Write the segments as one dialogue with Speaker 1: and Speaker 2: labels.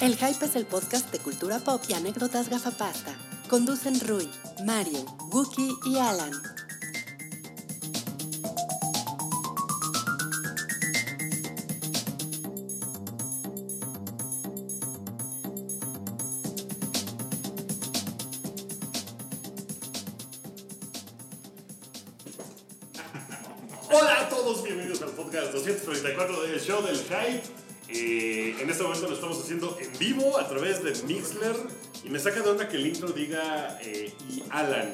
Speaker 1: El Hype es el podcast de cultura pop y anécdotas gafapasta. Conducen Rui, Mario, Wookie y Alan.
Speaker 2: Hola a todos, bienvenidos al podcast 234 del Show del Hype. Eh, en este momento lo estamos haciendo en vivo a través de Mixler y me saca de onda que el intro diga eh, y Alan.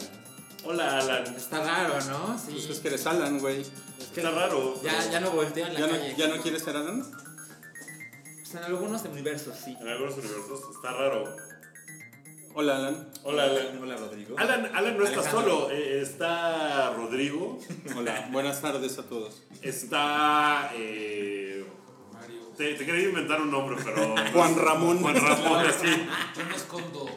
Speaker 2: Hola Alan.
Speaker 3: Está raro, ¿no? Sí.
Speaker 4: Pues es que eres Alan, güey.
Speaker 3: que-
Speaker 2: Está raro.
Speaker 3: Ya, ya no volteo en la
Speaker 4: ¿Ya
Speaker 3: calle.
Speaker 4: no, ¿Ya no quieres ser Alan?
Speaker 3: Pues en algunos universos sí.
Speaker 2: En algunos universos está raro.
Speaker 4: Hola, Alan.
Speaker 2: Hola Alan.
Speaker 3: Hola, Rodrigo.
Speaker 2: Alan, Alan no está
Speaker 3: Alejandro.
Speaker 2: solo, eh, está Rodrigo,
Speaker 4: Hola. Buenas tardes a todos.
Speaker 2: está... eh, te, te quería inventar un nombre, pero...
Speaker 4: Juan Ramón.
Speaker 2: Juan Ramón, sí.
Speaker 5: Yo no escondo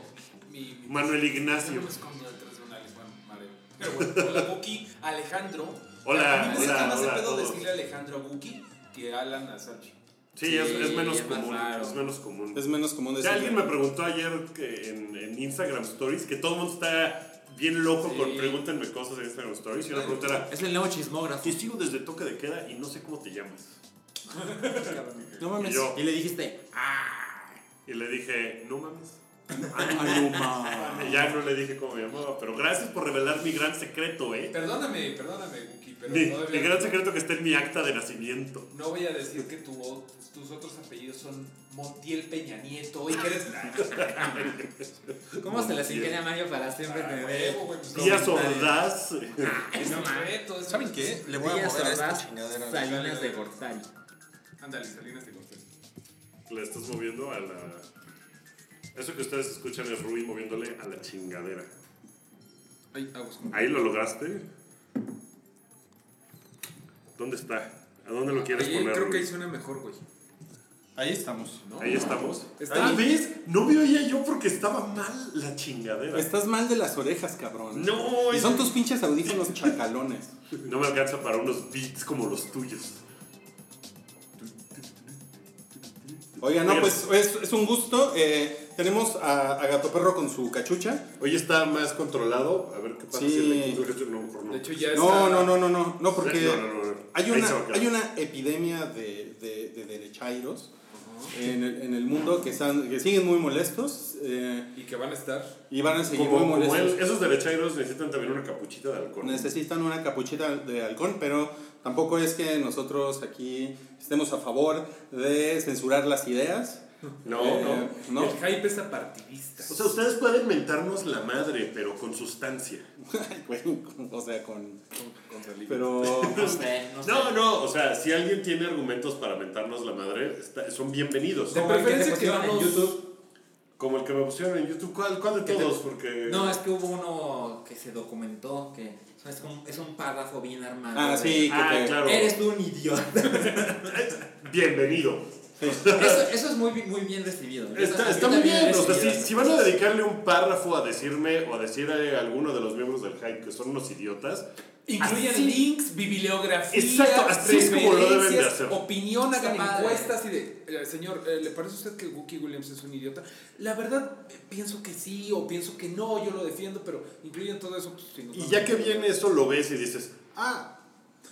Speaker 5: mi. mi-
Speaker 2: Manuel
Speaker 5: Yo
Speaker 2: Ignacio.
Speaker 5: no escondo detrás de un Alejandro Mareo. Pero bueno, hola Buki, Alejandro.
Speaker 2: Hola,
Speaker 5: A mí me
Speaker 2: hola,
Speaker 5: saca más de
Speaker 2: hola a
Speaker 5: pedo
Speaker 2: todos.
Speaker 5: decirle Alejandro Buki que Alan a Salchi.
Speaker 2: Sí, es, es
Speaker 3: Sí,
Speaker 2: menos
Speaker 3: es más
Speaker 2: común.
Speaker 3: raro.
Speaker 2: Es menos común.
Speaker 4: Es menos común decir.
Speaker 2: Ya alguien me preguntó ayer que en, en Instagram Stories que todo el mundo está bien loco
Speaker 3: Sí.
Speaker 2: con pregúntenme cosas en Instagram Stories. Y una pregunta era,
Speaker 3: Es el nuevo chismógrafo.
Speaker 2: te sigo desde toque de queda y no sé cómo te llamas.
Speaker 4: No mames.
Speaker 2: Y yo.
Speaker 3: Y le dijiste,
Speaker 2: Y le dije, no mames.
Speaker 4: Ay, Ah, no mames.
Speaker 2: Y ya no le dije cómo me llamaba. Pero gracias por revelar mi gran secreto, ¿eh?
Speaker 5: Perdóname, perdóname, Buki, pero
Speaker 2: Mi, mi
Speaker 5: todavía
Speaker 2: gran secreto que está en mi acta de nacimiento.
Speaker 5: no voy a decir que tu o- tus otros apellidos son Montiel Peña Nieto y que eres. Ah,
Speaker 3: ¿cómo se las ingenia Mario para siempre
Speaker 5: Ah,
Speaker 3: tener?
Speaker 5: pues,
Speaker 2: Díaz
Speaker 3: comentarios?
Speaker 2: Ordaz.
Speaker 5: Es un reto, es-
Speaker 6: ¿Saben qué? Le voy a
Speaker 3: Díaz
Speaker 6: mover a esta
Speaker 3: Ordaz
Speaker 6: chingadera.
Speaker 3: Salinas de Gortari.
Speaker 5: Ándale, Salinas te contesto.
Speaker 2: Le estás moviendo a la... Eso que ustedes escuchan es Rui moviéndole a la chingadera.
Speaker 6: Ay, aguas.
Speaker 2: Ahí lo lograste. ¿Dónde está? ¿A dónde lo quieres
Speaker 5: Ahí
Speaker 2: poner?
Speaker 5: creo que
Speaker 2: Rui?
Speaker 5: ahí suena mejor, güey.
Speaker 6: Ahí estamos. ¿no?
Speaker 2: Ahí estamos.
Speaker 5: Está-
Speaker 2: Ahí Ah, ves? No me oía yo porque estaba mal la chingadera.
Speaker 4: Estás mal de las orejas, cabrón.
Speaker 2: No,
Speaker 4: Y
Speaker 2: es-
Speaker 4: son tus pinches audífonos chacalones.
Speaker 2: No me alcanza para unos beats como los tuyos.
Speaker 4: Oiga, no,
Speaker 2: Oigan.
Speaker 4: pues es, es un gusto. Eh, tenemos a, a Gato Perro con su cachucha.
Speaker 2: Hoy está más controlado. A ver qué pasa
Speaker 4: Sí.
Speaker 2: si le quito el cacho. No, mejor no.
Speaker 5: De hecho, ya
Speaker 4: No,
Speaker 5: está.
Speaker 4: no, no, no, no. No, porque
Speaker 2: No, no, no, no. Ahí
Speaker 4: Hay,
Speaker 2: se va a
Speaker 4: una,
Speaker 2: quedar.
Speaker 4: hay una epidemia de, de, de derechairos en, el, en el mundo que, están, que siguen muy molestos eh,
Speaker 5: Y que van a estar.
Speaker 4: y van a seguir
Speaker 2: Como, como
Speaker 4: muy molestos.
Speaker 2: él, esos derechairos necesitan también una capuchita de alcohol.
Speaker 4: Necesitan una capuchita de halcón, pero tampoco es que nosotros aquí estemos a favor de censurar las ideas.
Speaker 2: No,
Speaker 4: Eh,
Speaker 2: no.
Speaker 5: El hype es apartidista.
Speaker 2: O sea, ustedes pueden mentarnos la madre, pero con sustancia.
Speaker 4: Ay, güey, o sea, con...
Speaker 5: Contra el
Speaker 4: Pero...
Speaker 3: No sé, no sé.
Speaker 2: No, no, o sea, si alguien tiene argumentos para mentarnos la madre, está- son bienvenidos.
Speaker 5: De
Speaker 3: Como el que
Speaker 5: preferencia
Speaker 3: te
Speaker 5: que
Speaker 3: pusieron en
Speaker 5: vamos-
Speaker 3: YouTube.
Speaker 2: Como el que me pusieron en YouTube. ¿Cuál, cuál de
Speaker 3: te-
Speaker 2: todos? Porque.
Speaker 3: No, es que hubo uno que se documentó que es un, es un párrafo bien armado. de,
Speaker 4: Ah, sí, que
Speaker 2: Ah,
Speaker 4: te-
Speaker 2: claro.
Speaker 3: Eres tú un idiota.
Speaker 2: Bienvenido.
Speaker 3: Eso, eso es muy, bi- muy bien recibido. Eso-
Speaker 2: Está,
Speaker 3: yo
Speaker 2: está muy
Speaker 3: también
Speaker 2: bien. O sea,
Speaker 3: recibido
Speaker 2: si,
Speaker 3: eso.
Speaker 2: si van a dedicarle un párrafo a decirme o a decir a alguno de los miembros del hype que son unos idiotas,
Speaker 5: Incluyen
Speaker 2: Así.
Speaker 5: links, bibliografías,
Speaker 2: Exacto, así es como lo deben de
Speaker 5: referencias,
Speaker 2: hacer.
Speaker 5: Opinión, hagan
Speaker 3: Está padre.
Speaker 5: encuestas y de. eh, señor, eh, ¿le parece a usted que Wookie Williams es un idiota? La verdad, eh, pienso que sí o pienso que no, yo lo defiendo, pero incluyen todo eso. Pues, si nos
Speaker 2: y
Speaker 5: van
Speaker 2: ya
Speaker 5: a-
Speaker 2: que viene eso, lo ves y dices, ah,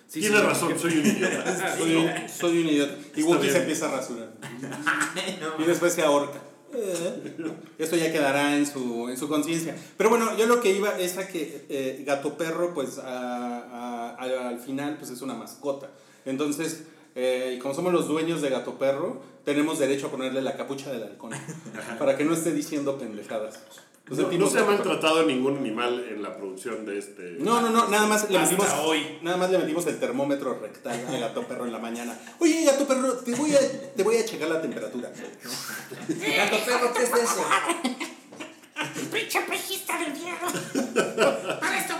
Speaker 5: Sí,
Speaker 2: tienes
Speaker 5: sí,
Speaker 2: razón, soy un idiota.
Speaker 4: Soy un, soy un idiota. Y Wookie
Speaker 2: Ah, bien.
Speaker 4: se empieza a rasurar.
Speaker 3: Ay, no,
Speaker 4: Y después se ahorca. Eso ya quedará en su, en su conciencia. Pero bueno, yo lo que iba es a que eh, Gato Perro, pues a- a- a- al final, pues es una mascota. Entonces, eh, y como somos los dueños de Gato Perro, tenemos derecho a ponerle la capucha del halcón. para que no esté diciendo pendejadas. Lo
Speaker 2: No, no
Speaker 4: sentimos,
Speaker 2: se ha
Speaker 4: Gato Perro.
Speaker 2: maltratado a ningún animal en la producción de este.
Speaker 4: No, no, no, nada más le
Speaker 2: Hasta
Speaker 4: metimos,
Speaker 2: hoy.
Speaker 4: nada más le metimos el termómetro rectal al gato perro en la mañana. Oye, gato perro, te voy a, te voy a checar la temperatura.
Speaker 3: Gato perro, ¿qué es eso?
Speaker 7: ¡Pinche pejista del diablo! ¡Para esto,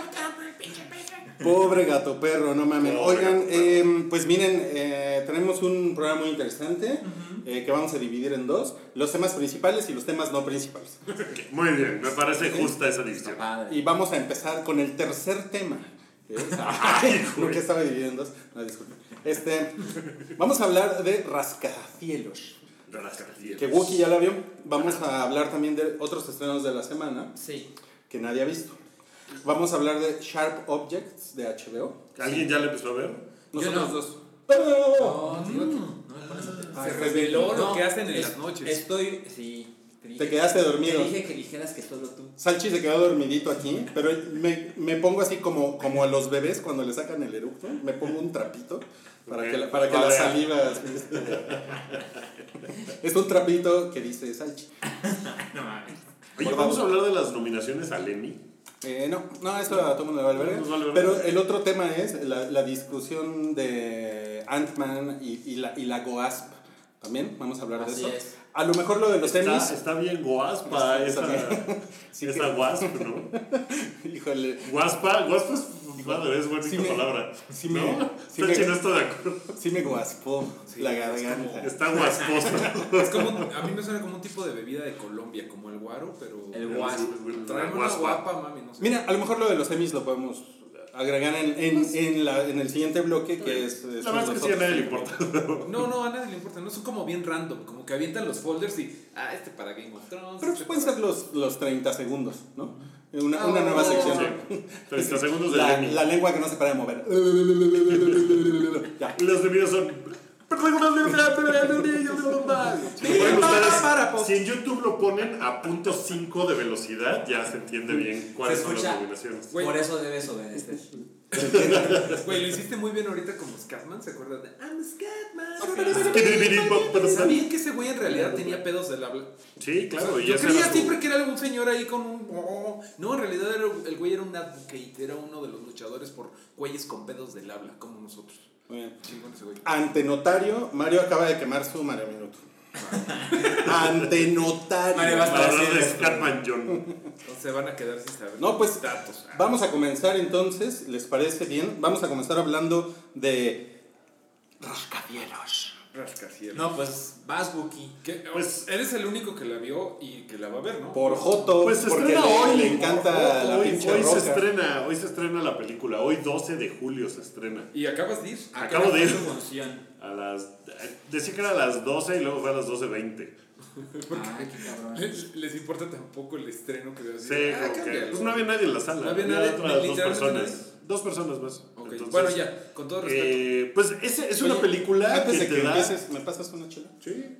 Speaker 7: pinche pejista!
Speaker 4: Pobre gato perro, no mames.
Speaker 2: Pobre
Speaker 4: Oigan,
Speaker 2: gato perro.
Speaker 4: eh, pues miren, eh, tenemos un programa muy interesante eh, que vamos a dividir en dos: los temas principales y los temas no principales.
Speaker 2: Muy bien, me parece justa esa división.
Speaker 3: Padre.
Speaker 4: Y vamos a empezar con el tercer tema. que es-
Speaker 2: güey.
Speaker 4: Nunca estaba dividido en dos. No, disculpen. Este, vamos a hablar de rascacielos.
Speaker 2: Rascacielos.
Speaker 4: Que Wookie ya la vio. Vamos a hablar también de otros estrenos de la semana
Speaker 3: Sí.
Speaker 4: que nadie ha visto. Vamos a hablar de Sharp Objects de HBO.
Speaker 2: ¿Alguien ya la empezó a ver?
Speaker 4: Nosotros
Speaker 3: no.
Speaker 4: dos. ¡Oh!
Speaker 5: Oh,
Speaker 3: No, digo que no me pones atención.
Speaker 4: Ay,
Speaker 5: Se reveló lo
Speaker 3: No,
Speaker 5: que hacen en
Speaker 3: es-
Speaker 5: las noches.
Speaker 3: Estoy. Sí. dije-
Speaker 4: Te quedaste dormido.
Speaker 3: Te dije que dijeras que solo tú.
Speaker 4: Salchi se quedó dormidito aquí, pero me, me pongo así como, como a los bebés cuando le sacan el eructo, me pongo un trapito para que, la- para que las salivas... es un trapito que dice Salchi.
Speaker 3: No mames.
Speaker 2: Oye,
Speaker 4: Por
Speaker 2: vamos a
Speaker 4: favor.
Speaker 2: hablar de las nominaciones al Emmy.
Speaker 4: Eh, no, no, esto a todo el mundo le vale verga.
Speaker 2: Nos vale verga.
Speaker 4: Pero el otro tema es la, la discusión de Ant-Man y, y la, y la Goasp. También vamos a hablar de
Speaker 3: Así
Speaker 4: eso.
Speaker 3: es.
Speaker 4: A lo mejor lo de los tenis.
Speaker 2: Está, está bien guaspa esa,
Speaker 4: Sí
Speaker 2: esa wasp, ¿no?
Speaker 4: Híjole.
Speaker 2: Guaspa, guaspa es, madre, es bonita
Speaker 4: Sí me-
Speaker 2: palabra.
Speaker 4: sí
Speaker 2: ¿No?
Speaker 4: me- sí
Speaker 2: Sachi
Speaker 4: me-
Speaker 2: no está de acuerdo.
Speaker 4: Sí me guaspó la garganta.
Speaker 2: Está guasposa.
Speaker 5: Es como, un- a mí me suena como un tipo de bebida de Colombia, como el guaro, pero.
Speaker 3: El guas.
Speaker 5: Traemos una guapa, mami, no sé.
Speaker 4: Mira, a lo mejor lo de los semis lo podemos agregar en, en, en la- en el siguiente bloque que es... es
Speaker 2: Pues, La verdad es que sí a
Speaker 4: nosotros.
Speaker 2: nadie le importa.
Speaker 5: No, no, a nadie le importa. No son como bien random, como que avientan los folders y. Ah, este para Game of Thrones.
Speaker 4: Pero
Speaker 5: este
Speaker 4: pues pueden
Speaker 5: para-
Speaker 4: ser los, los 30 segundos, ¿no? Una, una
Speaker 5: Ah,
Speaker 4: nueva
Speaker 5: sí.
Speaker 4: sección.
Speaker 2: Sí. 30 segundos de
Speaker 4: La,
Speaker 2: Emmy.
Speaker 4: la lengua que no se para de mover. Ya.
Speaker 2: Y los videos son. Si lo ponen ustedes-
Speaker 5: pues.
Speaker 2: Si en YouTube lo ponen a punto 5 de velocidad, ya se entiende bien cuáles
Speaker 3: Se
Speaker 2: son las
Speaker 3: escucha.
Speaker 2: combinaciones.
Speaker 5: Güey.
Speaker 3: Por eso debes obedecer.
Speaker 5: Güey, lo hiciste muy bien ahorita como Scatman, ¿se acuerdan? De I'm
Speaker 2: Sí.
Speaker 5: Scatman. Sabían que ese güey en realidad tenía pedos del habla.
Speaker 2: Sí, claro. y
Speaker 5: Yo
Speaker 2: esa
Speaker 5: creía
Speaker 2: era su-
Speaker 5: siempre que era un señor ahí con un. "Oh, No, en realidad era- el güey era un advocate, era uno de los luchadores por güeyes con pedos del habla, como nosotros.
Speaker 4: Muy bien.
Speaker 5: Chingón ese güey.
Speaker 4: Ante notario, Mario acaba de quemar su Mario Minuto. Ante notario.
Speaker 3: Mario va a
Speaker 2: Para
Speaker 3: estar
Speaker 2: hablar de
Speaker 3: haciendo esto.
Speaker 2: Scatman John.
Speaker 5: No se van a quedar sin saber.
Speaker 4: No, pues
Speaker 5: datos. Ah,
Speaker 4: vamos a comenzar entonces, ¿les parece bien? Vamos a comenzar hablando de rascacielos.
Speaker 5: rascacielos.
Speaker 3: No, pues vas, Buki.
Speaker 5: Que,
Speaker 2: Pues-
Speaker 5: pues eres el único que la vio y que la va a ver, ¿no?
Speaker 4: Por Joto,
Speaker 2: Pues se
Speaker 4: porque
Speaker 2: estrena
Speaker 4: le,
Speaker 2: hoy.
Speaker 4: le encanta
Speaker 2: Hoy-
Speaker 4: la pinche
Speaker 2: hoy, se
Speaker 4: roca.
Speaker 2: estrena, hoy se estrena la película. Hoy 12 de julio se estrena.
Speaker 5: Y acabas de ir.
Speaker 2: Acabo de ir.
Speaker 3: Tu función.
Speaker 2: A las. Decía que era a las 12 y luego fue a las 12.20.
Speaker 3: Ay, qué cabrón.
Speaker 5: Les, les importa tampoco el estreno que veo. así,
Speaker 2: Sí,
Speaker 5: ah,
Speaker 2: como que.
Speaker 5: cámbialo.
Speaker 2: Pues no había nadie en la sala.
Speaker 5: No había nadie,
Speaker 2: otras dos
Speaker 5: literalmente
Speaker 2: personas. Dos personas más.
Speaker 5: Ok,
Speaker 2: Entonces,
Speaker 5: bueno, ya, con todo respeto.
Speaker 2: eh, pues es, es una
Speaker 4: Oye,
Speaker 2: película
Speaker 4: Antes
Speaker 2: que
Speaker 4: de
Speaker 2: te
Speaker 4: que
Speaker 2: da.
Speaker 4: empieces, ¿me pasas una chela?
Speaker 2: Sí.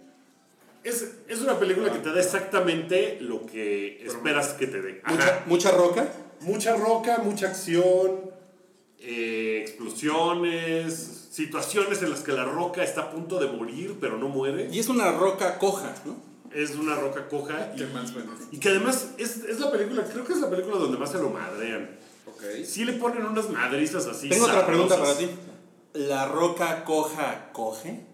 Speaker 2: Es, es una película que te da exactamente lo que esperas que te dé.
Speaker 4: Mucha,
Speaker 2: Ajá.
Speaker 4: mucha roca.
Speaker 2: Mucha roca, mucha acción, eh, explosiones, situaciones en las que la roca está a punto de morir, pero no muere.
Speaker 4: Y es una roca coja, ¿no?
Speaker 2: Es una roca coja.
Speaker 5: ¿Qué más bueno?
Speaker 2: Y, y que además es, es la película, creo que es la película donde más se lo madrean.
Speaker 5: Ok.
Speaker 2: Sí le ponen unas madrizas así.
Speaker 4: Tengo otra pregunta para
Speaker 2: sabrosas.
Speaker 4: ti. ¿La roca coja coge?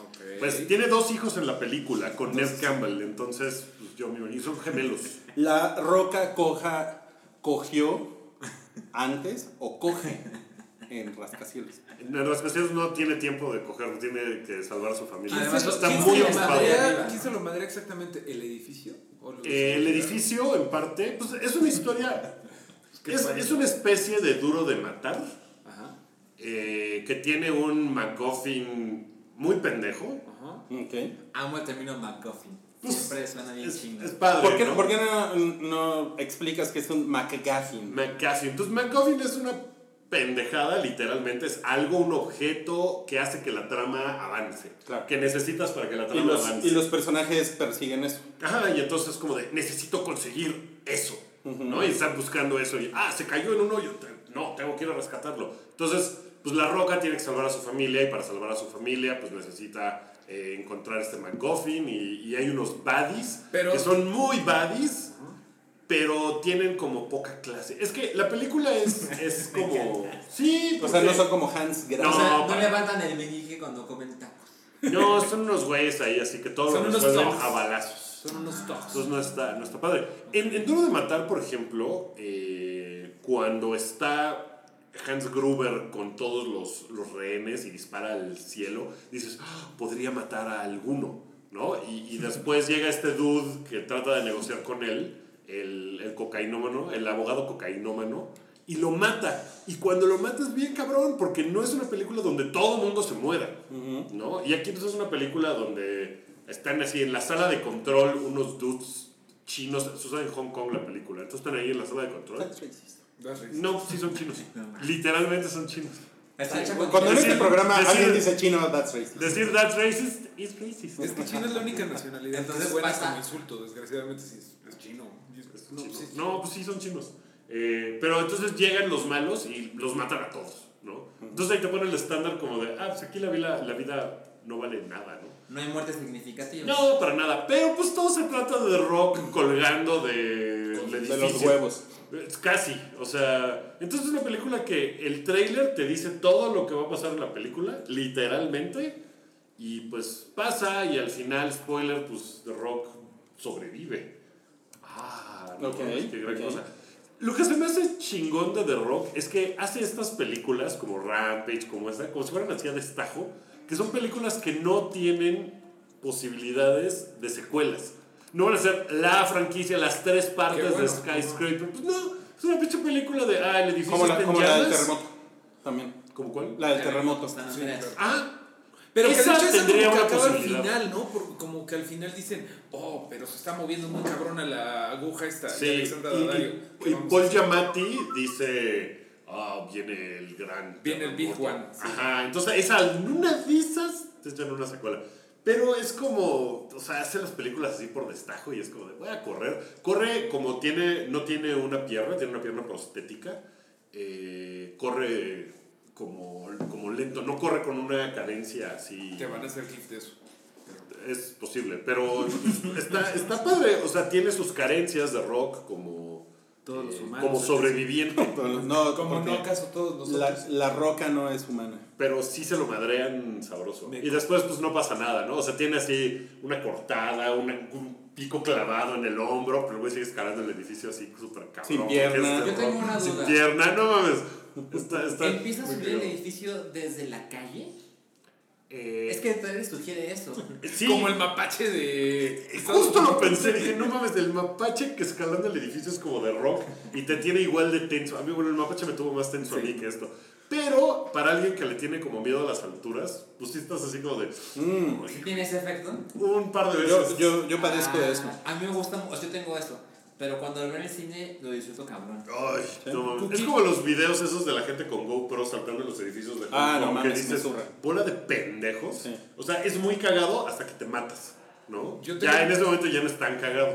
Speaker 5: Ok.
Speaker 2: Pues tiene dos hijos en la película con Ned Campbell, entonces pues, yo me uní. Son gemelos.
Speaker 4: ¿La roca coja cogió antes o coge en rascacielos?
Speaker 2: En las cuestiones no tiene tiempo de coger, tiene que salvar a su familia.
Speaker 3: Además,
Speaker 2: está
Speaker 3: ¿quién
Speaker 2: muy
Speaker 3: se lo
Speaker 2: ocupado.
Speaker 3: madrea?
Speaker 5: Madrea, ¿Quién se lo madrea exactamente? ¿El edificio? ¿O los-
Speaker 2: Eh, el edificio, en parte, pues es una historia. Es, es una especie de duro de matar
Speaker 5: Ajá.
Speaker 2: eh, que tiene un MacGuffin muy pendejo.
Speaker 5: Ajá.
Speaker 4: Okay.
Speaker 3: Amo el término McGuffin.
Speaker 2: Pues,
Speaker 3: Siempre suena bien
Speaker 2: Es,
Speaker 3: chingo.
Speaker 2: es padre.
Speaker 4: ¿Por qué,
Speaker 2: ¿no?
Speaker 4: por qué no, no explicas que es un MacGuffin?
Speaker 2: MacGuffin. Entonces, MacGuffin es una pendejada, literalmente. Es algo, un objeto que hace que la trama avance.
Speaker 4: Claro.
Speaker 2: Que necesitas para que la
Speaker 4: Y
Speaker 2: trama
Speaker 4: los,
Speaker 2: avance.
Speaker 4: y los personajes persiguen eso.
Speaker 2: Ajá, y entonces es como de, necesito conseguir eso, ¿no? Y están buscando eso y, ah, se cayó en un hoyo, te- no, tengo que ir a rescatarlo. Entonces, pues la roca tiene que salvar a su familia y para salvar a su familia, pues necesita eh, encontrar este McGuffin y, y hay unos baddies
Speaker 5: Pero-
Speaker 2: que son muy baddies, pero tienen como poca clase. Es que la película es, es como... Sí,
Speaker 4: O sea, no
Speaker 2: porque-
Speaker 4: son como Hans Grass.
Speaker 3: O sea,
Speaker 2: No,
Speaker 3: no,
Speaker 2: para-
Speaker 3: levantan el meñique cuando comen tacos.
Speaker 2: no, son unos güeyes ahí, así que todos
Speaker 5: Son
Speaker 2: lo
Speaker 5: unos
Speaker 2: resuelven
Speaker 5: thugs.
Speaker 2: a balazos.
Speaker 5: Son unos tops.
Speaker 2: Entonces no está, no está padre. En, en Duro de Matar, por ejemplo, eh, cuando está Hans Gruber con todos los, los rehenes y dispara al cielo, dices, "Ah, podría matar a alguno, ¿no? Y, y después llega este dude que trata de negociar con él, el, el cocainómano, el abogado cocainómano, y lo mata. Y cuando lo mata es bien cabrón, porque no es una película donde todo el mundo se muera, ¿no? Y aquí entonces es una película donde Están así en la sala de control unos dudes chinos. Eso es en Hong Kong la película. Entonces están ahí en la sala de control.
Speaker 5: Das risa.
Speaker 2: No, sí son chinos.
Speaker 3: No.
Speaker 2: Literalmente son chinos.
Speaker 3: Está hecha con-
Speaker 4: Cuando en este
Speaker 2: Decir-
Speaker 4: programa
Speaker 2: decir-
Speaker 4: alguien dice chino, that's racist.
Speaker 2: Decir that's racist is racist.
Speaker 5: Es que China es la única nacionalidad.
Speaker 3: Entonces
Speaker 5: Entonces, buena
Speaker 3: pasa-
Speaker 5: como insulto, desgraciadamente, si es, es chino.
Speaker 2: No, pues sí, no, pues sí son chinos. Eh, pero entonces llegan los malos y los matan a todos, ¿no? Entonces ahí te ponen el estándar como de, ah, pues aquí la vida, la vida no vale nada, ¿no?
Speaker 3: No hay muertes significativas.
Speaker 2: No, para nada. Pero pues todo se trata de rock colgando de, del
Speaker 4: De los
Speaker 2: edificio.
Speaker 4: huevos.
Speaker 2: Es Casi, o sea, entonces es una película que el tráiler te dice todo lo que va a pasar en la película, literalmente, y pues pasa y al final, spoiler, pues The Rock sobrevive. Ah, no,
Speaker 4: Ok,
Speaker 2: mames, qué gran
Speaker 4: ok.
Speaker 2: cosa. Lo que se me hace chingón de The Rock es que hace estas películas como Rampage, como esta, como si fueran así a destajo, que son películas que no tienen posibilidades de secuelas. No van a ser la franquicia, las tres partes
Speaker 5: Qué bueno,
Speaker 2: de Skyscraper. Pues no, es una pinche película de, ah, el edificio
Speaker 4: Como
Speaker 2: está
Speaker 4: la,
Speaker 2: en
Speaker 4: como la del
Speaker 2: llamas.
Speaker 4: terremoto. También.
Speaker 2: ¿Como cuál?
Speaker 4: La del terremoto.
Speaker 3: San Andreas.
Speaker 2: Ah,
Speaker 5: Pero que
Speaker 2: Esa
Speaker 5: de hecho esa
Speaker 2: tendría
Speaker 5: como que
Speaker 2: una
Speaker 5: acaba al
Speaker 2: posibilidad.
Speaker 5: final, ¿no? Por- como que al final dicen, oh, pero se está moviendo muy cabrona la aguja esta
Speaker 2: sí.
Speaker 5: de Alexandra
Speaker 2: y- y-
Speaker 5: Daddario.
Speaker 2: y
Speaker 5: Vamos.
Speaker 2: Paul Giamatti dice, ah, viene el gran...
Speaker 5: Viene el Big
Speaker 2: terremoto".
Speaker 5: One, sí.
Speaker 2: Ajá, entonces esa, en una de esas te echan una secuela. Pero es como, o sea, hace las películas así por destajo y es como de, voy a correr. Corre como tiene, no tiene una pierna, tiene una pierna prostética. eh, corre como, como lento, no corre con una cadencia así.
Speaker 5: Te van a hacer clip de eso.
Speaker 2: Es posible, pero está, está padre. O sea, tiene sus carencias de rock como,
Speaker 6: Todos los
Speaker 2: eh,
Speaker 6: humanos.
Speaker 2: como sobreviviente,
Speaker 4: Pero No,
Speaker 5: Como
Speaker 4: porque
Speaker 5: no acaso todos
Speaker 4: la,
Speaker 5: nosotros.
Speaker 4: la roca no es humana.
Speaker 2: pero sí se lo madrean sabroso.
Speaker 5: Me-
Speaker 2: Y después, pues no pasa nada, ¿no? O sea, tiene así una cortada, una- un pico clavado en el hombro, pero el güey sigue escalando el edificio así pues, súper cabrón.
Speaker 4: Sin pierna.
Speaker 2: porque es de
Speaker 3: Yo tengo
Speaker 2: rock.
Speaker 3: una
Speaker 2: Sin
Speaker 3: duda.
Speaker 2: pierna, no mames. Está, está
Speaker 3: ¿Empieza a
Speaker 2: muy
Speaker 3: subir el
Speaker 2: cagado.
Speaker 3: edificio desde la calle?
Speaker 2: Eh,
Speaker 3: Es que te sugiere eso.
Speaker 2: sí,
Speaker 5: Como el mapache de.
Speaker 2: Justo lo pensé, dije, no mames, del mapache que escalando el edificio es como de rock y te tiene igual de tenso. A mí, bueno, el mapache me tuvo más tenso a mí que esto. Pero para alguien que le tiene como miedo a las alturas, pues sí estás así como de.
Speaker 4: Mm.
Speaker 2: "Ay".
Speaker 3: ¿Tiene ese efecto?
Speaker 2: Un par de
Speaker 4: Yo,
Speaker 2: veces.
Speaker 4: yo, yo padezco de eso.
Speaker 3: Ah, A mí me gusta mucho, yo tengo eso. Pero cuando lo veo en el cine, lo disfruto cabrón.
Speaker 2: Ay, no mames. Es como los videos esos de la gente con GoPro saltando en los edificios de Hong
Speaker 4: Ah, no
Speaker 2: Kong,
Speaker 4: mames,
Speaker 2: que
Speaker 4: me
Speaker 2: dices,
Speaker 4: zurra.
Speaker 2: bola de pendejos.
Speaker 4: Sí.
Speaker 2: O sea, es muy cagado hasta que te matas, ¿no?
Speaker 5: Yo tengo-
Speaker 2: Ya en ese momento ya no es tan cagado.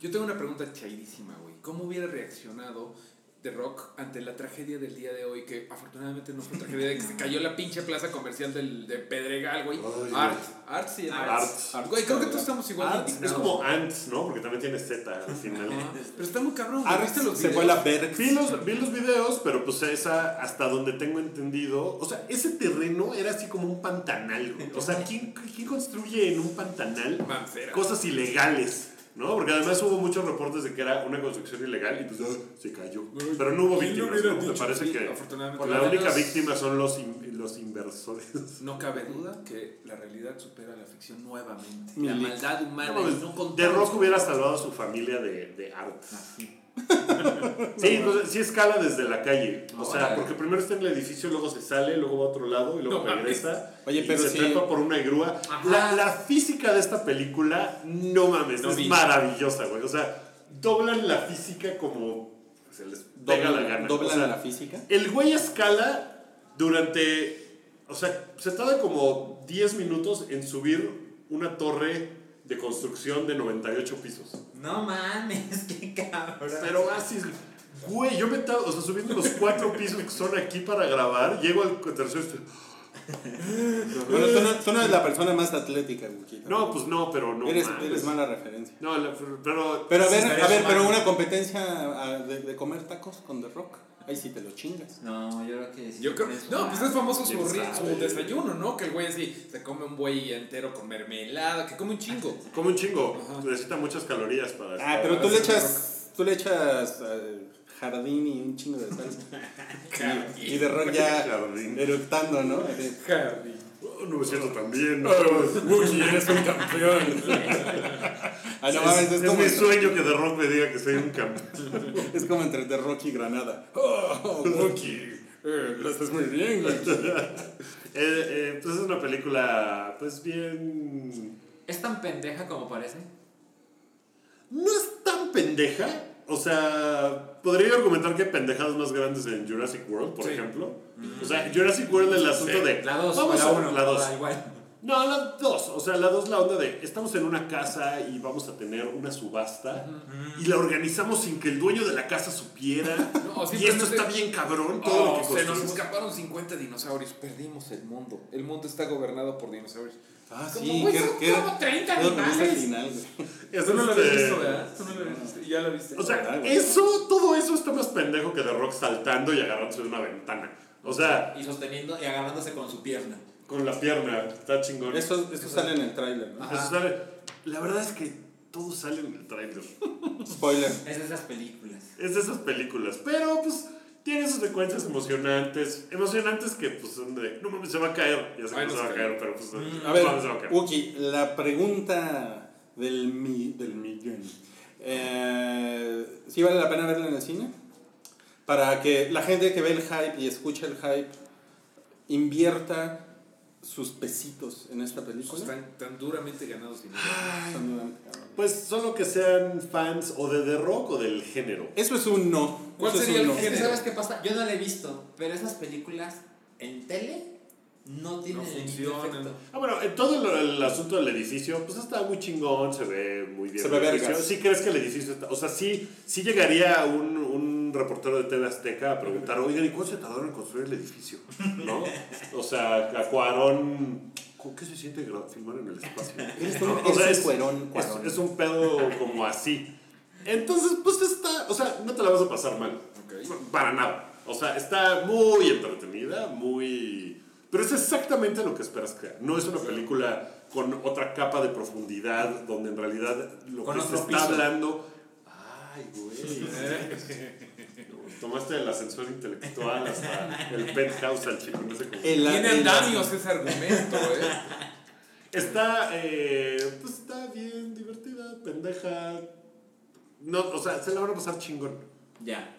Speaker 5: Yo tengo una pregunta chairísima, güey. ¿Cómo hubiera reaccionado The Rock ante la tragedia del día de hoy? Que afortunadamente no fue tragedia, de que se cayó la pinche plaza comercial del, de Pedregal, güey.
Speaker 2: Ay,
Speaker 5: Art, Art sí,
Speaker 2: Arts.
Speaker 5: Arts. Güey, creo que todos estamos igual. de
Speaker 2: Es
Speaker 5: indignados.
Speaker 2: como Ants, ¿no? Porque también tiene Z al final.
Speaker 5: Ajá. Pero está muy cabrón, güey.
Speaker 4: Ah,
Speaker 5: ¿Viste los
Speaker 4: se
Speaker 5: videos?
Speaker 4: fue la verga.
Speaker 2: Vi los, vi los videos, pero pues esa, hasta donde tengo entendido, o sea, ese terreno era así como un pantanal, güey. O sea, ¿quién, quién construye en un pantanal
Speaker 5: Mancera.
Speaker 2: cosas ilegales? ¿No? Porque además hubo muchos reportes de que era una construcción ilegal y pues ah, se cayó. Pero no hubo
Speaker 5: ¿Quién lo
Speaker 2: víctimas,
Speaker 5: hubiera
Speaker 2: ¿no? Me
Speaker 5: dicho?
Speaker 2: parece
Speaker 5: Sí,
Speaker 2: que
Speaker 5: afortunadamente.
Speaker 2: la
Speaker 5: Por lo
Speaker 2: única
Speaker 5: menos-
Speaker 2: víctima son los, in- los inversores.
Speaker 5: No cabe duda que la realidad supera a la ficción nuevamente.
Speaker 4: Mi
Speaker 5: la
Speaker 4: li-
Speaker 5: maldad humana
Speaker 2: No,
Speaker 5: y
Speaker 2: pues,
Speaker 5: no contamos
Speaker 2: de Rock
Speaker 5: con- Ah,
Speaker 2: hubiera salvado a su familia de, de art. Sí, entonces, sí escala desde la calle. O sea,
Speaker 5: Órale.
Speaker 2: porque primero está en el edificio, luego se sale, luego va a otro lado y luego
Speaker 5: No
Speaker 2: regresa.
Speaker 4: Oye,
Speaker 2: y
Speaker 4: pero
Speaker 2: se
Speaker 4: sí.
Speaker 2: trepa por una grúa.
Speaker 3: Ajá.
Speaker 2: La, la física de esta película, no mames,
Speaker 5: No
Speaker 2: es
Speaker 5: vi.
Speaker 2: maravillosa, güey. O sea, doblan la física como se les pega la gana.
Speaker 4: doblan
Speaker 2: O sea,
Speaker 4: a la física.
Speaker 2: el güey escala durante. O sea, se tarda como 10 minutos en subir una torre de construcción de 98 pisos.
Speaker 3: No mames, qué cabrón.
Speaker 2: Pero así. Güey, yo me tardo. O sea, subiendo los cuatro pisos que son aquí para grabar, llego al tercer. estoy,
Speaker 4: Bueno, tú no, tú no eres la persona más atlética, Gukita.
Speaker 2: No, pues no, pero no.
Speaker 4: eres,
Speaker 2: mames.
Speaker 4: eres mala referencia.
Speaker 2: No, la- pero.
Speaker 4: Pero a
Speaker 3: Sí,
Speaker 4: ver,
Speaker 3: estaría
Speaker 4: a ver,
Speaker 3: su
Speaker 4: pero
Speaker 3: madre.
Speaker 4: una competencia ah, de, de comer tacos con The Rock. Ahí sí te lo chingas.
Speaker 3: No, yo creo que sí.
Speaker 5: Yo creo,
Speaker 3: tienes
Speaker 5: no,
Speaker 3: una-
Speaker 5: pues es famoso su,
Speaker 2: ¿Quién
Speaker 5: ri-
Speaker 2: sabe?
Speaker 5: su desayuno, ¿no? Que el güey así se come un buey entero con mermelada, que come un chingo.
Speaker 2: Como un chingo.
Speaker 5: Ajá.
Speaker 2: Necesita muchas calorías para.
Speaker 4: Ah, pero tú le echas, tú le echas eh, jardín y un chingo de salsa. Y, y The Rock ya
Speaker 2: Jardín.
Speaker 4: eructando, ¿no? Así.
Speaker 5: Hardy.
Speaker 2: Oh, no me siento tan bien.
Speaker 4: Ah,
Speaker 2: no mames.
Speaker 4: Wookie, eres un campeón. Ah, no mames,
Speaker 2: es,
Speaker 4: es
Speaker 2: es
Speaker 4: como,
Speaker 2: mi sueño que de rock me diga que soy un campeón.
Speaker 4: es como entre The Rock y Granada. Oh, Wookie, eh, lo estás muy bien, Wookie.
Speaker 2: Eh, eh, pues es una película, pues bien.
Speaker 3: Es ¿Es tan pendeja como parece?
Speaker 2: No es tan pendeja. O sea, podría argumentar que hay pendejadas más grandes en Jurassic World, por
Speaker 5: Sí.
Speaker 2: ejemplo. O sea, Jurassic World el asunto de.
Speaker 3: La 2 o
Speaker 2: vamos
Speaker 3: la
Speaker 2: a-
Speaker 3: 1.
Speaker 2: La 2.
Speaker 3: Da igual.
Speaker 2: No, la 2. O sea, la 2 la onda de estamos en una casa y vamos a tener una subasta y la organizamos sin que el dueño de la casa supiera. y
Speaker 5: No,
Speaker 2: esto
Speaker 5: simplemente-
Speaker 2: está bien cabrón todo lo
Speaker 5: Oh,
Speaker 2: que
Speaker 5: se nos
Speaker 2: construimos.
Speaker 5: escaparon 50 dinosaurios. Perdimos el mundo. El mundo está gobernado por dinosaurios.
Speaker 4: Ah,
Speaker 7: Como,
Speaker 4: sí,
Speaker 7: güey,
Speaker 4: qué,
Speaker 7: son
Speaker 4: qué,
Speaker 7: como 30
Speaker 4: qué horrorosa
Speaker 7: animales.
Speaker 4: final, güey.
Speaker 5: Tú no lo habías
Speaker 2: Este,
Speaker 5: visto, ¿verdad? Tú no lo habías visto. Ya lo viste.
Speaker 2: O sea,
Speaker 4: ¿Verdad, güey?
Speaker 2: eso, todo eso está más pendejo que The Rock saltando y agarrándose de una ventana. O sea,
Speaker 3: Y sosteniendo y agarrándose con su pierna.
Speaker 2: con la pierna, está chingón.
Speaker 4: Esto, esto sale en el tráiler, ¿no?
Speaker 2: Eso sale- La verdad es que todo sale en el trailer.
Speaker 4: Spoiler.
Speaker 3: Es de esas películas.
Speaker 2: Es de esas películas. Pero pues tiene sus secuencias emocionantes. Emocionantes que pues son de. No mames, se va a caer. Ya sé que
Speaker 5: Ay,
Speaker 2: no
Speaker 5: no
Speaker 2: se va
Speaker 5: se
Speaker 2: a caer, pero pues.
Speaker 4: Mm, A
Speaker 2: no
Speaker 4: ver,
Speaker 2: mames, se va a caer.
Speaker 4: Uki, la pregunta del, mi, del millón. Eh, ¿Sí vale la pena verla en el cine? Para que la gente que ve el hype y escucha el hype invierta sus pesitos en esta película.
Speaker 5: Están tan duramente ganados. dinero.
Speaker 4: Son duramente, cabrón.
Speaker 2: Pues solo que sean fans o de The Rock o del género.
Speaker 4: Eso es un no.
Speaker 5: ¿Cuál
Speaker 4: Eso es
Speaker 5: sería
Speaker 4: un no.
Speaker 5: el
Speaker 3: Es que,
Speaker 5: género?
Speaker 3: ¿sabes qué pasa? Yo no la he visto, pero esas películas en tele no tienen
Speaker 5: No
Speaker 3: el mismo
Speaker 5: funcionan.
Speaker 3: efecto.
Speaker 2: Ah, bueno, en todo lo- el, asunto del edificio, pues está muy chingón, se ve muy bien.
Speaker 4: Se ve
Speaker 2: el edificio.
Speaker 4: vergas.
Speaker 2: Sí crees que el edificio está... O sea, sí, sí llegaría un, un reportero de TV Azteca a preguntar, oigan, ¿y cuánto se tardaron en construir el edificio? ¿No? O sea, a Cuarón... ¿cómo- ¿Qué se siente gra- filmar en el espacio?
Speaker 4: Eres un-
Speaker 2: ¿No?
Speaker 4: eres un cuerón,
Speaker 2: es-
Speaker 4: Cuarón.
Speaker 2: es un pedo como así. Entonces, pues está... O sea, no te la vas a pasar mal.
Speaker 5: Ok.
Speaker 2: Para nada. O sea, está muy entretenida, muy... Pero es exactamente lo que esperas que haga. No es una película con otra capa de profundidad, donde en realidad lo
Speaker 3: Con
Speaker 2: que se
Speaker 3: otro
Speaker 2: está
Speaker 3: piso.
Speaker 2: hablando... Ay, güey.
Speaker 3: ¿eh?
Speaker 2: Tomaste el ascensor intelectual hasta el penthouse al chico, no sé cómo.
Speaker 4: El-
Speaker 5: Tiene
Speaker 4: el-
Speaker 5: andamios ese argumento, ¿eh?
Speaker 2: Está, eh, pues está bien divertida, pendeja. No, o sea, se la van a pasar chingón.
Speaker 3: Ya,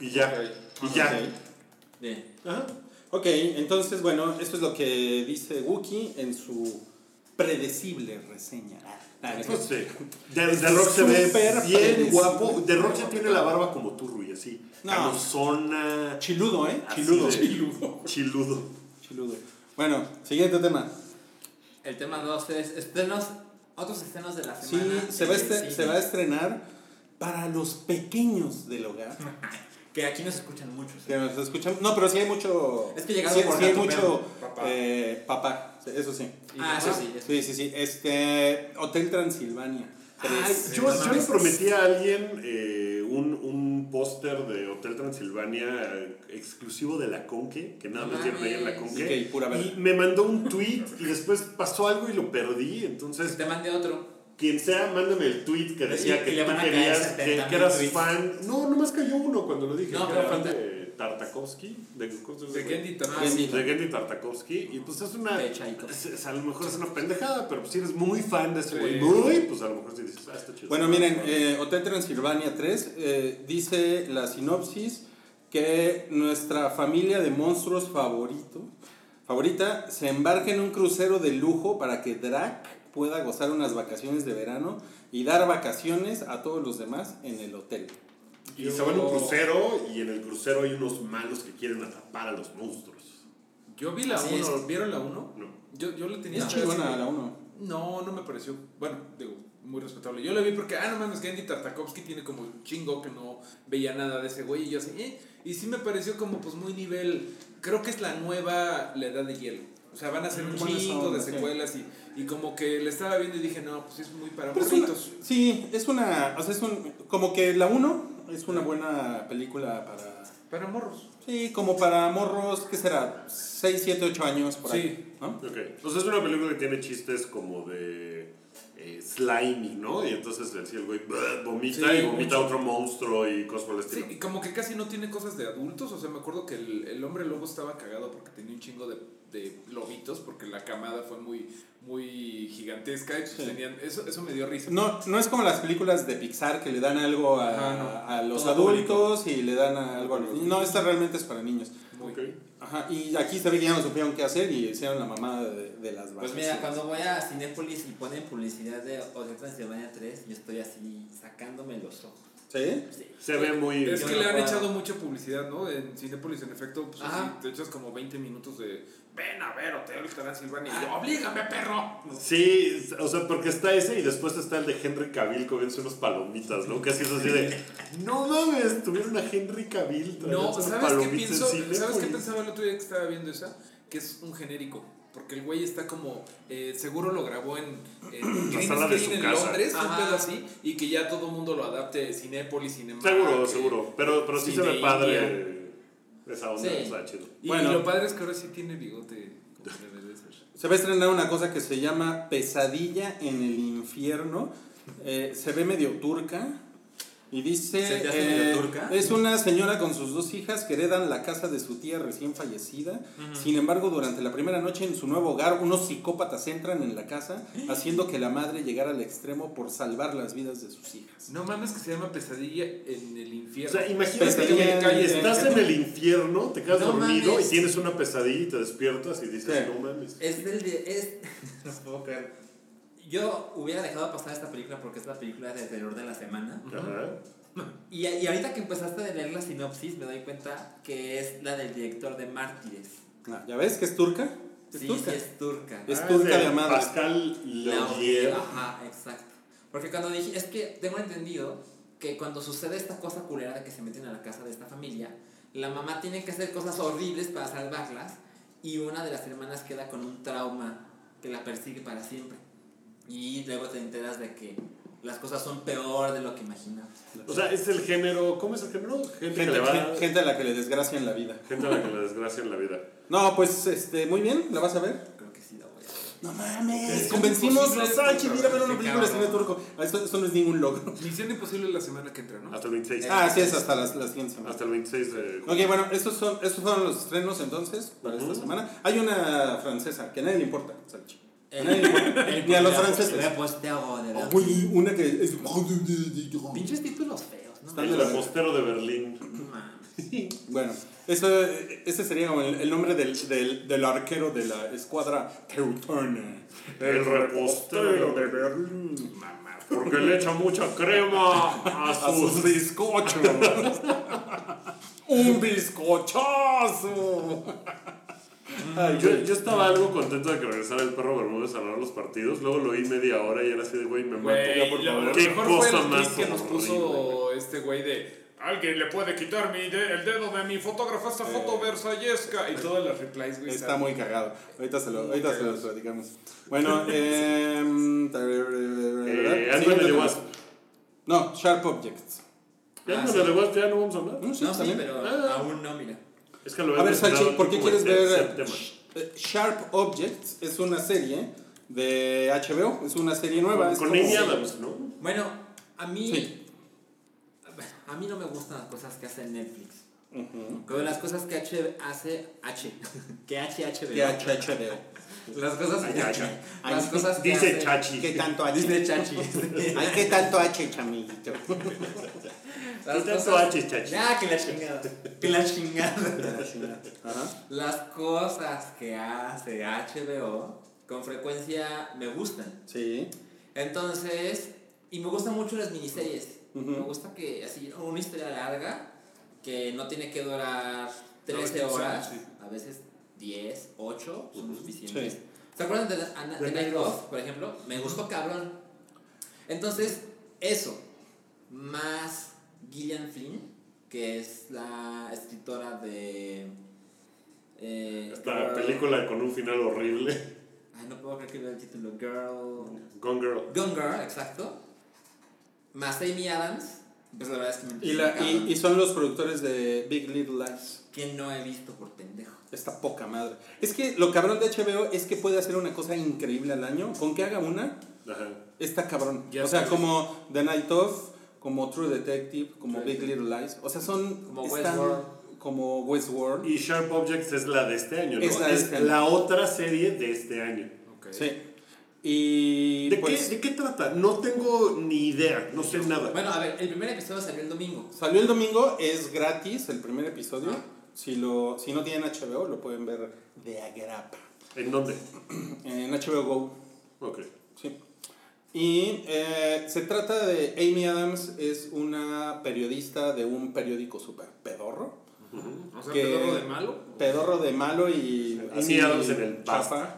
Speaker 2: Y ya. Y ya.
Speaker 4: Ok.
Speaker 3: bien.
Speaker 2: Ajá.
Speaker 4: Ok, entonces bueno, esto es lo que dice Wookie en su predecible reseña. Nah, no es
Speaker 2: Pues
Speaker 4: cierto.
Speaker 2: sí. De, de Rock se ve
Speaker 4: Súper
Speaker 2: bien
Speaker 4: predecible.
Speaker 2: guapo. De Rock se tiene la barba como tú, Rui, así.
Speaker 4: No.
Speaker 2: Canosona.
Speaker 4: Chiludo, ¿eh?
Speaker 2: así
Speaker 4: Chiludo.
Speaker 2: de- Chiludo.
Speaker 4: Chiludo. Bueno, siguiente tema.
Speaker 3: El tema 2 es estrenos, otros estrenos de la
Speaker 4: Sí,
Speaker 3: semana.
Speaker 4: se va, a
Speaker 3: en el
Speaker 4: estre-
Speaker 3: cine.
Speaker 4: se va a estrenar para los pequeños del hogar.
Speaker 3: Que aquí nos escuchan muchos.
Speaker 4: Que nos escuchan. No, pero sí hay mucho.
Speaker 3: Es que llegado
Speaker 4: sí,
Speaker 3: por
Speaker 4: sí hay
Speaker 3: gato,
Speaker 4: mucho.
Speaker 5: papá.
Speaker 4: eh, papá, eso sí.
Speaker 3: Ah, eso sí. eso
Speaker 4: Sí, sí, sí. Este. Hotel Transilvania.
Speaker 2: Ay,
Speaker 4: Tres.
Speaker 2: yo, yo le prometí a alguien eh, un, un póster de Hotel Transilvania eh, exclusivo de la Conque, que nada
Speaker 3: No
Speaker 2: más dieron ahí en la
Speaker 3: mames.
Speaker 2: Conque.
Speaker 4: Ok, pura verga.
Speaker 2: y me mandó un tweet y después pasó algo y lo perdí. Entonces,
Speaker 3: sí. Te mandé otro.
Speaker 2: Quien sea, mándame el tweet que decía
Speaker 3: Y-
Speaker 2: que
Speaker 3: y le
Speaker 2: tú
Speaker 3: van a caer
Speaker 2: querías, que,
Speaker 3: 70,000
Speaker 2: que eras
Speaker 3: tweets.
Speaker 2: fan. No, nomás cayó uno cuando lo dije.
Speaker 3: No,
Speaker 2: que
Speaker 3: pero
Speaker 2: era fan
Speaker 3: ahorita-
Speaker 2: de Tartakovsky. De, ¿cómo se llama
Speaker 5: De
Speaker 2: ese güey?
Speaker 5: Gendy Tamás.
Speaker 3: Ah, sí.
Speaker 2: De Gendy Tartakovsky. Y pues es una.
Speaker 3: De Tchaikovsky.
Speaker 2: es- es- a lo mejor es una pendejada, pero pues si eres muy fan de ese güey,
Speaker 5: Sí.
Speaker 2: muy, pues a lo mejor sí dices, ah, está chido.
Speaker 4: Bueno, miren, eh, Hotel Transilvania 3 eh, dice la sinopsis que nuestra familia de monstruos favorito, favorita se embarca en un crucero de lujo para que Drac pueda gozar unas vacaciones de verano y dar vacaciones a todos los demás en el hotel.
Speaker 2: Y se van a un crucero y en el crucero hay unos malos que quieren atrapar a los monstruos.
Speaker 5: Yo vi la
Speaker 3: Así
Speaker 5: 1. ¿Vieron la 1?
Speaker 2: No.
Speaker 5: Yo, yo la tenía.
Speaker 4: Es chingona la 1.
Speaker 5: No, no me pareció. Bueno, digo, muy respetable. Yo la vi porque, ah, no mames, Gendy Tartakovsky tiene como un chingo que no veía nada de ese güey. Y yo así, eh. Y sí me pareció como, pues, muy nivel. Creo que es la nueva La Edad de Hielo. O sea, van a hacer un
Speaker 4: Mm, Buena
Speaker 5: chingo de
Speaker 4: onda, sí.
Speaker 5: secuelas y, y como que le estaba viendo y dije, no, pues es muy para
Speaker 4: Pero es una-
Speaker 5: morritos.
Speaker 4: sí, es una, o sea, es un, como que la 1 es una buena película para,
Speaker 5: Para morros.
Speaker 4: sí, como para morros, ¿qué será? 6, 7, 8 años por ahí, ¿no?
Speaker 2: Ok. O sea, es una película que tiene chistes como de. eh, slimy, ¿no? Y entonces así el güey "Bah", vomita
Speaker 5: Sí,
Speaker 2: y vomita
Speaker 5: mucho.
Speaker 2: otro monstruo y cosas por el
Speaker 5: Sí,
Speaker 2: estilo.
Speaker 5: y como que casi no tiene cosas de adultos. O sea, me acuerdo que el, el hombre lobo estaba cagado porque tenía un chingo de, de lobitos, porque la camada fue muy, muy gigantesca. Y pues
Speaker 4: Sí.
Speaker 5: tenían, eso, eso me dio risa.
Speaker 4: No, no es como las películas de Pixar que le dan algo a,
Speaker 5: Ajá, no.
Speaker 4: a los
Speaker 3: Todo
Speaker 4: adultos y le dan a- algo a los niños. No, esta realmente es para niños.
Speaker 5: Muy.
Speaker 2: Ok.
Speaker 4: Ajá, y aquí se ve que ya no supieron qué hacer y hicieron la mamada de, de las
Speaker 3: Pues
Speaker 4: vacas.
Speaker 3: mira, cuando voy a Cinépolis y ponen publicidad de Hotel Transilvania 3, yo estoy así sacándome los ojos.
Speaker 4: ¿Sí?
Speaker 2: Se ve muy.
Speaker 5: Es
Speaker 3: Yo
Speaker 5: que
Speaker 3: no
Speaker 5: le han
Speaker 3: puedo.
Speaker 5: echado mucha publicidad, ¿no? En Cinépolis, en efecto, pues
Speaker 3: Ajá.
Speaker 5: así, te echas como 20 minutos de ven a ver Hotel Transilvania
Speaker 2: Ah.
Speaker 5: y yo, ¡oblígame, perro!
Speaker 2: Sí, o sea, porque está ese y después está el de Henry Cavill comiéndose unos palomitas, ¿no? Casi es así de. No mames, tuvieron a Henry Cavill
Speaker 5: No,
Speaker 2: tragándose
Speaker 5: ¿sabes qué
Speaker 2: palomitas
Speaker 5: pienso?
Speaker 2: en
Speaker 5: ¿Sabes qué
Speaker 2: Cinépolis.
Speaker 5: pensaba el otro día que estaba viendo esa? Que es un genérico. Porque el güey está como, eh, seguro lo grabó en, en
Speaker 2: La
Speaker 5: green
Speaker 2: sala de
Speaker 5: screen
Speaker 2: su
Speaker 5: en
Speaker 2: casa.
Speaker 5: Londres, un
Speaker 3: Ajá.
Speaker 5: pedo así, y que ya todo mundo lo adapte Cinépolis, Cinema.
Speaker 2: Seguro,
Speaker 5: Ah, que-
Speaker 2: seguro. Pero, pero sí se
Speaker 5: Cine
Speaker 2: ve padre
Speaker 5: India.
Speaker 2: esa onda,
Speaker 3: Sí.
Speaker 2: está chido.
Speaker 5: Y,
Speaker 4: Bueno.
Speaker 5: y lo padre es que ahora sí tiene bigote. como debe de ser.
Speaker 4: Se va a estrenar una cosa que se llama Pesadilla en el infierno. Eh, se ve medio turca. Y dice. eh,
Speaker 6: ¿Se te hace medio turca?
Speaker 4: Es una señora con sus dos hijas que heredan la casa de su tía recién fallecida. Sin embargo, durante la primera noche en su nuevo hogar, unos psicópatas entran en la casa, haciendo que la madre llegara al extremo por salvar las vidas de sus hijas.
Speaker 5: No mames que se llama pesadilla en el
Speaker 2: O
Speaker 5: infierno.
Speaker 2: sea, imagínate
Speaker 4: Pesadilla en el
Speaker 2: que
Speaker 4: infierno.
Speaker 2: estás en el infierno, te quedas
Speaker 3: No
Speaker 2: dormido
Speaker 3: mames.
Speaker 2: y tienes una pesadilla y te despiertas y dices,
Speaker 4: Sí.
Speaker 2: no mames.
Speaker 3: Es del de. Es, no puedo creer. Yo hubiera dejado pasar esta película porque es la película de terror de la semana.
Speaker 2: Ajá.
Speaker 3: Y, y ahorita que empezaste a leer la sinopsis, me doy cuenta que es la del director de Mártires.
Speaker 4: Ah, ¿Ya ves que es turca? Es
Speaker 3: sí,
Speaker 4: turca.
Speaker 3: sí, es turca.
Speaker 4: Es
Speaker 2: Ah,
Speaker 4: turca
Speaker 2: de
Speaker 4: de madre.
Speaker 2: Pascal
Speaker 3: La
Speaker 2: Laurier.
Speaker 3: Ajá, exacto. Porque cuando dije, es que tengo entendido que cuando sucede esta cosa culera de que se meten a la casa de esta familia, la mamá tiene que hacer cosas horribles para salvarlas y una de las hermanas queda con un trauma que la persigue para siempre. Y luego te enteras de que las cosas son peor de lo que imaginabas.
Speaker 2: O sea, es el género. ¿Cómo es el género? Gente, que
Speaker 4: Gente,
Speaker 2: le va-
Speaker 4: gen- gente a la que le desgracian la vida.
Speaker 2: gente a la que le desgracia en la vida.
Speaker 4: No, pues este, muy bien, ¿la vas a ver?
Speaker 3: Creo que sí la voy a ver.
Speaker 4: No mames,
Speaker 2: Ok.
Speaker 4: convencimos a
Speaker 5: Imposible,
Speaker 4: Sachi de ir a ver una
Speaker 3: qué
Speaker 4: película de cine
Speaker 3: cabrón.
Speaker 4: turco. Ah, Esto, esto no es ningún logro.
Speaker 5: Misión imposible la semana que entra, ¿no?
Speaker 2: Hasta el 26.
Speaker 4: Ah, así es, hasta las, las 15 semanas.
Speaker 2: Hasta el 26 de
Speaker 4: Ok, bueno, estos, son, estos fueron los estrenos entonces para esta
Speaker 2: Ujú.
Speaker 4: semana. Hay una francesa que a nadie le importa, Sachi.
Speaker 3: El-
Speaker 4: Nadie le importa.
Speaker 3: el-
Speaker 4: Ni a los
Speaker 3: el-
Speaker 4: franceses.
Speaker 3: el posteo de la-
Speaker 4: Uy, una que es.
Speaker 3: Pinches títulos feos, ¿no?
Speaker 4: Está-
Speaker 2: El repostero de Berlín.
Speaker 3: No mames.
Speaker 4: Bueno, eso, ese sería como el, el nombre del, del, del arquero de la escuadra Teutona.
Speaker 2: El repostero de
Speaker 4: Berlín.
Speaker 2: Porque le echa mucha crema a
Speaker 4: A sus
Speaker 2: sus.
Speaker 4: bizcochos. Un bizcochazo.
Speaker 2: Yo, yo estaba algo contento de que regresara el perro Bermúdez a hablar los partidos. Luego lo oí media hora y era así de güey, me mato
Speaker 5: Güey,
Speaker 2: ya por
Speaker 5: lo
Speaker 2: favor.
Speaker 5: lo
Speaker 2: Qué
Speaker 5: mejor
Speaker 2: cosa
Speaker 5: fue el
Speaker 2: más.
Speaker 5: tweet que nos
Speaker 2: horrible.
Speaker 5: puso este güey de alguien le puede quitar mi de- el dedo de mi fotógrafo a esta foto versallesca y todas las replies güey
Speaker 4: Está
Speaker 5: salen.
Speaker 4: muy cagado. Ahorita se lo, ahorita se lo platicamos. Bueno, eh,
Speaker 2: Eh,
Speaker 4: siguiente
Speaker 2: Ant-Man and the
Speaker 4: tema.
Speaker 2: Wasp.
Speaker 4: No, Sharp Objects.
Speaker 2: Ya
Speaker 3: Ah,
Speaker 2: con
Speaker 3: sí.
Speaker 2: el de Wasp ya no vamos a hablar.
Speaker 4: No, sí,
Speaker 3: No, sí,
Speaker 4: también.
Speaker 3: pero
Speaker 2: Ah.
Speaker 3: aún no, mira.
Speaker 2: Es que lo
Speaker 4: A
Speaker 2: he
Speaker 4: ver, Sachi,
Speaker 2: mencionado
Speaker 4: ¿por
Speaker 2: aquí
Speaker 4: qué
Speaker 2: como el
Speaker 4: quieres ver
Speaker 2: tercer
Speaker 4: eh,
Speaker 2: tema.
Speaker 4: eh, Sharp Objects? Es una serie de HBO, es una serie nueva.
Speaker 2: Con,
Speaker 4: es
Speaker 2: con
Speaker 4: como-
Speaker 2: Amy Adams, ¿no?
Speaker 3: Bueno, a mí.
Speaker 4: Sí.
Speaker 3: A mí no me gustan las cosas que hace Netflix. Como las cosas que H hace H. Que H H
Speaker 4: Que H- HBO.
Speaker 3: Las cosas
Speaker 2: Ay,
Speaker 3: que
Speaker 2: ay,
Speaker 3: hace-
Speaker 4: ay.
Speaker 3: Las cosas que
Speaker 2: Dice
Speaker 3: hace-
Speaker 2: Chachi.
Speaker 4: ¿Qué tanto
Speaker 3: Dice
Speaker 4: H?
Speaker 3: Chachi.
Speaker 4: Ay, ¿qué tanto H, chamillito?
Speaker 3: Las
Speaker 2: tanto
Speaker 3: cosas-
Speaker 2: H, Chachi?
Speaker 3: Ya, que la chingada. Que la chingada.
Speaker 4: Ajá.
Speaker 3: Las cosas que hace HBO con frecuencia me gustan.
Speaker 4: Sí.
Speaker 3: Entonces, y me gustan mucho las miniseries. Me gusta que, así, una historia larga que no tiene que durar 13
Speaker 5: 15
Speaker 3: horas,
Speaker 5: años,
Speaker 3: a veces 10, 8 son suficientes.
Speaker 4: Sí.
Speaker 3: ¿Se acuerdan de, la- Ana- de
Speaker 2: De
Speaker 3: Night
Speaker 2: Night
Speaker 3: Of, por ejemplo? Me gustó cabrón. Entonces, eso, más Gillian Flynn, que es la escritora de. eh,
Speaker 2: Esta
Speaker 3: Girl-
Speaker 2: película con un final horrible.
Speaker 3: Ay, no puedo creer que vea el título. Girl.
Speaker 2: Gone Girl.
Speaker 3: Gone Girl, exacto. Más Amy Adams. Pues la verdad es que me
Speaker 4: Y, la, y, y son los productores de Big Little Lies.
Speaker 3: Que no he visto por pendejo.
Speaker 4: Está poca madre. Es que lo cabrón de HBO es que puede hacer una cosa increíble al año. Con que haga una,
Speaker 2: Ajá.
Speaker 4: está cabrón.
Speaker 5: Ya
Speaker 4: o sea,
Speaker 5: sabes.
Speaker 4: como The Night Of, como True Detective, como Big Little Lies. O sea, son.
Speaker 3: Como
Speaker 4: están
Speaker 3: Westworld.
Speaker 4: Como Westworld.
Speaker 2: Y Sharp Objects es la de este año, ¿no?
Speaker 4: Es
Speaker 2: Es
Speaker 4: la
Speaker 2: la,
Speaker 4: de este año.
Speaker 2: otra serie de este año.
Speaker 5: Ok.
Speaker 4: Sí. Y.
Speaker 2: ¿De,
Speaker 4: pues,
Speaker 2: qué, ¿De qué trata? No tengo ni idea, no sé nada.
Speaker 3: Bueno, a ver, el primer episodio salió el domingo.
Speaker 4: Salió el domingo, es gratis el primer episodio.
Speaker 3: Ah.
Speaker 4: Si, lo, si no tienen HBO, lo pueden ver de agrapa.
Speaker 2: ¿En dónde?
Speaker 4: En HBO Go.
Speaker 2: Ok.
Speaker 4: Sí. Y eh, se trata de Amy Adams, es una periodista de un periódico super pedorro.
Speaker 5: O sea,
Speaker 4: Que-
Speaker 5: pedorro de malo.
Speaker 4: Pedorro de malo y.
Speaker 2: Así
Speaker 4: y
Speaker 2: Adams en el
Speaker 4: chafa.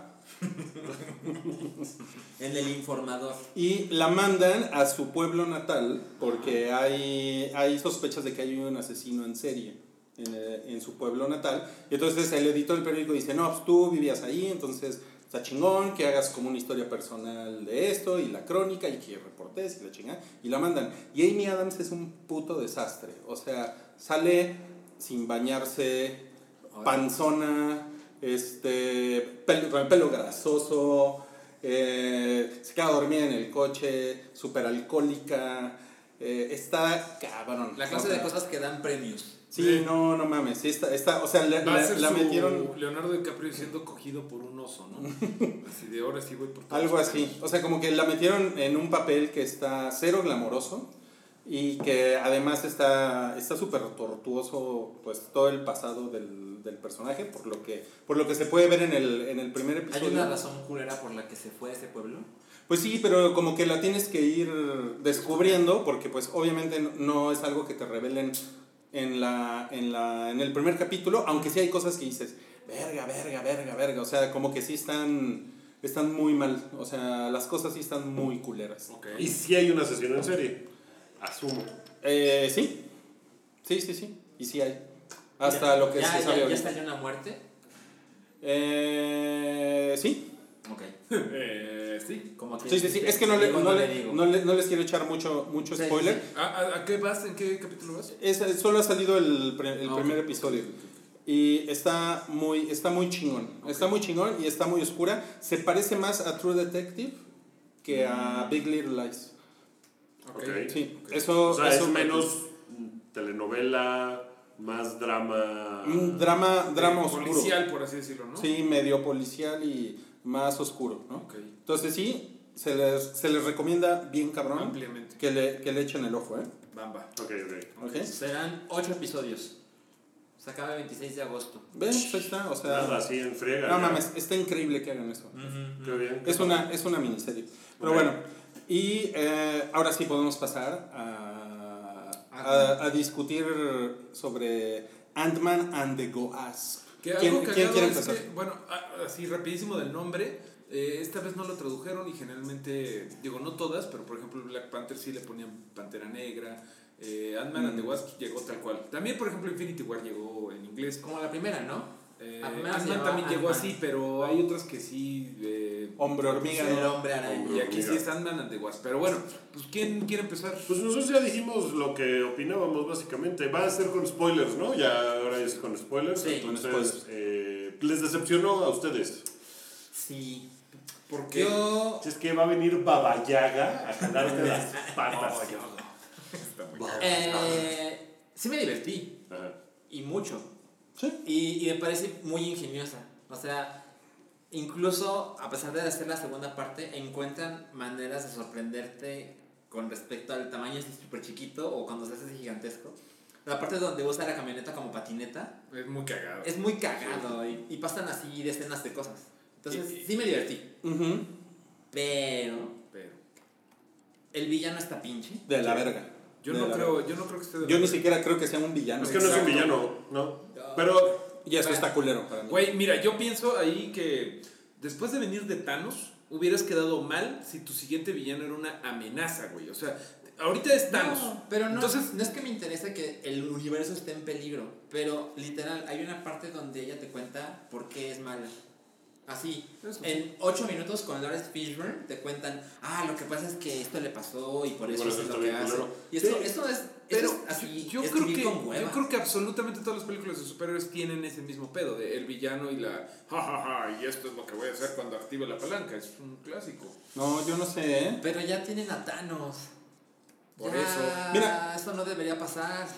Speaker 3: En el informador.
Speaker 4: Y la mandan a su pueblo natal porque hay, hay sospechas de que hay un asesino en serie en, eh, en su pueblo natal. Y entonces el editor del periódico dice, no, pues tú vivías ahí, entonces está chingón que hagas como una historia personal de esto y la crónica y que reportes y la chingada. Y la mandan. Y Amy Adams es un puto desastre. O sea, sale sin bañarse, panzona, este, pelo, con el pelo grasoso, eh, se queda dormida en el coche, súper alcohólica, está cabrón.
Speaker 3: La clase de
Speaker 4: O sea,
Speaker 3: cosas que dan premios.
Speaker 4: Sí, no, no mames, sí, está, está- o sea, la,
Speaker 5: Va a
Speaker 4: la-
Speaker 5: ser
Speaker 4: la
Speaker 5: su
Speaker 4: metieron
Speaker 5: Leonardo DiCaprio siendo cogido por un oso, ¿no? Así de ahora sí voy por todos
Speaker 4: algo
Speaker 5: lados".
Speaker 4: así, o sea, como que la metieron en un papel que está cero glamoroso y que además está está súper tortuoso pues todo el pasado del, del personaje por lo que por lo que se puede ver en el, en el primer
Speaker 3: ¿Hay
Speaker 4: episodio
Speaker 3: una razón culera por la que se fue a ese pueblo?
Speaker 4: Pues sí, pero como que la tienes que ir descubriendo, porque pues obviamente no- no es algo que te revelen en, la, en, la, en el primer capítulo, aunque sí hay cosas que dices, verga, verga, verga, verga, o sea, como que sí están, están muy mal, o sea, las cosas sí están muy culeras.
Speaker 5: Ok.
Speaker 2: Y si hay un asesino en serie, asumo.
Speaker 4: Eh, sí, sí, sí, sí, y sí hay, hasta
Speaker 3: Ya-
Speaker 4: lo que
Speaker 3: ya,
Speaker 4: se
Speaker 3: ya-
Speaker 4: sabe
Speaker 3: ya,
Speaker 4: ahorita.
Speaker 3: estalló una muerte?
Speaker 4: Eh, sí,
Speaker 3: Ok.
Speaker 5: Eh, sí.
Speaker 3: Como
Speaker 4: sí, sí, sí, es que no, le- no, le- no le- no les quiero echar mucho, mucho
Speaker 3: Sí, sí,
Speaker 4: spoiler,
Speaker 3: sí.
Speaker 5: ¿A, a, a qué vas? ¿En qué capítulo vas?
Speaker 4: Es- solo ha salido el, pre- el
Speaker 5: Ah, ok.
Speaker 4: primer episodio. Y está muy, está muy chingón. Está muy chingón y está muy oscura. Se parece más a True Detective que a Big Little Lies.
Speaker 2: Ok.
Speaker 4: Sí,
Speaker 5: ok.
Speaker 4: eso,
Speaker 2: O sea,
Speaker 4: eso-
Speaker 2: es menos mm, telenovela, más drama.
Speaker 4: un drama, drama
Speaker 5: Eh,
Speaker 4: oscuro.
Speaker 5: Policial, por así decirlo, ¿no?
Speaker 4: Sí, medio policial y más oscuro, ¿no?
Speaker 5: Ok.
Speaker 4: Entonces sí, se les, se les recomienda bien cabrón
Speaker 5: Ampliamente.
Speaker 4: que le, que le echen el ojo, ¿eh?
Speaker 5: Bamba.
Speaker 2: Ok, ok.
Speaker 4: ¿Ok?
Speaker 3: Serán ocho episodios. Se acaba el 26 de agosto.
Speaker 4: ¿Ven? pues, Ahí está, o sea...
Speaker 2: Nada, así en friega.
Speaker 4: No
Speaker 2: ya.
Speaker 4: mames, está increíble que hagan eso.
Speaker 2: Qué bien.
Speaker 4: Es una, es una miniserie. Pero
Speaker 2: Ok.
Speaker 4: bueno, y eh, ahora sí podemos pasar a, a, a discutir sobre Ant-Man and the Goas.
Speaker 5: Que
Speaker 4: ¿Quién,
Speaker 5: algo
Speaker 4: quién
Speaker 5: cagado
Speaker 4: quiere
Speaker 5: es
Speaker 4: empezar?
Speaker 5: que, bueno, a- así rapidísimo del nombre, eh, esta vez no lo tradujeron y generalmente, digo, no todas, pero por ejemplo Black Panther sí le ponían Pantera Negra, eh, Ant-Man
Speaker 4: Mm.
Speaker 5: and the Wasp llegó tal cual. También, por ejemplo, Infinity War llegó en inglés.
Speaker 3: Como la primera, ¿no?
Speaker 5: Eh,
Speaker 3: Ant-Man se
Speaker 5: Ant-Man
Speaker 3: llamaba
Speaker 5: también llegó
Speaker 3: Ant-Man.
Speaker 5: así, pero hay otras que sí... eh,
Speaker 4: Hombre hormiga.
Speaker 3: El
Speaker 4: ¿no?
Speaker 3: hombre araña.
Speaker 5: y aquí sí es Ant-Man and the Wasp. Pero bueno, pues ¿quién quiere empezar?
Speaker 2: Pues nosotros ya dijimos lo que opinábamos básicamente. Va a ser con spoilers, ¿no? Ya ahora es con spoilers.
Speaker 3: Sí, con
Speaker 2: entonces,
Speaker 4: spoilers.
Speaker 2: eh, ¿les decepcionó a ustedes?
Speaker 3: Sí.
Speaker 5: Porque
Speaker 3: Yo.
Speaker 2: Si es que va a venir Baba Yaga a jalarte las patas.
Speaker 3: eh, sí me divertí.
Speaker 2: Ajá.
Speaker 3: Y mucho.
Speaker 4: Sí.
Speaker 3: Y, y me parece muy ingeniosa. O sea, incluso a pesar de hacer la segunda parte, encuentran maneras de sorprenderte con respecto al tamaño si es súper chiquito o cuando se hace gigantesco. La parte donde usa la camioneta como patineta
Speaker 5: es muy cagado.
Speaker 3: es muy cagado y, y pasan así decenas de cosas. Entonces,
Speaker 5: Y- y-
Speaker 3: sí me divertí.
Speaker 4: Ujú,
Speaker 3: Pero
Speaker 5: Pero
Speaker 3: el villano está pinche.
Speaker 4: De la verga.
Speaker 5: yo
Speaker 4: De
Speaker 5: no
Speaker 4: la
Speaker 5: creo,
Speaker 4: verga.
Speaker 5: yo no creo que esté de
Speaker 4: Yo
Speaker 5: la-
Speaker 4: ni siquiera creo que sea un villano.
Speaker 2: Es que no es un
Speaker 4: Exacto.
Speaker 2: villano, ¿no? Pero
Speaker 4: Y eso está culero para mí.
Speaker 5: Güey, mira, yo pienso ahí que después de venir de Thanos, hubieras quedado mal si tu siguiente villano era una amenaza, güey. O sea, ahorita es Thanos.
Speaker 3: No, pero no,
Speaker 5: Entonces-
Speaker 3: no es que me interese que el universo esté en peligro, pero literal, hay una parte donde ella te cuenta por qué es mala. Así,
Speaker 5: Eso.
Speaker 3: en 8 minutos con Lawrence Fishburne te cuentan, ah, lo que pasa es que esto le pasó y por
Speaker 2: Y
Speaker 3: eso,
Speaker 2: por eso
Speaker 3: es
Speaker 2: está
Speaker 3: lo que
Speaker 2: bien
Speaker 3: hace.
Speaker 2: culero.
Speaker 3: Y esto,
Speaker 2: Sí,
Speaker 3: esto es,
Speaker 5: Pero
Speaker 3: esto es así,
Speaker 5: yo, yo creo
Speaker 3: escribir
Speaker 5: que,
Speaker 3: con hueva.
Speaker 5: yo creo que absolutamente todas las películas de superhéroes tienen ese mismo pedo, de el villano y la jajaja, y esto es lo que voy a hacer cuando active la palanca, es un clásico.
Speaker 4: No, yo no sé, ¿eh?
Speaker 3: Pero ya tienen a Thanos.
Speaker 5: Por
Speaker 3: Ya,
Speaker 5: eso.
Speaker 4: Mira.
Speaker 3: eso no debería pasar.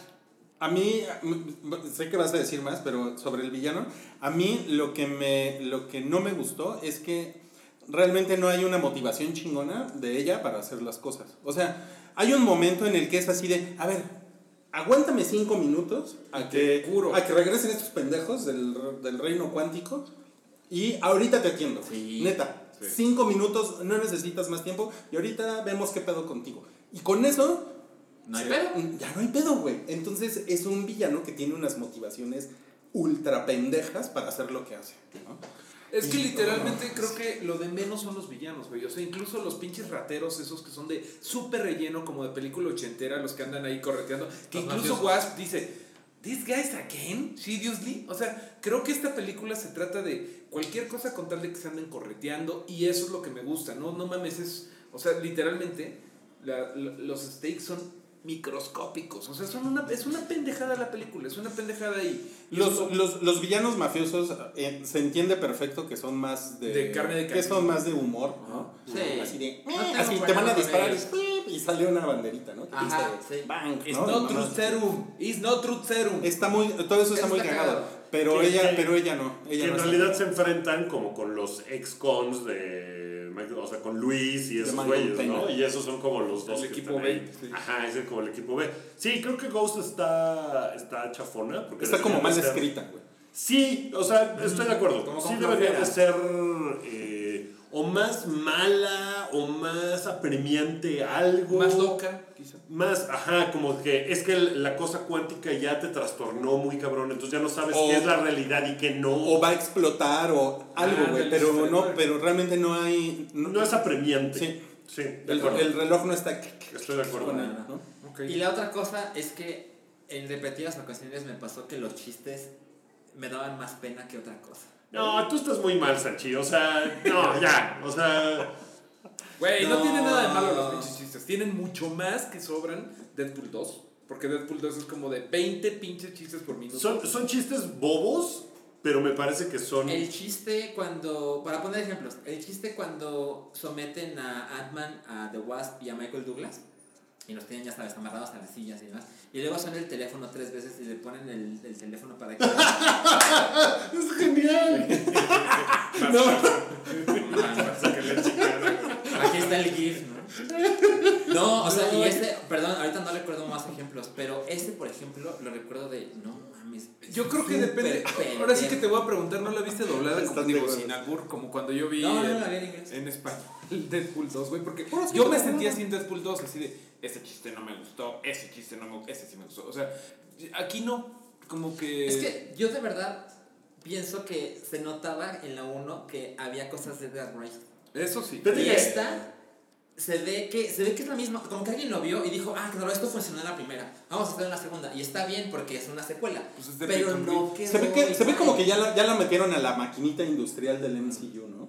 Speaker 4: A mí, mm, sé que vas a decir más, pero sobre el villano, a mí lo que, me, lo que no me gustó es que realmente no hay una motivación chingona de ella para hacer las cosas. O sea, hay un momento en el que es así de, a ver, aguántame cinco minutos a
Speaker 5: Te
Speaker 4: que,
Speaker 5: curo.
Speaker 4: a que regresen estos pendejos del, del reino cuántico y ahorita te atiendo.
Speaker 5: Sí.
Speaker 4: Neta,
Speaker 5: Sí.
Speaker 4: cinco minutos, no necesitas más tiempo y ahorita vemos qué pedo contigo. Y con eso
Speaker 3: No hay
Speaker 4: Sí,
Speaker 3: pedo.
Speaker 4: Ya no hay pedo, güey. Entonces es un villano que tiene unas motivaciones ultra pendejas para hacer lo que hace. ¿no?
Speaker 5: Es que literalmente creo que lo de menos son los villanos, güey. O sea, incluso los pinches rateros, esos que son de súper relleno, como de película ochentera, los que andan ahí correteando. Que
Speaker 3: Los
Speaker 5: incluso
Speaker 3: mafiosos.
Speaker 5: Wasp dice, ¿These guys again? ¿Seriously? O sea, creo que esta película se trata de cualquier cosa con tal de que se anden correteando. Y eso es lo que me gusta, ¿no? No mames, es. O sea, literalmente, la- la- los stakes son microscópicos. O sea, son una, es una pendejada la película, es una pendejada ahí. Y eso-
Speaker 4: Los, los, los villanos mafiosos eh, se entiende perfecto que son más de.
Speaker 5: De carne de
Speaker 4: Que
Speaker 5: cañón.
Speaker 4: son más de humor, ¿no?
Speaker 3: Sí.
Speaker 4: Así de.
Speaker 3: No tengo
Speaker 4: así te van
Speaker 3: problema
Speaker 4: a
Speaker 3: con
Speaker 4: disparar
Speaker 3: ellos.
Speaker 4: y, y sale una banderita, ¿no? Que
Speaker 3: Ajá,
Speaker 4: dice,
Speaker 3: sí.
Speaker 4: "Bang",
Speaker 5: It's
Speaker 4: ¿no?
Speaker 5: no,
Speaker 4: Y
Speaker 5: truth
Speaker 4: nomás-
Speaker 5: serum. It's no truth serum.
Speaker 4: Está muy, todo eso está
Speaker 3: Eso
Speaker 4: muy
Speaker 3: está
Speaker 4: cagado.
Speaker 3: cagado.
Speaker 4: Pero
Speaker 2: Que-
Speaker 4: ella,
Speaker 2: que-
Speaker 4: pero ella no.
Speaker 2: que
Speaker 4: Ella
Speaker 2: en
Speaker 4: no está.
Speaker 2: realidad se enfrentan como con los ex-cons de. Michael- O sea, con Luis y esos
Speaker 4: Michael
Speaker 2: güeyes,
Speaker 4: Peña.
Speaker 2: ¿no? Y esos son como los dos.
Speaker 5: El
Speaker 2: que
Speaker 5: equipo
Speaker 2: están ahí.
Speaker 5: B, sí.
Speaker 2: Ajá, ese es como el equipo B. Sí, creo que Ghost está, está chafona. Porque
Speaker 4: Está como
Speaker 2: debería
Speaker 4: mal
Speaker 2: de ser-
Speaker 4: escrita, güey.
Speaker 2: Sí, o sea, estoy de acuerdo.
Speaker 3: Como
Speaker 2: Sí
Speaker 3: con
Speaker 2: debería de
Speaker 3: flojera.
Speaker 2: ser eh, o más mala o más apremiante algo.
Speaker 5: Más loca, quizá.
Speaker 2: Más, ajá, como que es que la cosa cuántica ya te trastornó muy cabrón, entonces ya no sabes
Speaker 4: O-
Speaker 2: qué es la realidad y qué no.
Speaker 4: O va a explotar o algo,
Speaker 5: Ah,
Speaker 4: güey.
Speaker 5: del
Speaker 4: pero no,
Speaker 5: exterior.
Speaker 4: pero realmente no hay.
Speaker 2: no es apremiante.
Speaker 4: Sí.
Speaker 2: Sí, de
Speaker 4: El,
Speaker 2: acuerdo.
Speaker 4: el reloj no está.
Speaker 2: Estoy de acuerdo.
Speaker 4: con él,
Speaker 3: Ajá.
Speaker 4: ¿no?
Speaker 3: Y la otra cosa es que en repetidas ocasiones me pasó que los chistes me daban más pena que otra cosa.
Speaker 2: No, tú estás muy mal, Sanchi. O sea, no, ya. O sea,
Speaker 5: Güey, no.
Speaker 4: No.
Speaker 5: tiene nada de malo los pinches chistes. Tienen mucho más que sobran Deadpool 2. Porque Deadpool 2 es como de 20 pinches chistes por minuto.
Speaker 2: son, son chistes bobos, pero me parece que son.
Speaker 3: El chiste cuando, para poner ejemplos, el chiste cuando someten a Ant-Man, a The Wasp y a Michael Douglas, y los tienen, ya sabes, amarrados a las sillas y demás, y luego suena el teléfono tres veces y le ponen el, el teléfono para que...
Speaker 2: ¡Es genial!
Speaker 3: Aquí está el GIF, ¿no? No, o sea, y ese, perdón, ahorita no recuerdo más ejemplos, pero este, por ejemplo, lo recuerdo de, no mames. es
Speaker 5: Yo creo que
Speaker 3: súper
Speaker 5: depende. Ahora sí que te
Speaker 3: pendejo.
Speaker 5: voy a preguntar, ¿no la viste doblada como
Speaker 4: Estás
Speaker 5: digo,
Speaker 4: de acuerdo.
Speaker 5: sin albur? Como cuando yo vi,
Speaker 3: No, no,
Speaker 5: en-
Speaker 3: la vi en inglés.
Speaker 5: en español Deadpool 2, güey. Porque
Speaker 4: Por eso
Speaker 5: yo
Speaker 4: no
Speaker 5: me
Speaker 4: me
Speaker 5: sentía
Speaker 4: acuerdo.
Speaker 5: sin Deadpool 2, así de, este chiste no me gustó, ese chiste no me gustó, ese sí me gustó. O sea, aquí no. Como que.
Speaker 3: Es que yo de verdad pienso que se notaba en la 1 que había cosas de Dead Race.
Speaker 5: Eso sí.
Speaker 2: Pero-
Speaker 3: Y
Speaker 2: que-
Speaker 3: esta se ve que se ve que es la misma, como que alguien lo vio y dijo, "Ah, claro, esto funcionó en la primera. Vamos a hacer en la segunda." Y está bien porque es una secuela.
Speaker 5: Pues es de
Speaker 3: pero
Speaker 5: Peyton
Speaker 3: no quedó
Speaker 4: Se ve, que, se ve
Speaker 3: igual.
Speaker 4: como que ya la, ya la metieron a la maquinita industrial del MCU, ¿no?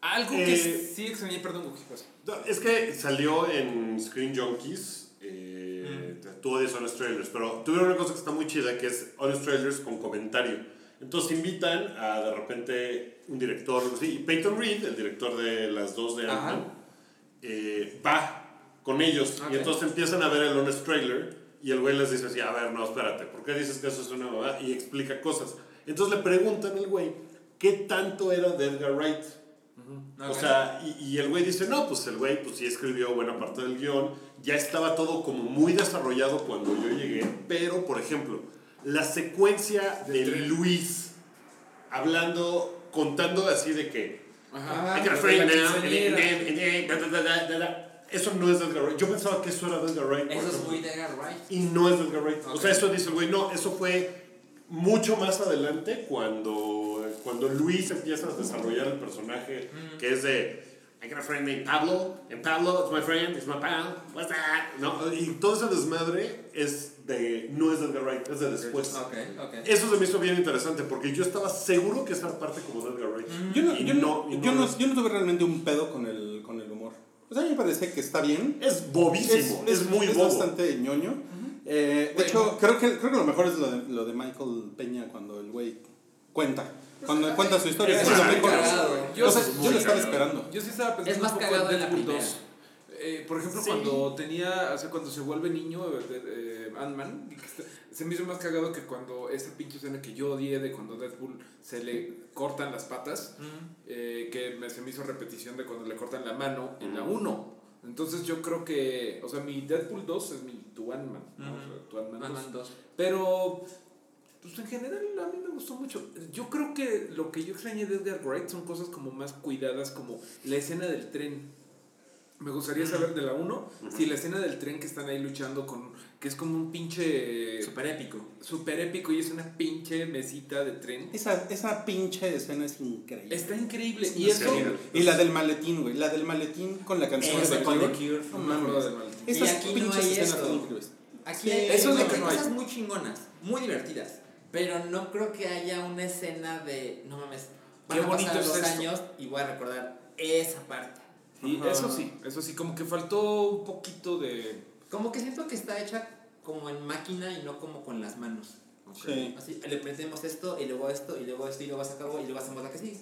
Speaker 5: Algo
Speaker 2: Eh,
Speaker 5: que sí extrañé, perdón, Guki, pues.
Speaker 2: No, Es que salió en Screen Junkies. Eh, Tú odias Honest Trailers, pero tuvieron una cosa que está muy chida que es Honest Trailers con comentario. Entonces invitan a de repente un director, sí, y Peyton Reed, el director de las dos de
Speaker 5: Ajá.
Speaker 2: Ant-Man, eh, va con ellos.
Speaker 5: Ok.
Speaker 2: Y entonces empiezan a ver el Honest Trailer y el güey les dice así, a ver, no, espérate, ¿por qué dices que eso es una mamá? Y explica cosas. Entonces le preguntan al güey, ¿qué tanto era de Edgar Wright? O sea, y, y el güey dice, no, pues el güey pues sí escribió buena parte del guión, ya estaba todo como muy desarrollado cuando yo llegué, pero por ejemplo, la secuencia de Luis hablando, contando así de que...
Speaker 5: Ajá.
Speaker 4: Ah,
Speaker 2: "I got a friend now, and then- and then- da, da, da, da, da". Eso no es de Edgar Wright. Yo pensaba que eso era de Edgar Wright. por
Speaker 3: Eso es
Speaker 2: ejemplo.
Speaker 3: muy de Edgar Wright.
Speaker 2: Y no es de Edgar Wright. O
Speaker 3: Ok.
Speaker 2: sea, eso dice el güey, no, eso fue mucho más adelante cuando, cuando Luis empieza a desarrollar el personaje
Speaker 3: Mm.
Speaker 2: que es de I got a friend named Pablo, and Pablo is my friend, is my pal, what's that? ¿No? Y todo ese desmadre es de, no es de Edgar Wright, es de después.
Speaker 3: Ok, ok.
Speaker 2: Eso se me hizo bien interesante porque yo estaba seguro que esa parte como de Edgar Wright.
Speaker 3: Mm.
Speaker 4: Yo no,
Speaker 2: Y
Speaker 4: yo no,
Speaker 2: y
Speaker 4: yo no-
Speaker 2: es.
Speaker 4: yo no tuve realmente un pedo con el, con el humor. O sea, a mí me parece que está bien.
Speaker 2: Es bobísimo, es, muy
Speaker 4: es
Speaker 2: bobo.
Speaker 4: bastante ñoño. Eh, de
Speaker 3: Bueno.
Speaker 4: hecho, creo que, creo que lo mejor es lo de, lo de Michael Peña cuando el güey cuenta. Cuando cuenta su historia.
Speaker 2: Es
Speaker 4: Eso es lo
Speaker 2: más
Speaker 4: mejor.
Speaker 3: cagado.
Speaker 4: Yo,
Speaker 5: Yo
Speaker 4: sé-
Speaker 5: sí-
Speaker 4: yo lo
Speaker 2: muy
Speaker 4: estaba
Speaker 2: cagado.
Speaker 4: esperando.
Speaker 5: Yo sí estaba pensando
Speaker 3: Es más
Speaker 5: un poco en
Speaker 3: cagado en la
Speaker 5: Deadpool
Speaker 3: primera.
Speaker 5: 2. Eh, por ejemplo,
Speaker 2: Sí.
Speaker 5: cuando tenía, o sea, cuando se vuelve niño eh, de- eh, Ant-Man, y que está- se me hizo más cagado que cuando esa pinche escena que yo odié de cuando Deadpool se le cortan las patas, eh, que me- se me hizo repetición de cuando le cortan la mano en la 1. Entonces yo creo que, o sea, mi Deadpool 2 es mi Tu Ant-Man, ¿no?
Speaker 3: Ujú.
Speaker 5: O sea, Tu Ant-Man 2.
Speaker 3: Ant-Man 2.
Speaker 5: Pero, pues en general a mí me gustó mucho. Yo creo que lo que yo extrañé de Edgar Wright son cosas como más cuidadas, como la escena del tren. Me gustaría saber de la 1 si la escena del tren que están ahí luchando con, que es como un pinche
Speaker 3: Super épico.
Speaker 5: super épico y es una pinche mesita de tren.
Speaker 4: Esa, esa pinche escena es increíble.
Speaker 5: Está increíble. Y
Speaker 2: Sí,
Speaker 5: eso...
Speaker 2: sí.
Speaker 4: Y la del maletín, güey. La del maletín con la canción
Speaker 3: Esa
Speaker 4: de
Speaker 3: con
Speaker 4: Cure.
Speaker 3: The Cure.
Speaker 4: No
Speaker 5: No me acuerdo
Speaker 4: mames.
Speaker 5: del maldito.
Speaker 3: Y
Speaker 4: Esas
Speaker 3: aquí no
Speaker 4: pinches
Speaker 3: hay
Speaker 4: escenas
Speaker 3: eso.
Speaker 4: son increíbles.
Speaker 3: Aquí
Speaker 4: Sí,
Speaker 3: hay,
Speaker 5: eso es lo
Speaker 3: hay
Speaker 5: que no hay.
Speaker 3: cosas muy chingonas, muy divertidas, pero no creo que haya una escena de, no mames, van
Speaker 5: Qué
Speaker 3: a pasar
Speaker 5: bonito es
Speaker 3: los
Speaker 5: esto.
Speaker 3: años y voy a recordar esa parte.
Speaker 5: Y
Speaker 4: Ajá.
Speaker 5: eso sí, eso sí, como que faltó un poquito de...
Speaker 3: Como que siento que está hecha como en máquina y no como con las manos.
Speaker 4: Sí.
Speaker 3: Así, le metemos esto y luego esto y luego esto y luego se acabó y luego hacemos la que sí.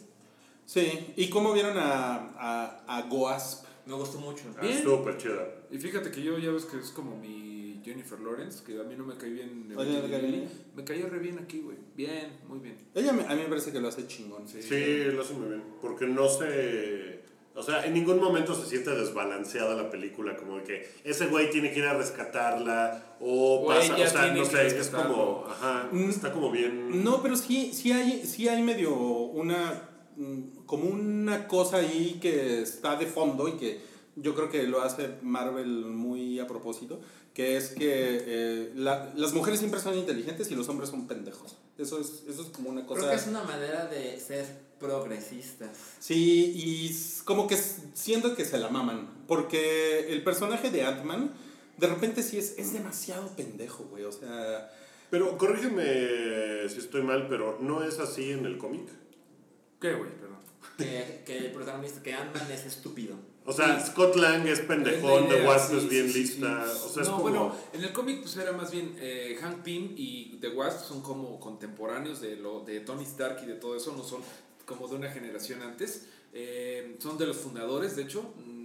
Speaker 4: Sí. ¿Y cómo vieron a, a, a Goasp?
Speaker 3: Me gustó mucho.
Speaker 2: Ah,
Speaker 5: Bien.
Speaker 2: Estuvo súper chida.
Speaker 5: Y fíjate que yo ya ves que es como mi Jennifer Lawrence, que a mí no me cae bien.
Speaker 4: Oye, ¿no te cae bien?
Speaker 5: Me cayó re bien aquí, güey. Bien, muy bien.
Speaker 4: Ella me- a mí me parece que lo hace chingón.
Speaker 2: Sí, lo hace muy bien. Porque no se. O sea, en ningún momento se siente desbalanceada la película, como de que ese güey tiene que ir a rescatarla, o,
Speaker 5: O
Speaker 2: pasa,
Speaker 5: ella
Speaker 2: o sea,
Speaker 5: tiene
Speaker 2: no
Speaker 5: que
Speaker 2: sé, es que es
Speaker 5: estar-
Speaker 2: como, ajá,
Speaker 4: Mm.
Speaker 2: está como bien.
Speaker 4: No, pero sí, sí hay, sí hay medio una mm, como una cosa ahí que está de fondo y que yo creo que lo hace Marvel muy a propósito, que es que eh, la- las mujeres siempre son inteligentes y los hombres son pendejos. Eso es, eso es como una cosa.
Speaker 3: Creo que es una manera de ser progresistas.
Speaker 4: Sí, y s- como que s- siento que se la maman. Porque el personaje de Atman, de repente sí es, es demasiado pendejo, güey. O sea,
Speaker 2: Pero corrígeme si estoy mal, pero no es así en el cómic.
Speaker 5: ¿Qué, güey? Perdón.
Speaker 3: Que, que el protagonista, que Ant-Man es estúpido.
Speaker 2: O sea, Scott Lang es pendejón,
Speaker 5: Es la
Speaker 2: The
Speaker 5: idea,
Speaker 2: Wasp
Speaker 5: sí,
Speaker 2: es bien
Speaker 5: sí, sí,
Speaker 2: lista.
Speaker 5: sí.
Speaker 2: O sea, es
Speaker 5: no,
Speaker 2: como.
Speaker 5: bueno, en el cómic pues era más bien eh, Hank Pym y The Wasp son como contemporáneos de, lo, de Tony Stark y de todo eso, no son como de una generación antes. Eh, son de los fundadores, de hecho. Mm,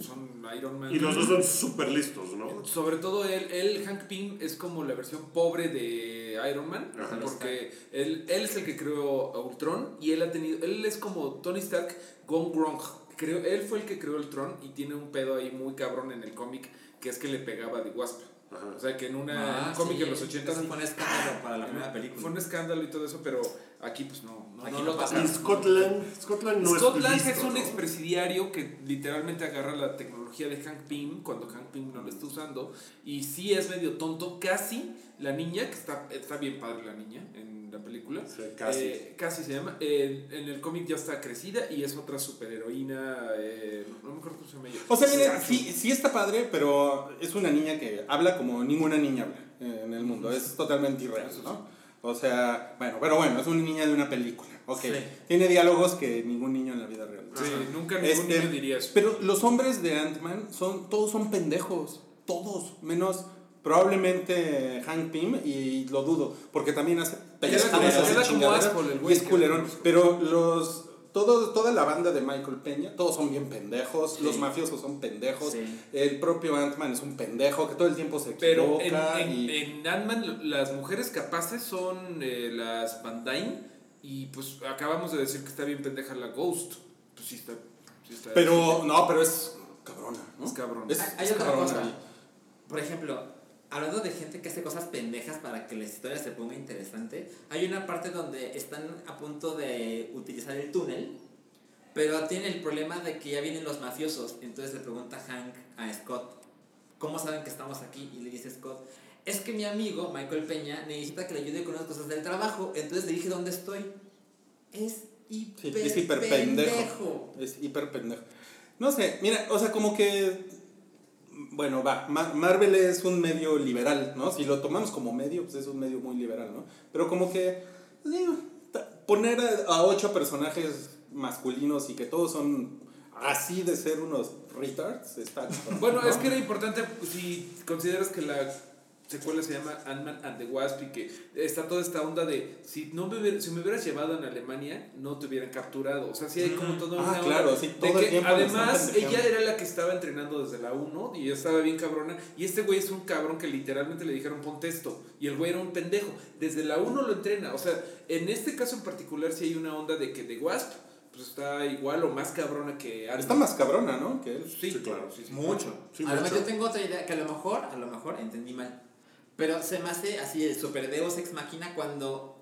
Speaker 5: son Iron Man.
Speaker 2: y los dos son súper listos, ¿no?
Speaker 5: Sobre todo él, él, Hank Pym, es como la versión pobre de Iron Man,
Speaker 2: Ajá.
Speaker 5: porque él, él es el que creó a Ultron y él ha tenido, él es como Tony Stark gone wrong. Creo, él fue el que creó Ultron y tiene un pedo ahí muy cabrón en el cómic que es que le pegaba de Wasp.
Speaker 2: Ajá.
Speaker 5: O sea, que en una en un cómic
Speaker 3: Ah, sí,
Speaker 5: en los 80
Speaker 3: entonces
Speaker 5: sí,
Speaker 3: fue un escándalo para la primera
Speaker 5: fue
Speaker 3: película.
Speaker 5: un escándalo y todo eso, pero aquí pues no. no
Speaker 3: Aquí
Speaker 5: no
Speaker 3: lo
Speaker 5: pasa.
Speaker 2: Y Scott Lang, Scott Lang no
Speaker 5: Scott
Speaker 2: es
Speaker 5: Lang
Speaker 2: listo,
Speaker 5: es un
Speaker 2: ¿no?
Speaker 5: expresidiario que literalmente agarra la tecnología de Hank Pym cuando Hank Pym no la está usando. Y sí es medio tonto, casi la niña, que está, está bien padre la niña en la película.
Speaker 2: Sí, casi.
Speaker 5: Eh, casi se llama. Eh, en el cómic ya está crecida y es otra superheroína. eh, no me acuerdo cómo se llama ella.
Speaker 4: o sea, miren,
Speaker 5: Sasu.
Speaker 4: sí, sí está padre, pero es una niña que habla como ninguna niña habla eh, en el mundo. Es totalmente irreal, ¿no? O sea, bueno, pero bueno, es una niña de una película. Ok.
Speaker 3: Sí.
Speaker 4: Tiene diálogos que ningún niño en la vida real.
Speaker 5: Sí, nunca ningún
Speaker 4: Este,
Speaker 5: niño diría eso.
Speaker 4: Pero los hombres de Ant-Man son, todos son pendejos. Todos. Menos probablemente Hank Pym y lo dudo. Porque también hace
Speaker 5: como-
Speaker 4: pendejadas
Speaker 5: queda
Speaker 4: hace
Speaker 5: como
Speaker 4: chingaderas
Speaker 5: asco el
Speaker 4: y
Speaker 5: güey
Speaker 4: es
Speaker 5: que-
Speaker 4: culerón. Pero los. Todo, toda la banda de Michael Peña, todos son bien pendejos, los
Speaker 3: Sí.
Speaker 4: mafiosos son pendejos,
Speaker 3: Sí.
Speaker 4: el propio Ant-Man es un pendejo que todo el tiempo se
Speaker 5: Pero en,
Speaker 4: equivoca
Speaker 5: en-
Speaker 4: y-
Speaker 5: en Ant-Man las mujeres capaces son eh, las Van Dyne y pues acabamos de decir que está bien pendeja la Ghost. Pues sí está. sí está-
Speaker 4: pero no, pero es cabrona, ¿no?
Speaker 5: Es cabrona.
Speaker 3: Hay- hay otra
Speaker 4: cabrona.
Speaker 3: cosa. Por ejemplo, hablando de gente que hace cosas pendejas para que la historia se ponga interesante, hay una parte donde están a punto de utilizar el túnel, pero tiene el problema de que ya vienen los mafiosos. Entonces le pregunta Hank a Scott, ¿cómo saben que estamos aquí? Y le dice Scott, es que mi amigo Michael Peña necesita que le ayude con unas cosas del trabajo, entonces le dije dónde estoy. Es
Speaker 4: Sí,
Speaker 3: hiper,
Speaker 4: es hiper pendejo. Es hiper pendejo. No sé, mira, o sea, como que. Bueno, va, Ma- Marvel es un medio liberal, ¿no? Si lo tomamos como medio, pues es un medio muy liberal, ¿no? Pero como que. pues digo, ta- poner a- a ocho personajes masculinos y que todos son así de ser unos retards está. cabrón,
Speaker 5: Bueno,
Speaker 4: ¿no?
Speaker 5: es que era importante pues, si consideras que la secuela se llama Ant-Man and the Wasp y que está toda esta onda de si no me hubiera- si me hubieras llevado en Alemania no te hubieran capturado. O sea, sí hay como todo
Speaker 4: Ah, claro, sí, todo el tiempo la están
Speaker 5: además
Speaker 4: pendejeando.
Speaker 5: ella era la que estaba entrenando desde la 1 y estaba bien cabrona y este güey es un cabrón que literalmente le dijeron ponte esto y el güey era un pendejo. Desde la 1 lo entrena, o sea, en este caso en particular sí hay una onda de que The Wasp pues está igual o más cabrona que Armin.
Speaker 4: Está más cabrona, ¿no? Que él.
Speaker 5: Sí,
Speaker 2: Sí, claro.
Speaker 5: sí, sí.
Speaker 6: Mucho.
Speaker 2: Sí,
Speaker 3: a lo
Speaker 2: mucho.
Speaker 3: mejor yo tengo otra idea que a lo mejor, a lo mejor entendí mal. Pero se me hace así el super Deus ex máquina cuando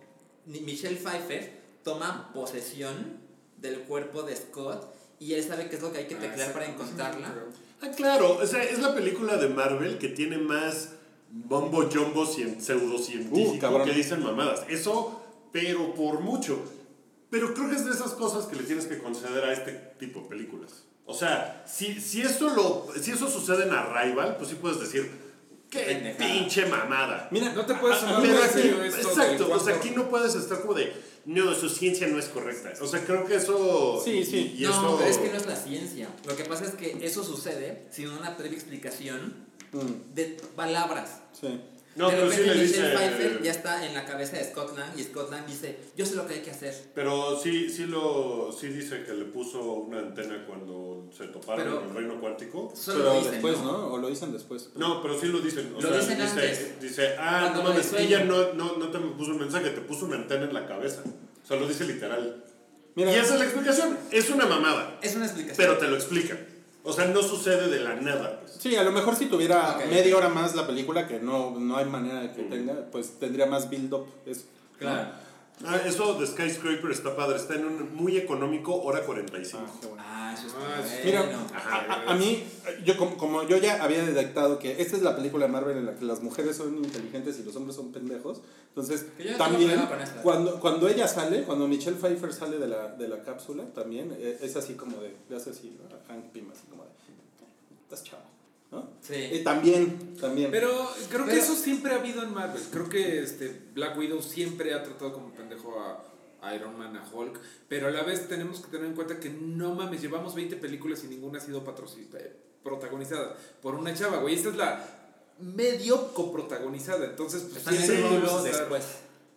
Speaker 3: ni- Michelle Pfeiffer toma posesión del cuerpo de Scott y él sabe qué es lo que hay que
Speaker 5: Ah,
Speaker 3: teclear para
Speaker 5: sí.
Speaker 3: encontrarla.
Speaker 2: Ah, claro. O sea, es la película de Marvel que tiene más bombo jumbo cien,
Speaker 4: Uh,
Speaker 2: pseudocientífico
Speaker 4: cabrón.
Speaker 2: que dicen mamadas. Eso, pero por mucho. Pero creo que es de esas cosas que le tienes que conceder a este tipo de películas. O sea, si, si, eso, lo, si eso sucede en Arrival, pues sí puedes decir, qué
Speaker 3: Pendejada.
Speaker 2: pinche mamada.
Speaker 4: Mira, pues,
Speaker 5: No te puedes tomar
Speaker 2: Ah, Pero
Speaker 5: muy en
Speaker 2: aquí,
Speaker 5: serio esto del
Speaker 2: exacto, o sea,
Speaker 5: cuarto.
Speaker 2: aquí no puedes estar como de, no, su ciencia no es correcta. O sea, creo que eso...
Speaker 4: Sí, sí.
Speaker 2: y- y
Speaker 3: no,
Speaker 2: eso-
Speaker 3: pero es que no es la ciencia. Lo que pasa es que eso sucede sin una previa explicación
Speaker 4: Mm,
Speaker 3: de palabras.
Speaker 4: sí.
Speaker 2: No,
Speaker 3: de
Speaker 2: pero sí
Speaker 3: repente
Speaker 2: le
Speaker 3: Michelle
Speaker 2: dice...
Speaker 3: Pfeiffer ya está en la cabeza de Scott Lang y Scott Lang dice, yo sé lo que hay que hacer.
Speaker 2: Pero sí, sí, lo, sí dice que le puso una antena cuando se toparon
Speaker 3: Pero-
Speaker 2: en el reino cuántico.
Speaker 3: Solo
Speaker 4: Pero
Speaker 3: lo dicen,
Speaker 4: después,
Speaker 3: ¿no?
Speaker 4: ¿no? O lo dicen después.
Speaker 2: No, pero sí lo dicen. O
Speaker 3: Lo
Speaker 2: sea,
Speaker 3: dicen
Speaker 2: dice,
Speaker 3: antes.
Speaker 2: dice, ah,
Speaker 3: Cuando
Speaker 2: no
Speaker 3: lo
Speaker 2: mames,
Speaker 3: sueña.
Speaker 2: ella no, no, no te me puso un mensaje, te puso una antena en la cabeza. O sea, lo dice literal.
Speaker 4: Mira,
Speaker 2: Y esa es la explicación. Es una mamada,
Speaker 3: Es una explicación.
Speaker 2: pero te lo explican. O sea, no sucede de la nada, pues.
Speaker 4: Sí, a lo mejor si tuviera
Speaker 3: Ok.
Speaker 4: media hora más la película, que no, no hay manera de que tenga, pues tendría más build-up. eso.
Speaker 3: Claro.
Speaker 2: Ah, eso de Skyscraper está padre, está en un muy económico, hora 45.
Speaker 4: Ah, qué bueno.
Speaker 3: Ah, eso está
Speaker 5: Ah, sí.
Speaker 4: Mira,
Speaker 3: bueno.
Speaker 4: a, a- a mí, yo como, como yo ya había detectado que esta es la película de Marvel en la que las mujeres son inteligentes y los hombres son pendejos, entonces
Speaker 3: Que yo no tengo
Speaker 4: también
Speaker 3: problema con esta.
Speaker 4: cuando, cuando ella sale, cuando Michelle Pfeiffer sale de la, de la cápsula, también eh, es así como de, le hace así a Hank Pym, así como de, estás chavo, ¿no?
Speaker 3: Sí.
Speaker 4: Eh, también, también.
Speaker 5: Pero creo que
Speaker 3: Pero-
Speaker 5: eso siempre ha habido en Marvel. Creo que este Black Widow siempre ha tratado como pendejo a, a Iron Man, a Hulk. Pero a la vez tenemos que tener en cuenta que no mames, llevamos 20 películas y ninguna ha sido patrocin- eh, protagonizada por una chava, güey. Esta es la medio coprotagonizada. Entonces, pues
Speaker 3: Está en el
Speaker 5: siempre
Speaker 3: título
Speaker 5: vamos a estar-
Speaker 3: después.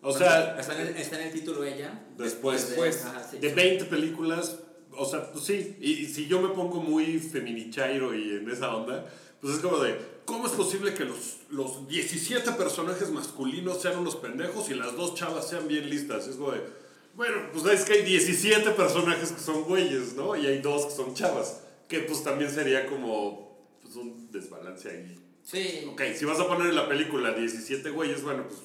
Speaker 2: O sea,
Speaker 3: está en el, está en el título ella.
Speaker 2: Después.
Speaker 5: Después.
Speaker 3: ajá, sí.
Speaker 2: de 20 películas, o sea, pues sí, y, y si yo me pongo muy feminichairo y en esa onda, pues es como de, ¿cómo es posible que los, los 17 personajes masculinos sean unos pendejos y las dos chavas sean bien listas? Es como de, bueno, pues es que hay 17 personajes que son güeyes, ¿no? Y hay dos que son chavas, que pues también sería como pues, un desbalance ahí
Speaker 3: Sí.
Speaker 2: Ok, si vas a poner en la película 17 güeyes, bueno, pues,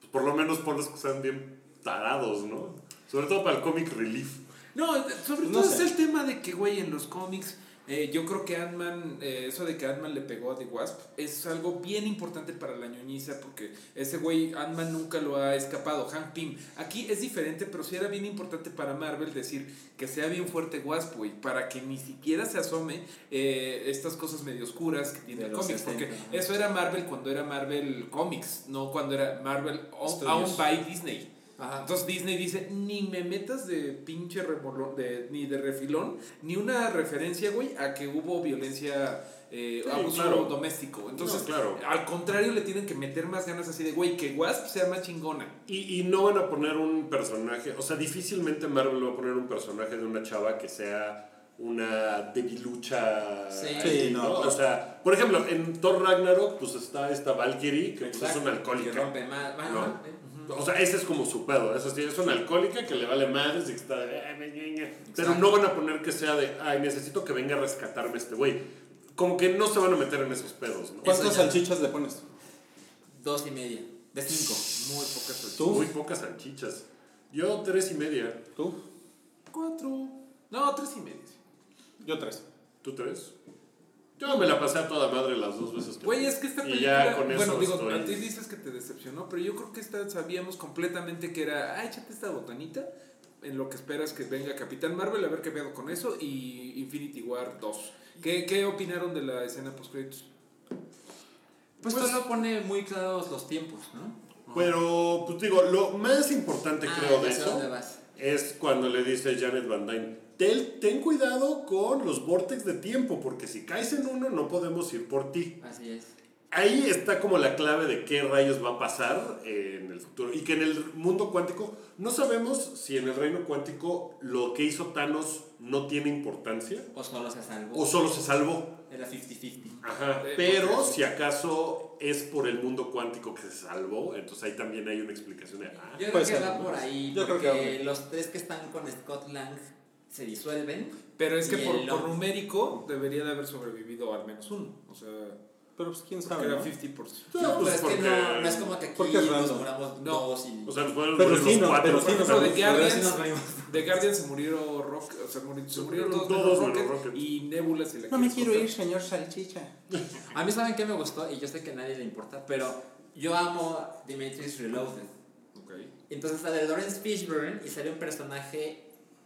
Speaker 2: pues por lo menos ponlos que sean bien tarados, ¿no? Sobre todo para el comic relief.
Speaker 5: No, sobre
Speaker 4: No
Speaker 5: todo
Speaker 4: sé.
Speaker 5: es el tema de que, güey, en los cómics, eh, yo creo que Ant-Man, eh, eso de que Ant-Man le pegó a The Wasp, es algo bien importante para la ñoñiza, porque ese güey, Ant-Man nunca lo ha escapado, Hank Pym. Aquí es diferente, pero sí era bien importante para Marvel decir que sea bien fuerte Wasp, güey, para que ni siquiera se asome eh, estas cosas medio oscuras que tiene
Speaker 3: De
Speaker 5: el
Speaker 3: los
Speaker 5: cómics, porque
Speaker 3: 60, ajá.
Speaker 5: eso era Marvel cuando era Marvel Comics, no cuando era Marvel owned owned by Disney.
Speaker 3: Ajá.
Speaker 5: Entonces Disney dice, ni me metas de pinche remolón, de, ni de refilón, ni una referencia, güey, a que hubo violencia, eh,
Speaker 2: Sí,
Speaker 5: abuso
Speaker 2: claro.
Speaker 5: doméstico. Entonces,
Speaker 2: No, claro.
Speaker 5: al contrario, le tienen que meter más ganas así de, güey, que Wasp sea más chingona.
Speaker 2: Y, y no van a poner un personaje, o sea, difícilmente Marvel va a poner un personaje de una chava que sea una debilucha.
Speaker 3: Sí.
Speaker 4: Sí, no,
Speaker 2: O
Speaker 4: claro.
Speaker 2: sea, por ejemplo, en Thor Ragnarok, pues está esta Valkyrie, que pues, es
Speaker 3: Exacto,
Speaker 2: una alcohólica.
Speaker 3: Que rompe más. Bueno,
Speaker 2: ¿no?
Speaker 3: rompe.
Speaker 2: O sea, ese es como su pedo. Esa sí es una alcohólica que le vale madres y que está. Pero no van a poner que sea de. Ay, necesito que venga a rescatarme este güey. Como que no se van a meter en esos pedos, ¿no?
Speaker 4: ¿Cuántas
Speaker 3: Eso ya-
Speaker 4: salchichas le pones?
Speaker 3: Dos y media. De cinco. Muy pocas veces.
Speaker 4: ¿Tú?
Speaker 2: Muy pocas salchichas. Yo tres y media.
Speaker 4: ¿Tú?
Speaker 5: Cuatro. No, tres y medio.
Speaker 4: Yo tres.
Speaker 2: ¿Tú tres? Yo me la pasé a toda madre las dos veces. que-
Speaker 5: Güey, es que esta
Speaker 2: Y
Speaker 5: película.
Speaker 2: ya con eso.
Speaker 5: bueno, digo,
Speaker 2: estoy-
Speaker 5: a ti dices que te decepcionó, pero yo creo que esta sabíamos completamente que era, ah, échate esta botanita. En lo que esperas que venga Capitán Marvel, a ver qué pedo con eso. Y Infinity War 2. ¿Qué, qué opinaron de la escena post-créditos?
Speaker 3: Pues,
Speaker 5: Pues-
Speaker 3: no pone muy claros los tiempos, ¿no?
Speaker 2: Pero, pues digo, lo más importante
Speaker 3: Ah,
Speaker 2: creo de
Speaker 3: ya sé
Speaker 2: eso.
Speaker 3: dónde vas.
Speaker 2: es cuando le dice Janet Van Dyne, ten, ten cuidado con los vórtices de tiempo, porque si caes en uno no podemos ir por ti.
Speaker 3: Así es.
Speaker 2: Ahí está como la clave de qué rayos va a pasar eh, en el futuro. Y que en el mundo cuántico, no sabemos si en el reino cuántico lo que hizo Thanos no tiene importancia
Speaker 3: O solo se salvó.
Speaker 2: o solo se salvó.
Speaker 3: Era 50-50.
Speaker 2: Ajá.
Speaker 5: Eh,
Speaker 2: Pero
Speaker 5: porque-
Speaker 2: si acaso es por el mundo cuántico que se salvó, entonces ahí también hay una explicación de... ah,
Speaker 3: Yo creo
Speaker 4: Puede
Speaker 3: que
Speaker 4: ser.
Speaker 3: va por ahí.
Speaker 4: Yo creo
Speaker 3: porque
Speaker 4: que va por ahí.
Speaker 3: los tres que están con Scott Lang se disuelven.
Speaker 5: Pero es que
Speaker 3: Y
Speaker 5: por,
Speaker 3: el
Speaker 5: por
Speaker 3: otro.
Speaker 5: numérico debería de haber sobrevivido al menos uno. O sea,
Speaker 4: Pero pues quién
Speaker 5: porque
Speaker 4: sabe.
Speaker 5: era
Speaker 4: ¿no?
Speaker 5: 50%.
Speaker 2: pues,
Speaker 3: No, pero es que
Speaker 2: porque-
Speaker 3: no, no es como que aquí
Speaker 4: porque es
Speaker 3: nos
Speaker 4: random.
Speaker 3: muramos
Speaker 5: No.
Speaker 3: dos y.
Speaker 2: O sea, nos podemos
Speaker 4: Pero
Speaker 2: poner
Speaker 4: sí,
Speaker 2: los
Speaker 4: no,
Speaker 2: cuatro.
Speaker 4: pero sí,
Speaker 2: para
Speaker 4: no,
Speaker 5: Pero
Speaker 2: acabar.
Speaker 5: de
Speaker 4: pero-
Speaker 5: Guardians,
Speaker 3: sí nos morimos.
Speaker 5: de Guardians se murieron Rock, o sea, muri- se murieron todos,
Speaker 2: todos,
Speaker 5: menos
Speaker 2: menos
Speaker 5: Rocket
Speaker 2: Rocket.
Speaker 5: y Nebula si la
Speaker 4: No me
Speaker 5: quieres
Speaker 4: quiero
Speaker 5: contar.
Speaker 4: ir, señor Salchicha.
Speaker 3: A mí saben qué me gustó y yo sé que a nadie le importa, pero yo amo The Matrix Reloaded.
Speaker 5: Ok.
Speaker 3: Entonces sale Lawrence Fishburne y sale un personaje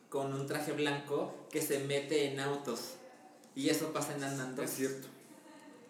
Speaker 3: con un traje blanco que se mete en autos. Y eso pasa en andando.
Speaker 5: Es cierto.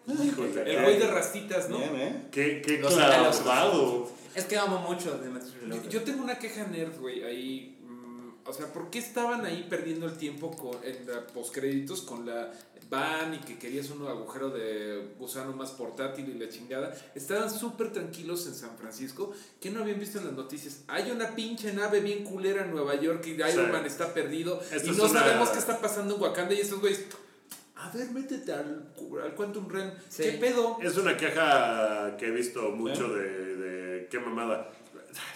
Speaker 2: Híjole,
Speaker 5: El güey de rastitas, ¿no?
Speaker 4: Bien, ¿eh?
Speaker 2: Qué, qué
Speaker 3: Los regalos.
Speaker 2: clavado.
Speaker 3: Es que amo mucho The Matrix Reloaded.
Speaker 5: Yo tengo una queja nerd, güey, ahí. mm, o sea, ¿por qué estaban ahí perdiendo el tiempo con, en la postcréditos con la van y que querías un agujero de gusano más portátil y la chingada? Estaban súper tranquilos en San Francisco. que no habían visto en las noticias? Hay una pinche nave bien culera en Nueva York y Iron
Speaker 2: Sí.
Speaker 5: Man está perdido
Speaker 2: Esto
Speaker 5: y
Speaker 2: es
Speaker 5: no
Speaker 2: una-
Speaker 5: sabemos qué está pasando en Wakanda y esos güeyes. A ver, métete al, al Quantum Ren.
Speaker 3: Sí.
Speaker 5: ¿Qué pedo?
Speaker 2: Es una queja que he visto mucho de, de qué mamada.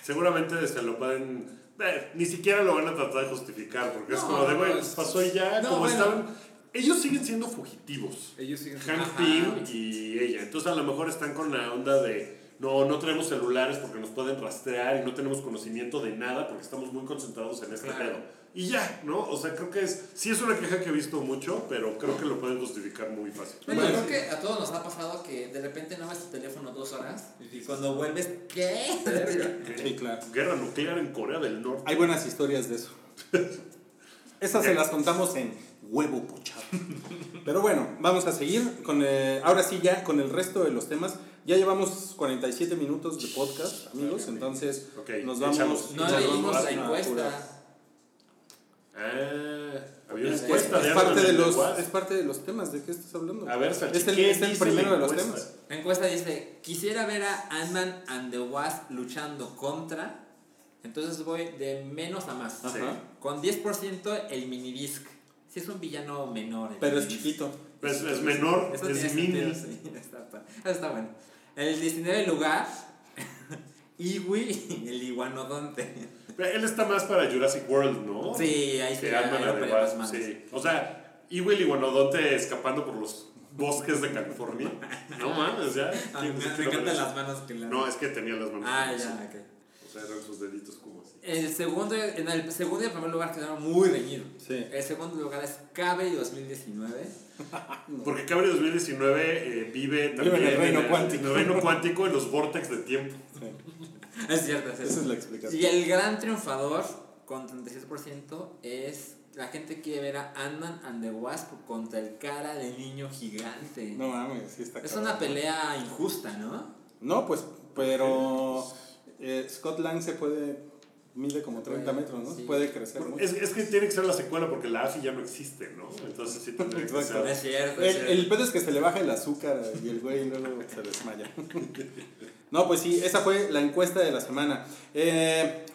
Speaker 2: Seguramente se lo pueden. eh, ni siquiera lo van a tratar de justificar porque es
Speaker 5: No,
Speaker 2: como de, güey,
Speaker 5: es-
Speaker 2: pasó y ya,
Speaker 3: No,
Speaker 2: como
Speaker 3: bueno.
Speaker 2: estaban. Ellos siguen siendo fugitivos.
Speaker 5: Ellos siguen.
Speaker 2: Hank
Speaker 3: Ajá.
Speaker 2: Pym y ella. Entonces a lo mejor están con la onda de no, no tenemos celulares porque nos pueden rastrear y no tenemos conocimiento de nada porque estamos muy concentrados en este
Speaker 3: Claro.
Speaker 2: pedo. Y ya, ¿no? O sea, creo que es. Sí es una queja que he visto mucho, pero creo que lo pueden justificar muy fácil.
Speaker 3: Bueno, creo que a todos nos ha pasado que de repente no ves tu teléfono dos horas y cuando vuelves, ¿qué?
Speaker 4: Sí, claro.
Speaker 2: Guerra nuclear en Corea del Norte.
Speaker 4: Hay buenas historias de eso. Esas se las contamos en huevo pochado. Pero bueno, vamos a seguir con eh, ahora sí ya con el resto de los temas. Ya llevamos 47 minutos de podcast, amigos, entonces
Speaker 2: Ok,
Speaker 4: nos
Speaker 2: le
Speaker 4: vamos
Speaker 2: echamos.
Speaker 3: No
Speaker 4: nos
Speaker 3: leímos
Speaker 4: vamos
Speaker 3: la
Speaker 4: a apurar.
Speaker 3: encuesta.
Speaker 2: Ah, había una
Speaker 3: Es-
Speaker 4: Es,
Speaker 2: encuesta de
Speaker 4: es
Speaker 2: algo
Speaker 4: parte
Speaker 2: en
Speaker 4: de
Speaker 2: el
Speaker 4: los,
Speaker 2: WhatsApp.
Speaker 4: es parte de los temas, ¿de qué estás hablando?
Speaker 2: A ver, Salchi,
Speaker 4: es el,
Speaker 2: ¿qué
Speaker 4: es el
Speaker 2: dice la
Speaker 4: primero de los
Speaker 2: encuesta?
Speaker 4: temas.
Speaker 3: La encuesta dice, quisiera ver a Ant-Man and the Wasp luchando contra. Entonces voy de menos a más.
Speaker 2: Sí.
Speaker 4: Ajá.
Speaker 3: Con 10% el minidisc. Si es un villano menor. el
Speaker 4: Pero es
Speaker 3: minidisc.
Speaker 4: chiquito.
Speaker 2: Es, es menor,
Speaker 3: Eso
Speaker 2: es
Speaker 3: tiene
Speaker 2: mini.
Speaker 3: sentido, sí, está, pa- eso está bueno. El 19 lugar, Iwi, el iguanodonte.
Speaker 2: Pero Él está más para Jurassic World, ¿no?
Speaker 3: Sí, ahí
Speaker 2: Que
Speaker 3: sí, ahí
Speaker 2: Ant-Man
Speaker 3: lo
Speaker 2: and the
Speaker 3: peleamos
Speaker 2: Wasp,
Speaker 3: más.
Speaker 2: sí. O sea, Ewell y Guanodonte escapando por los bosques de California. No mames, ya.
Speaker 3: Ah,
Speaker 2: ¿Quién-
Speaker 3: me,
Speaker 2: quién
Speaker 3: me
Speaker 2: lo
Speaker 3: encantan
Speaker 2: merece?
Speaker 3: las manos que le
Speaker 2: No, es que tenía las manos.
Speaker 3: Ah,
Speaker 2: como así.
Speaker 3: ya, ok.
Speaker 2: O sea, eran sus deditos como así.
Speaker 3: El segundo, en el segundo y el primer lugar quedaron muy reñidos.
Speaker 4: Sí.
Speaker 3: El segundo lugar es Cabe 2019. Mm.
Speaker 2: Porque Cabri 2019 eh, vive también
Speaker 4: en el reino cuántico.
Speaker 2: en el reino cuántico, en los vórtex de tiempo.
Speaker 3: Es cierto, es
Speaker 4: Esa es
Speaker 3: cierto.
Speaker 4: la explicación.
Speaker 3: Y el gran triunfador con 36% es la gente quiere ver a Ant-Man and the Wasp contra el cara de niño gigante.
Speaker 4: No mames, sí está
Speaker 3: Es
Speaker 4: cabrón.
Speaker 3: una pelea injusta, ¿no?
Speaker 4: No, pues, pero eh, Scott Lang se puede, mide como 30 metros, ¿no?
Speaker 3: Sí.
Speaker 4: Puede crecer mucho.
Speaker 2: Es, es que tiene que ser la secuela porque la AFI ya no existe, ¿no? Entonces sí tendría que
Speaker 4: Exacto.
Speaker 3: No
Speaker 2: ser.
Speaker 3: es cierto. es
Speaker 4: El,
Speaker 3: cierto.
Speaker 4: el pedo es que se le baja el azúcar y el güey luego se desmaya. No, pues sí, esa fue la encuesta de la semana. Eh,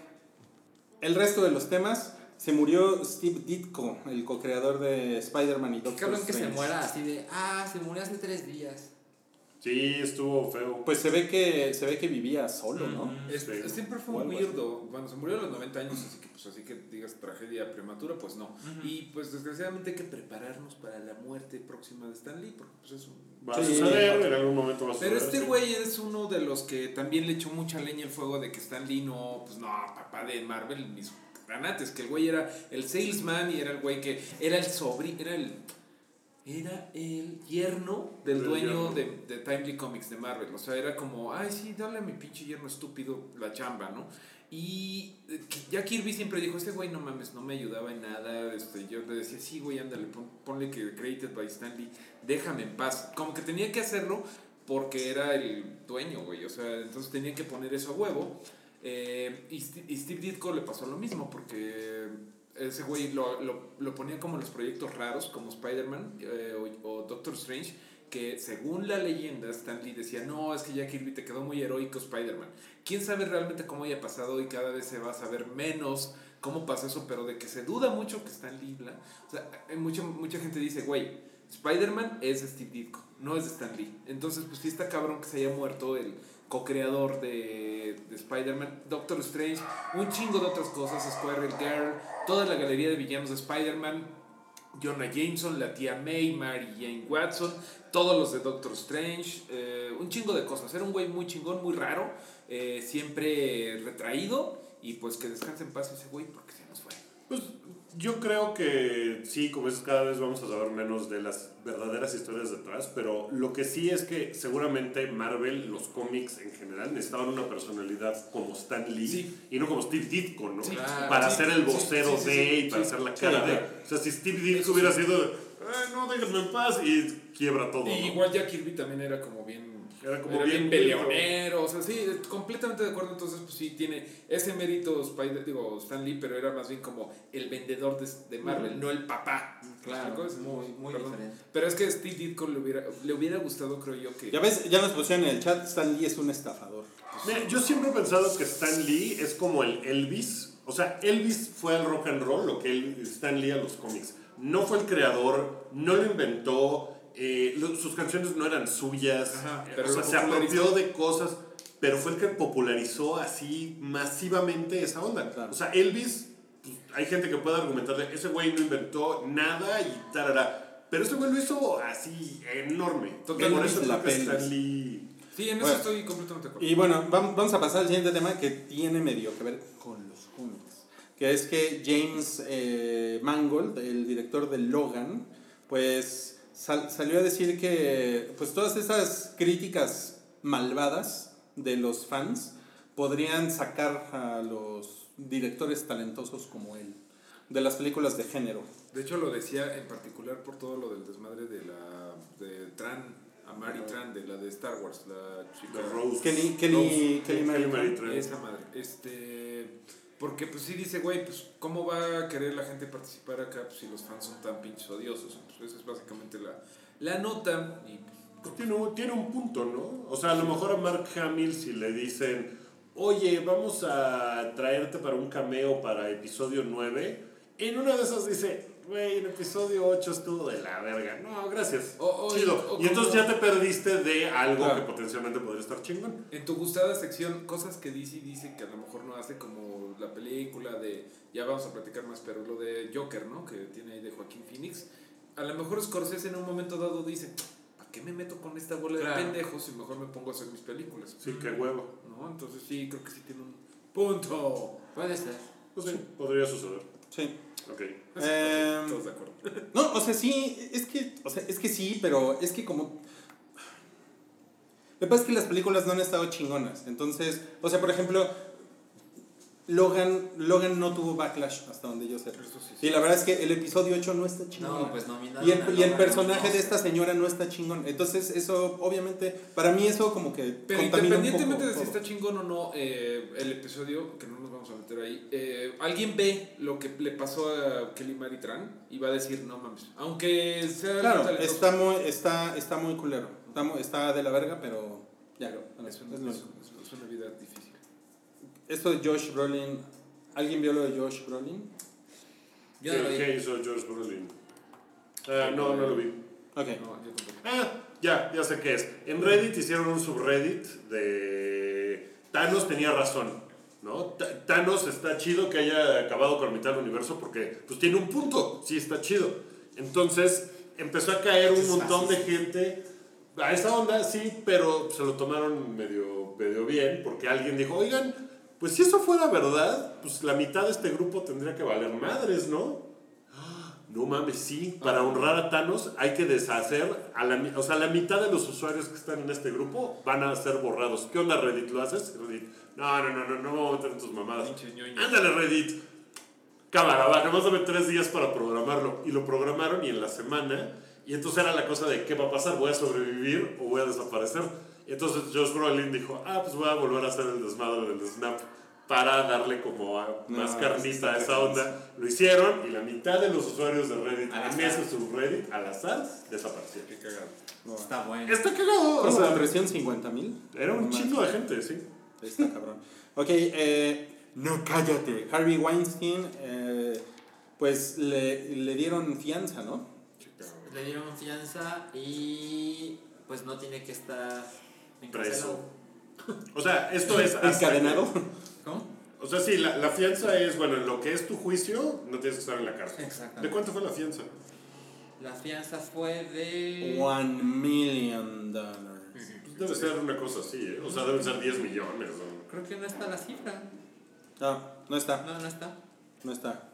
Speaker 4: el resto de los temas, se murió Steve Ditko, el co-creador de Spider-Man y
Speaker 3: Qué
Speaker 4: Doctor
Speaker 3: cabrón que se
Speaker 4: Strange.
Speaker 3: muera así de, ah, se murió hace tres días.
Speaker 2: Sí, estuvo feo.
Speaker 4: Pues se ve que, se ve que vivía solo, ¿no?
Speaker 3: Mm.
Speaker 5: Es-
Speaker 2: Sí.
Speaker 5: Siempre
Speaker 4: Este, O
Speaker 5: fue un
Speaker 4: algo así.
Speaker 5: weirdo. Bueno, se murió a los 90 años, así que, pues, así que digas tragedia prematura, pues no. Y pues desgraciadamente hay que prepararnos para la muerte próxima de Stan Lee, porque pues es un...
Speaker 2: Va a
Speaker 4: Sí.
Speaker 2: suceder, en algún momento
Speaker 4: Pues,
Speaker 2: va a suceder.
Speaker 5: Pero este
Speaker 2: sí.
Speaker 5: güey es uno de los que también le echó mucha leña al fuego de que Stan Lee no, pues no, papá de Marvel, mis granates, que el güey era el salesman y era el güey que era el sobrino, era el... Era el yerno del
Speaker 2: Del yerno.
Speaker 5: dueño de, de Timely Comics de Marvel. O sea, era como, ay, sí, dale a mi pinche yerno estúpido la chamba, ¿no? Y eh, que ya Kirby siempre dijo, este güey no mames, no me ayudaba en nada. Este, yo le decía, sí, güey, ándale, pon- ponle que created by Stanley, déjame en paz. Como que tenía que hacerlo porque era el dueño, güey. O sea, entonces tenía que poner eso a huevo. Eh, y, Sti- y Steve Ditko le pasó lo mismo porque ese güey lo, lo, lo ponía como en los proyectos raros, como Spider-Man eh, o, o Doctor Strange, que según la leyenda Stan Lee decía, no, es que ya Kirby te quedó muy heroico Spider-Man. ¿Quién sabe realmente cómo haya pasado y cada vez se va a saber menos cómo pasó eso? Pero de que se duda mucho que Stan Lee... bla- o sea, hay mucha, mucha gente dice, güey, Spider-Man es de Steve Ditko, no es de Stan Lee. Entonces, pues sí está cabrón que se haya muerto el co-creador de, de Spider-Man, Doctor Strange, un chingo de otras cosas, Squirrel Girl, toda la galería de villanos de Spider-Man, Jonah Jameson, la tía May, Mary Jane Watson, todos los de Doctor Strange, eh, un chingo de cosas. Era un güey muy chingón, muy raro, eh, siempre retraído y pues que descanse en paz ese güey porque se nos fue.
Speaker 2: Pues yo creo que sí, como es cada vez vamos a saber menos de las verdaderas historias detrás, pero lo que sí es que seguramente Marvel, los cómics en general, necesitaban una personalidad como Stan Lee
Speaker 5: Sí.
Speaker 2: y no como Steve Ditko, ¿no?
Speaker 5: Sí,
Speaker 2: para
Speaker 5: sí,
Speaker 2: ser
Speaker 5: sí,
Speaker 2: el vocero
Speaker 5: sí, sí,
Speaker 2: de
Speaker 5: sí,
Speaker 2: y para
Speaker 5: sí.
Speaker 2: ser la
Speaker 5: Sí,
Speaker 2: cara de.
Speaker 5: claro.
Speaker 2: O sea, si Steve Ditko hubiera sido, "Ay, no, déjenme en paz y quiebra todo.
Speaker 5: Y
Speaker 2: ¿no?
Speaker 5: igual ya Kirby también era como bien.
Speaker 2: Era como bien
Speaker 5: peleonero. O sea, sí, completamente de acuerdo. Entonces, pues sí, tiene ese mérito Spider, digo, Stan Lee, pero era más bien como el vendedor de, de Marvel, no el papá.
Speaker 3: Claro,
Speaker 5: ¿Me explicas?
Speaker 3: muy, muy
Speaker 5: Perdón.
Speaker 3: diferente.
Speaker 5: Pero es que Steve Ditko le hubiera, le hubiera gustado, creo yo, que.
Speaker 4: Ya ves, ya nos pusieron en el chat, Stan Lee es un estafador.
Speaker 2: Mira, yo siempre he pensado que Stan Lee es como el Elvis. O sea, Elvis fue al rock and roll, lo que el- Stan Lee a los cómics. No fue el creador, no lo inventó, eh, lo- sus canciones no eran suyas.
Speaker 5: Ajá,
Speaker 2: eh,
Speaker 5: pero
Speaker 2: o sea,
Speaker 5: lo
Speaker 2: se
Speaker 5: popularizó.
Speaker 2: apropió de cosas, pero fue el que popularizó así masivamente esa onda.
Speaker 4: Claro.
Speaker 2: O sea, Elvis, pues, hay gente que puede argumentarle, ese güey no inventó nada y tarara. Pero ese güey lo hizo así enorme.
Speaker 4: Totalmente
Speaker 2: Por eso creo
Speaker 4: la
Speaker 2: que
Speaker 4: pelvis.
Speaker 2: Stan Lee...
Speaker 5: Sí, en eso
Speaker 4: Bueno.
Speaker 5: estoy completamente de acuerdo.
Speaker 4: Y bueno, vam- vamos a pasar al siguiente tema que tiene medio que ver con los cómics. Que es que James eh, Mangold, el director de Logan, pues sal- salió a decir que pues todas esas críticas malvadas de los fans podrían sacar a los directores talentosos como él de las películas de género.
Speaker 5: De hecho, lo decía en particular por todo lo del desmadre de la. de Tran, Amari Tran, de la de Star Wars, la chica.
Speaker 2: The Rose.
Speaker 4: Kelly, Kelly,
Speaker 2: Rose.
Speaker 4: Kelly Mary Tran.
Speaker 2: Mary Tran.
Speaker 5: Esa madre. Este. Porque, pues sí, dice, güey, pues, ¿cómo va a querer la gente participar acá pues, si los fans son tan pinches odiosos? Pues, esa es básicamente la, la nota. Y,
Speaker 2: Pues tiene, un- tiene un punto, ¿no? O sea, a lo mejor a Mark Hamill si le dicen, oye, vamos a traerte para un cameo para episodio 9, en una de esas dice, güey, en episodio 8 estuvo de la verga. No, gracias.
Speaker 5: O- o-
Speaker 2: Chido.
Speaker 5: o
Speaker 2: y entonces
Speaker 5: como-
Speaker 2: ya te perdiste de algo
Speaker 5: Claro.
Speaker 2: que potencialmente podría estar chingón.
Speaker 5: En tu gustada sección, cosas que DC dice que a lo mejor no hace, como la película de. Ya vamos a platicar más, pero lo de Joker, ¿no? Que tiene ahí de Joaquín Phoenix. A lo mejor Scorsese en un momento dado dice: ¿Para qué me meto con esta bola
Speaker 3: Claro.
Speaker 5: de pendejos si mejor me pongo a hacer mis películas?
Speaker 2: Sí, qué huevo.
Speaker 5: ¿No? Entonces, sí, creo que sí tiene un punto.
Speaker 3: Puede ser.
Speaker 2: Pues sí, podría suceder.
Speaker 4: Sí.
Speaker 2: Ok.
Speaker 5: Pues,
Speaker 4: Em,
Speaker 5: Todos de acuerdo.
Speaker 4: No, o sea, sí, es que, o sea, es que sí, pero es que como... Lo que pasa es que las películas no han estado chingonas. Entonces, o sea, por ejemplo, Logan, Logan no tuvo backlash hasta donde yo sé. Y la verdad es que el episodio 8 no está chingón.
Speaker 3: No, pues nominaron
Speaker 4: y el,
Speaker 3: a
Speaker 4: y el
Speaker 3: Logan
Speaker 4: personaje
Speaker 3: Ross.
Speaker 4: de esta señora no está chingón. Entonces, eso, obviamente, para mí eso como que...
Speaker 5: Pero
Speaker 4: contamina un
Speaker 5: independientemente de
Speaker 4: poco
Speaker 5: si
Speaker 4: todo.
Speaker 5: está chingón o no, eh, el episodio, que no nos vamos a meter ahí, eh, alguien ve lo que le pasó a Kelly Maritran y va a decir, no mames, aunque sea
Speaker 4: Claro,
Speaker 5: algo talentoso".
Speaker 4: está muy, está, está muy culero. Está, mu- está de la verga, pero ya,
Speaker 5: Es
Speaker 4: es
Speaker 5: una,
Speaker 4: lo único.
Speaker 5: es- es- es una vida difícil.
Speaker 4: Esto de Josh Brolin, ¿alguien vio lo de Josh Brolin?
Speaker 3: Yo no lo
Speaker 2: ¿Qué,
Speaker 3: vi.
Speaker 2: qué hizo George Brolin? Ah, no, no lo vi.
Speaker 4: Ok.
Speaker 5: No, yo tampoco.
Speaker 2: Ah, ya, ya sé qué es. En Reddit hicieron un subreddit de Thanos tenía razón, ¿no? Ta- Thanos está chido que haya acabado con mitad del universo porque pues tiene un punto, sí está chido. Entonces empezó a caer un montón de gente a esa onda, sí, pero se lo tomaron medio, medio bien porque alguien dijo, oigan, pues si eso fuera verdad, pues la mitad de este grupo tendría que valer madres, ¿no? No mames, sí, para honrar a Thanos hay que deshacer, a la, mi- o sea, la mitad de los usuarios que están en este grupo van a ser borrados. ¿Qué onda Reddit? ¿Lo haces? Reddit, no, no, no, no, no me voy a meter en tus mamadas.
Speaker 5: Pinche ñoño.
Speaker 2: Ándale Reddit. Cámara, va, nomás dame tres días para programarlo. Y lo programaron y en la semana, y entonces era la cosa de qué va a pasar, voy a sobrevivir o voy a desaparecer. Y entonces Josh Brolin dijo, ah, pues voy a volver a hacer el desmadre del snap para darle como a- más
Speaker 4: No,
Speaker 2: carnita a esa onda. Lo hicieron y la mitad de los usuarios de Reddit
Speaker 3: Al
Speaker 2: en
Speaker 3: azar.
Speaker 2: ese subreddit al azar desaparecieron.
Speaker 5: Qué cagado.
Speaker 3: Está bueno.
Speaker 2: Está cagado, o
Speaker 4: ¿Cómo
Speaker 2: sea,
Speaker 4: la presión 50 mil?
Speaker 2: era un chingo de gente, sí.
Speaker 4: Está cabrón. Ok, eh, no cállate. Harvey Weinstein, eh, pues le, le dieron fianza, ¿no?
Speaker 3: Le dieron fianza y pues no tiene que estar en
Speaker 2: Preso.
Speaker 3: cárcel.
Speaker 2: O sea, esto es. Pues, hasta-
Speaker 4: Encadenado.
Speaker 6: ¿Cómo?
Speaker 2: O sea, sí, la, la fianza es, bueno, en lo que es tu juicio, no tienes que estar en la cárcel.
Speaker 3: Exactamente.
Speaker 2: ¿De cuánto fue la fianza?
Speaker 3: La fianza fue de.
Speaker 4: One million dollars.
Speaker 2: Pues debe ser una cosa así, ¿eh? O sea, deben ser 10 millones. ¿no?
Speaker 3: Creo que no está la cifra.
Speaker 4: No, Ah, no está.
Speaker 3: No, no está.
Speaker 4: No está.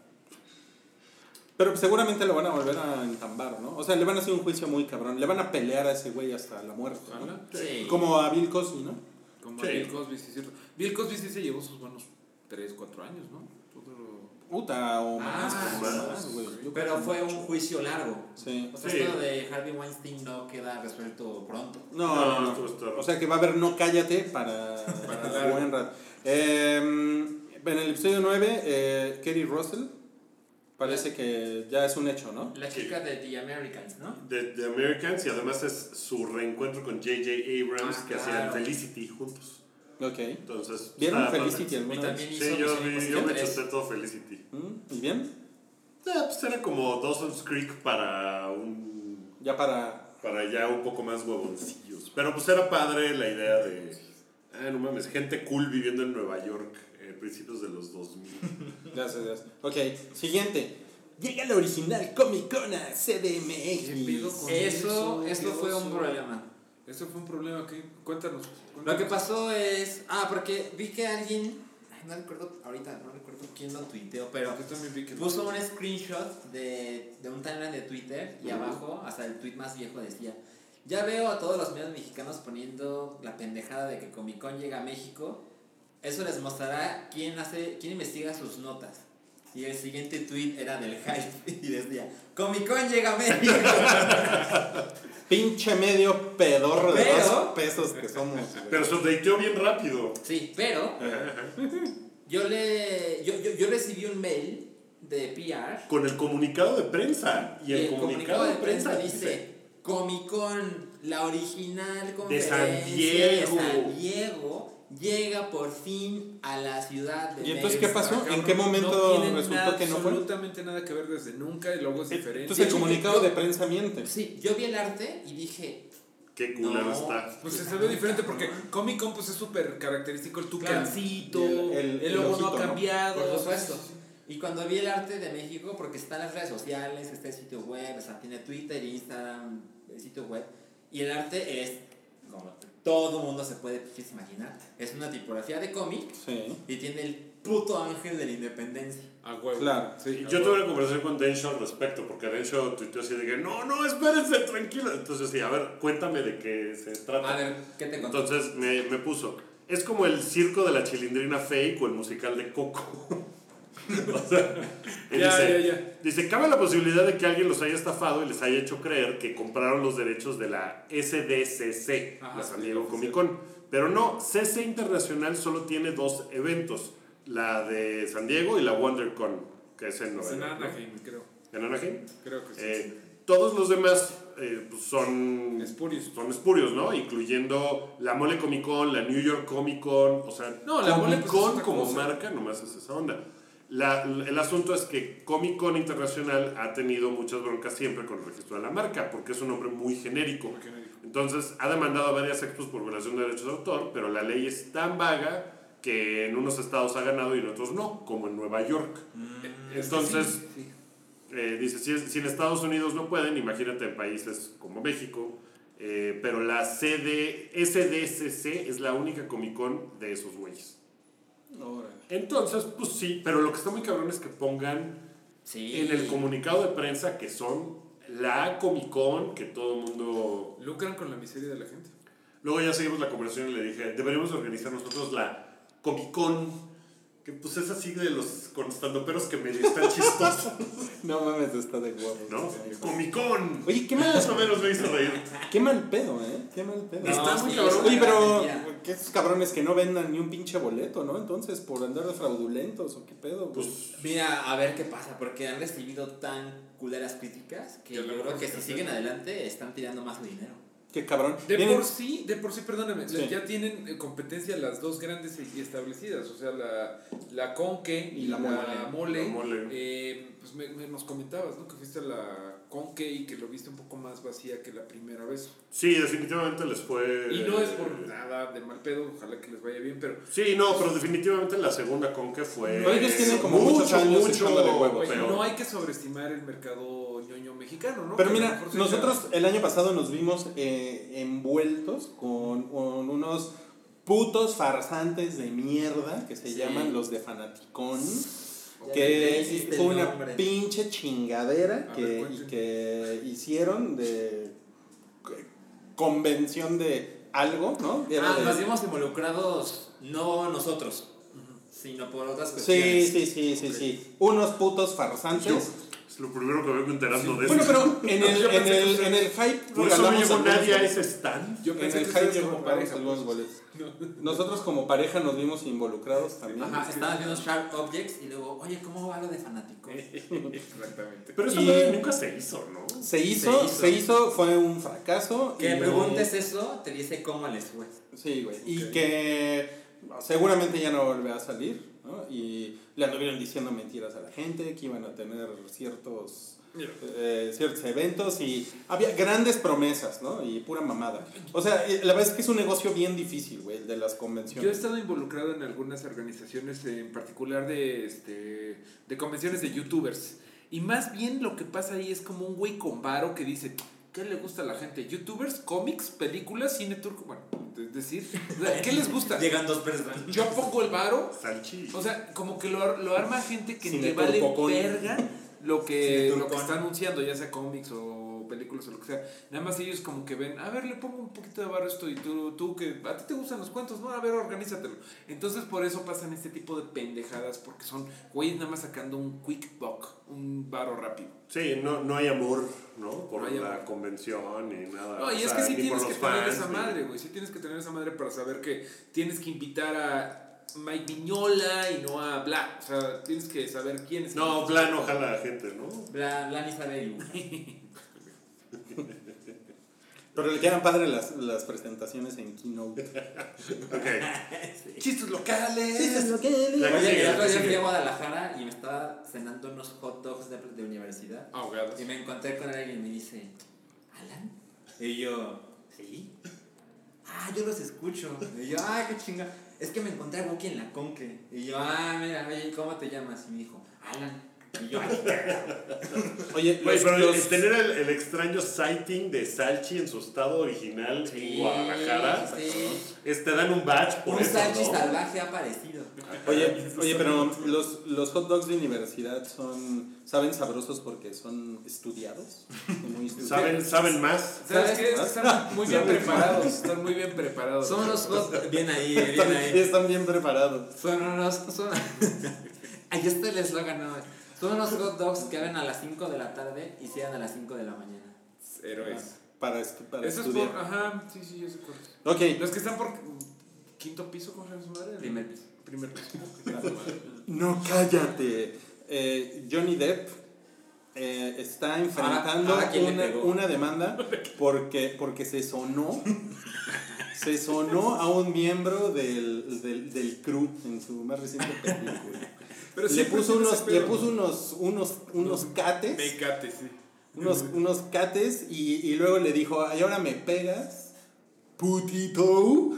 Speaker 4: Pero seguramente lo van a volver a entambar, ¿no? O sea, le van a hacer un juicio muy cabrón. Le van a pelear a ese güey hasta la muerte. ¿no?
Speaker 5: Ojalá.
Speaker 3: Sí.
Speaker 4: Como a Bill Cosby, ¿no?
Speaker 5: Como
Speaker 2: Sí.
Speaker 5: Bill Cosby, sí es cierto. Bill Cosby sí se llevó sus buenos 3, 4 años, ¿no? Otro-
Speaker 4: Puta o más.
Speaker 3: Ah,
Speaker 4: o
Speaker 2: más,
Speaker 4: más, güey. Yo creo
Speaker 3: Pero
Speaker 4: que
Speaker 3: fue
Speaker 4: mucho.
Speaker 3: un juicio largo.
Speaker 4: Sí.
Speaker 3: O sea,
Speaker 2: Sí.
Speaker 3: esto de Harvey Weinstein no queda resuelto pronto.
Speaker 4: No,
Speaker 2: No,
Speaker 4: no,
Speaker 2: no
Speaker 4: no.
Speaker 2: estuvo esto.
Speaker 4: O sea que va a haber no cállate para, para
Speaker 5: largo.
Speaker 4: buen rato. Eh, en el episodio 9, eh, Kerry Russell parece que ya es un hecho, ¿no?
Speaker 3: La
Speaker 2: Sí.
Speaker 3: chica de The Americans, ¿no?
Speaker 2: De, de Americans y además es su reencuentro con J.J. Abrams
Speaker 3: Ah,
Speaker 2: que
Speaker 3: claro.
Speaker 2: hacían Felicity juntos.
Speaker 4: Ok.
Speaker 2: Entonces.
Speaker 4: ¿Vieron
Speaker 2: está
Speaker 4: Felicity
Speaker 2: padre.
Speaker 4: alguna
Speaker 3: Y
Speaker 4: vez?
Speaker 3: también hizo
Speaker 2: Sí, yo, vi-
Speaker 3: Misión
Speaker 2: yo
Speaker 3: Imposible
Speaker 2: me
Speaker 3: 3.
Speaker 2: chuté todo Felicity. Eh,
Speaker 4: ¿Mm? ¿Y bien?
Speaker 2: pues era como Dawson's Creek para un
Speaker 4: Ya para...
Speaker 2: para ya un poco más huevoncillos. Pero pues era padre la idea de, ah, no mames, gente cool viviendo en Nueva York, eh, principios de los 2000.
Speaker 4: Gracias, gracias. Ok, siguiente. Llega la original Comic Con a CDMX.
Speaker 5: ¿Qué pedo con
Speaker 3: Eso,
Speaker 5: Qué
Speaker 3: esto fue un
Speaker 5: oso.
Speaker 3: problema.
Speaker 5: Eso fue un problema, ¿qué? Cuéntanos.
Speaker 3: Lo
Speaker 5: cuéntanos.
Speaker 3: que pasó es. Ah, porque vi que alguien. ay, No recuerdo ahorita, no recuerdo quién lo tuiteó, pero.
Speaker 5: Yo también vi que
Speaker 4: Pues
Speaker 3: Puso un screenshot de, de un timeline de Twitter y abajo, hasta el tweet más viejo decía: Ya veo a todos los medios mexicanos poniendo la pendejada de que Comic Con llega a México. Eso les mostrará quién hace, quién investiga sus notas. Y el siguiente tweet era del hype y decía: Comic Con llega a México.
Speaker 4: Pinche medio pedorro de
Speaker 3: Pero-
Speaker 4: dos pesos que somos. güey.
Speaker 2: Pero se dateó bien rápido.
Speaker 3: sí, pero yo le, yo, yo, yo recibí un mail de PR
Speaker 2: Con el comunicado de prensa. Y el, comunicado, de prensa, dice,
Speaker 3: dice Comic Con, la original conferencia
Speaker 2: San Diego".
Speaker 3: de San Diego llega por fin a la ciudad de
Speaker 4: ¿Y entonces qué
Speaker 3: México.
Speaker 4: pasó? ¿En qué momento resultó que no fue? Eh,
Speaker 5: absolutamente nada que ver desde nunca, el logo es diferente.
Speaker 4: Entonces el
Speaker 3: hecho,
Speaker 4: comunicado
Speaker 3: yo-
Speaker 4: de prensa miente.
Speaker 3: Sí, yo vi el arte y dije,
Speaker 2: qué culero
Speaker 3: No.
Speaker 2: está.
Speaker 5: pues se ve diferente porque Comic Con pues es súper característico el tucancito,
Speaker 4: Claro. Y
Speaker 5: el,
Speaker 4: el- el-
Speaker 5: logo
Speaker 4: el ojito,
Speaker 5: no ha
Speaker 4: ¿no?
Speaker 3: "Ah,
Speaker 5: cambiado. pues,
Speaker 3: por supuesto. Y cuando vi el arte de México, porque está en las redes sociales, está el sitio web, o sea, tiene Twitter, Instagram, el sitio web, y el arte es, como todo mundo se puede pues, imaginar, es una tipografía de cómic
Speaker 4: Sí.
Speaker 3: y tiene el puto ángel de la independencia.
Speaker 5: A huevo.
Speaker 4: Claro.
Speaker 5: Sí,
Speaker 2: Y
Speaker 5: a
Speaker 2: Yo
Speaker 5: huevo.
Speaker 2: tuve una conversación con Denshaw al respecto, porque Denshaw tuiteó así de que, no, no, espérense, tranquilo. Entonces, sí, a ver, cuéntame Ah, de qué se trata.
Speaker 3: A ver, ¿qué te contó?
Speaker 2: Entonces me, me puso, es como el circo de la chilindrina fake o el musical de Coco. o sea, y
Speaker 5: Ya,
Speaker 2: dice,
Speaker 5: ya, ya.
Speaker 2: dice, cabe la posibilidad de que alguien los haya estafado y les haya hecho creer que compraron los derechos de la SDCC,
Speaker 5: Ajá,
Speaker 2: la San
Speaker 5: sí,
Speaker 2: Diego
Speaker 5: sí,
Speaker 2: Comic
Speaker 5: sí.
Speaker 2: Con. Pero no, CC Internacional solo tiene dos eventos, la de San Diego y la WonderCon, que es en
Speaker 5: Es
Speaker 2: Nueva
Speaker 5: en
Speaker 2: York, ¿no?
Speaker 5: Anaheim, Pues, creo.
Speaker 2: ¿En Anaheim?
Speaker 5: Creo que Pues sí.
Speaker 2: Eh, todos los demás eh, pues, son
Speaker 5: Espurios.
Speaker 2: son espurios, ¿no? Incluyendo la Mole Comic Con, la New York Comic Con, o sea,
Speaker 5: No, la Mole,
Speaker 2: Comic
Speaker 5: pues, es
Speaker 2: Con
Speaker 5: otra
Speaker 2: como
Speaker 5: cosa.
Speaker 2: marca nomás es esa onda. La- el asunto es que Comic Con Internacional ha tenido muchas broncas siempre con el registro de la marca, porque es un nombre muy genérico.
Speaker 5: Muy genérico.
Speaker 2: Entonces, ha demandado a varias expos por violación de derechos de autor, pero la ley es tan vaga que en unos estados ha ganado y en otros no, como en Nueva York. mm, Entonces, eh, dice, si, es- si en Estados Unidos no pueden, imagínate en países como México. eh, pero la CD, SDCC es la única Comic Con de esos güeyes.
Speaker 4: Órale.
Speaker 2: Entonces, pues sí, pero lo que está muy cabrón es que pongan
Speaker 3: Sí.
Speaker 2: en el comunicado de prensa que son la Comic Con, que todo el mundo...
Speaker 5: Lucran con la miseria de la gente.
Speaker 2: Luego ya seguimos la conversación y le dije, deberíamos organizar nosotros la Comic Con, que pues es así de los constandoperos que me están chistosos,
Speaker 4: No mames, está de huevo.
Speaker 2: ¿no? Comic Con.
Speaker 4: Oye, qué
Speaker 2: Más
Speaker 4: mal,
Speaker 2: o menos me hizo reír.
Speaker 4: qué mal pedo, ¿eh? Qué mal pedo.
Speaker 2: Está muy
Speaker 3: sí,
Speaker 2: cabrón.
Speaker 3: es una
Speaker 4: Oye, pero
Speaker 3: mentira.
Speaker 4: que esos cabrones que no vendan ni un pinche boleto, ¿no? Entonces, por andar de fraudulentos o qué pedo. güey?
Speaker 2: Pues
Speaker 3: Mira, a ver qué pasa, porque han recibido tan culeras críticas que
Speaker 5: Que
Speaker 3: yo
Speaker 5: a lo
Speaker 3: creo
Speaker 5: mejor
Speaker 3: que
Speaker 5: sí
Speaker 3: si
Speaker 5: que
Speaker 3: siguen
Speaker 5: sí.
Speaker 3: adelante están tirando más dinero.
Speaker 4: qué cabrón.
Speaker 5: De
Speaker 4: Vienen-
Speaker 5: por sí, de por sí, perdóname,
Speaker 4: Sí.
Speaker 5: ya tienen eh, competencia las dos grandes y- y establecidas, o sea, la, la Conque
Speaker 4: Y la Mole.
Speaker 5: Mole.
Speaker 2: La Mole.
Speaker 5: Eh, pues me, me- nos comentabas, ¿no? Que fuiste a la conque y que lo viste un poco más vacía que la primera vez.
Speaker 2: Sí, definitivamente les fue.
Speaker 5: Y no es por
Speaker 2: Eh.
Speaker 5: nada de mal pedo, ojalá que les vaya bien, pero
Speaker 2: Sí, no, pero definitivamente la segunda con que fue.
Speaker 4: No, ellos tienen como muchos años echándole huevos,
Speaker 5: oye,
Speaker 2: pero-
Speaker 5: pues, no hay que sobreestimar el mercado ñoño mexicano, ¿no?
Speaker 4: Pero
Speaker 5: Que a lo
Speaker 4: mira,
Speaker 5: mejor sí
Speaker 4: nosotros el año pasado nos vimos eh, envueltos con, con unos putos farsantes de mierda que se
Speaker 3: Sí.
Speaker 4: llaman los de Fanaticón.
Speaker 3: Ya le
Speaker 4: Que
Speaker 3: hiciste
Speaker 4: fue
Speaker 3: el
Speaker 4: una
Speaker 3: nombre.
Speaker 4: pinche chingadera
Speaker 5: A
Speaker 4: que,
Speaker 5: ver,
Speaker 4: y
Speaker 5: cuente.
Speaker 4: que hicieron de convención de algo, ¿no? Era
Speaker 3: Ah,
Speaker 4: de-
Speaker 3: nos vimos involucrados no nosotros, sino por otras
Speaker 4: sí,
Speaker 3: cuestiones.
Speaker 4: sí, sí, sí, sí. Unos putos farsantes.
Speaker 2: Es lo primero que vengo enterando de
Speaker 4: Bueno,
Speaker 2: eso.
Speaker 4: pero en el,
Speaker 5: Yo
Speaker 4: en
Speaker 5: pensé
Speaker 4: el,
Speaker 5: que
Speaker 4: en el
Speaker 2: Por
Speaker 4: hype
Speaker 2: eso no
Speaker 4: regalamos
Speaker 2: llegó
Speaker 4: algunos
Speaker 2: nadie a
Speaker 4: boletos.
Speaker 2: ese stand.
Speaker 5: Yo
Speaker 4: en
Speaker 5: pensé
Speaker 4: el
Speaker 5: que
Speaker 4: hype
Speaker 5: ustedes
Speaker 4: llegó
Speaker 5: como pareja. pues,
Speaker 4: algunos boletos. Nosotros como pareja nos vimos involucrados también.
Speaker 3: Ajá, estabas viendo Sharp Objects y luego, oye, ¿cómo va lo de fanático?
Speaker 4: Eh,
Speaker 5: Exactamente.
Speaker 2: Pero eso
Speaker 4: Y-
Speaker 2: no- nunca se hizo, ¿no?
Speaker 4: Se hizo, se
Speaker 3: Se
Speaker 4: hizo,
Speaker 3: hizo.
Speaker 4: fue un fracaso.
Speaker 3: Que
Speaker 4: y-
Speaker 3: preguntes eso, te dice cómo les fue.
Speaker 4: Sí, güey. Y
Speaker 5: Ok.
Speaker 4: que seguramente ya no volverá a salir, ¿no? Y le anduvieron diciendo mentiras a la gente, que iban a tener ciertos eh, ciertos eventos y había grandes promesas, ¿no? Y pura mamada. O sea, eh, la verdad es que es un negocio bien difícil, güey, el de las
Speaker 5: Yo he
Speaker 4: convenciones.
Speaker 5: estado involucrado en algunas organizaciones, eh, en particular de, este, de convenciones de youtubers. Y más bien lo que pasa ahí es como un güey con varo que dice, ¿qué le gusta a la gente? ¿Youtubers, cómics, películas, cine turco? Bueno, es decir, o sea, ¿qué les gusta?
Speaker 3: Llegan dos personas.
Speaker 5: Yo pongo el varo.
Speaker 2: Salchi.
Speaker 5: O sea, como que lo, ar- lo arma gente que
Speaker 4: Cine
Speaker 5: le vale
Speaker 4: turcocón.
Speaker 5: verga lo que,
Speaker 3: Cine
Speaker 5: lo que
Speaker 3: turcón.
Speaker 5: está anunciando, ya sea cómics o películas o lo que sea. Nada más ellos como que ven, a ver, le pongo un poquito de barro a esto y tú, tú que a ti te gustan los cuentos, no, a ver, organízatelo. Entonces por eso pasan este tipo de pendejadas, porque son güeyes nada más sacando un quick buck, un varo rápido.
Speaker 2: Sí, no, no hay amor, ¿no? Por
Speaker 5: No hay
Speaker 2: la
Speaker 5: amor.
Speaker 2: convención ni nada.
Speaker 5: No, y
Speaker 2: Ah, o
Speaker 5: es
Speaker 2: sea,
Speaker 5: que sí
Speaker 2: ni por
Speaker 5: tienes que
Speaker 2: los
Speaker 5: tener
Speaker 2: fans,
Speaker 5: esa
Speaker 2: ni-
Speaker 5: madre, güey. Sí tienes que tener esa madre para saber que tienes que invitar a Mike Viñola y no a Bla. O sea, tienes que saber quién es.
Speaker 2: No, plano, ojalá la gente, ¿no?
Speaker 3: La, la Nisa Bellu.
Speaker 4: Pero le quedan padres las, las presentaciones en Keynote.
Speaker 2: Ok.
Speaker 5: Chistes locales.
Speaker 2: La que
Speaker 3: Oye,
Speaker 2: sigue,
Speaker 3: el
Speaker 2: la
Speaker 3: otro
Speaker 2: que
Speaker 3: día
Speaker 2: sigue.
Speaker 3: fui a Guadalajara y me estaba cenando unos hot dogs de, de universidad.
Speaker 5: Ahogados.
Speaker 3: Y me encontré con alguien y me dice, ¿Alan? Y yo, ¿sí? Ah, yo los escucho. Y yo, ah, qué chinga. Es que me encontré a Buki en la conque. Y yo, ah, mira, oye, ¿cómo te llamas? Y me dijo, Alan. Y yo, ay,
Speaker 4: Oye,
Speaker 2: Güey, Pues,
Speaker 4: los-
Speaker 2: pero este-
Speaker 4: los-
Speaker 2: el- tener el, el extraño sighting de Salchi en su estado original en Guadalajara,
Speaker 3: Sí.
Speaker 2: es- te dan un badge por
Speaker 3: Un
Speaker 2: eso,
Speaker 3: Sanchi
Speaker 2: ¿no?
Speaker 3: salvaje ha aparecido.
Speaker 4: Oye, oye, pero los, los hot dogs de universidad son, saben sabrosos porque son estudiados. Muy estudiados.
Speaker 2: ¿Saben, saben más.
Speaker 5: ¿Sabes
Speaker 3: ¿Sabes
Speaker 5: qué? Están muy bien
Speaker 4: ¿Sabes?
Speaker 5: preparados. Están muy bien preparados.
Speaker 3: Son unos hot Bien ahí, eh, bien
Speaker 4: Están,
Speaker 3: ahí.
Speaker 4: están bien preparados.
Speaker 3: Son unos. Son... Ahí está el eslogan, no. Son unos hot dogs que abren a las 5 de la tarde y cierran a las 5 de la mañana.
Speaker 5: héroes.
Speaker 4: Para, estu- Ah, para
Speaker 5: Eso es
Speaker 4: estudiar.
Speaker 5: por. Ajá, sí, sí, yo sé cuál.
Speaker 4: Ok.
Speaker 5: Los que están por. Quinto piso, ¿cómo se llama su madre?
Speaker 3: Primer piso.
Speaker 5: Primer piso.
Speaker 4: No, cállate. Eh, Johnny Depp eh,
Speaker 5: Ah,
Speaker 4: está enfrentando
Speaker 3: ahora quién le
Speaker 4: una,
Speaker 3: pegó.
Speaker 4: una demanda porque, porque se sonó. Se sonó a un miembro del, del, del crew en su más reciente película.
Speaker 5: Pero
Speaker 4: le
Speaker 5: siempre
Speaker 4: puso
Speaker 5: tiene ese
Speaker 4: unos, le
Speaker 5: pedo.
Speaker 4: puso unos, unos, unos cates,
Speaker 5: Mecate, sí.
Speaker 4: unos, unos cates y, y luego le dijo, ay, ahora me pegas, putito,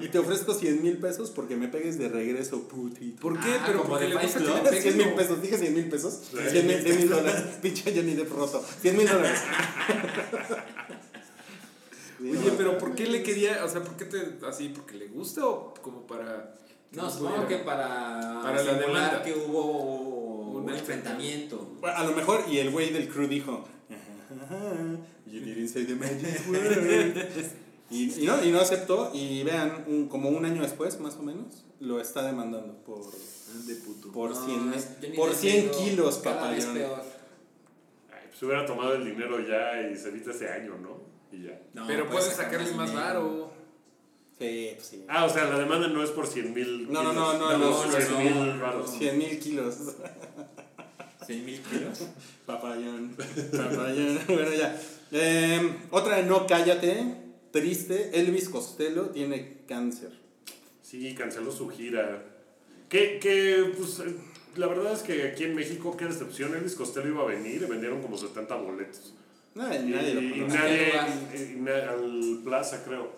Speaker 4: y te ofrezco 100 mil pesos porque me pegues de regreso, putito.
Speaker 5: ¿Por qué?
Speaker 3: Ah,
Speaker 5: Pero
Speaker 3: como
Speaker 5: porque
Speaker 3: de
Speaker 5: le gusta
Speaker 3: Fight
Speaker 5: que le
Speaker 3: Club.
Speaker 5: peguen,
Speaker 4: 100 mil
Speaker 5: ¿no?
Speaker 4: pesos, dije 100 mil pesos, 100 mil 100 mil dólares, pinche Johnny Depp roto, 100 mil dólares. Sí,
Speaker 5: Oye,
Speaker 4: no,
Speaker 5: pero ¿por qué le quería, o sea, por qué te, así, porque le gusta o como para...
Speaker 3: No, supongo que
Speaker 5: pudiera?
Speaker 3: para.
Speaker 5: Para la
Speaker 3: simular
Speaker 5: demanda.
Speaker 3: que hubo
Speaker 5: Un
Speaker 3: un enfrentamiento.
Speaker 4: Bueno, A lo mejor, y el güey del crew dijo, "Ajá, you didn't say the magic word". Y, y no, y no aceptó, y vean, un- como un año después, más o menos, lo está demandando por,
Speaker 5: De puto.
Speaker 4: por
Speaker 3: No,
Speaker 4: 100,
Speaker 3: es- yo ni
Speaker 4: por
Speaker 3: les
Speaker 4: 100
Speaker 3: digo,
Speaker 4: kilos,
Speaker 3: cada vez
Speaker 4: papayón.
Speaker 3: peor.
Speaker 2: Ay, pues hubiera tomado el dinero ya y se evita ese año, ¿no? Y ya.
Speaker 3: No,
Speaker 5: pero puedes
Speaker 3: sacar
Speaker 5: sacarle más
Speaker 3: dinero.
Speaker 5: varo.
Speaker 4: Sí, pues sí.
Speaker 2: Ah, o sea, la demanda no es por 100 mil.
Speaker 4: No, no, no, no, no,
Speaker 2: no,
Speaker 4: no,
Speaker 2: 100
Speaker 3: no,
Speaker 2: mil
Speaker 3: no.
Speaker 2: varos.
Speaker 4: 100 mil kilos.
Speaker 3: ¿Cien mil kilos?
Speaker 4: Papayón, papayón. bueno, ya. Eh, otra de no cállate, triste, Elvis Costello tiene cáncer.
Speaker 2: Sí, canceló su gira. Que, que, pues, eh, la verdad es que aquí en México, qué decepción, Elvis Costello iba a venir y vendieron como 70 boletos.
Speaker 4: Nadie,
Speaker 2: Y,
Speaker 4: nadie
Speaker 2: y
Speaker 4: lo conoce.
Speaker 2: nadie,
Speaker 3: Plaza.
Speaker 2: y- y na- al Plaza creo.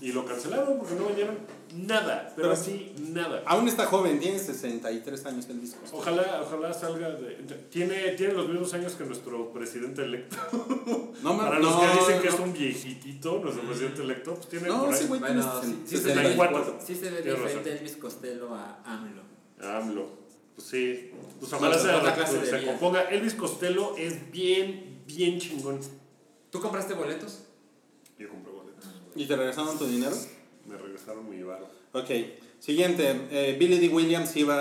Speaker 2: Y lo cancelaron porque no vendieron nada, pero
Speaker 4: Pero-
Speaker 2: así nada. Ah,
Speaker 4: Aún está joven, tiene 63 años el disco.
Speaker 2: Ojalá, ojalá salga de... Tiene, tiene los mismos años que nuestro presidente electo.
Speaker 4: No, ma-
Speaker 2: Para los que
Speaker 4: no,
Speaker 2: dicen que
Speaker 4: no.
Speaker 2: es un viejitito, nuestro presidente electo, pues tiene
Speaker 4: No,
Speaker 2: por ahí.
Speaker 4: ese güey tiene
Speaker 2: pues,
Speaker 3: Bueno, sí, sí,
Speaker 4: 60.
Speaker 3: se ve,
Speaker 2: 74.
Speaker 3: sí se ve
Speaker 2: Tienes razón.
Speaker 3: diferente Elvis Costello a AMLO.
Speaker 2: AMLO. Pues sí. Pues ojalá se,
Speaker 3: otra clase de
Speaker 2: se
Speaker 3: vida.
Speaker 2: componga. Elvis Costello es bien, bien chingón.
Speaker 3: ¿Tú compraste boletos?
Speaker 2: Yo compré boletos.
Speaker 4: ¿Y te regresaron tu dinero?
Speaker 2: Me regresaron mi varo.
Speaker 4: Ok. Siguiente. eh, Billy D. Williams iba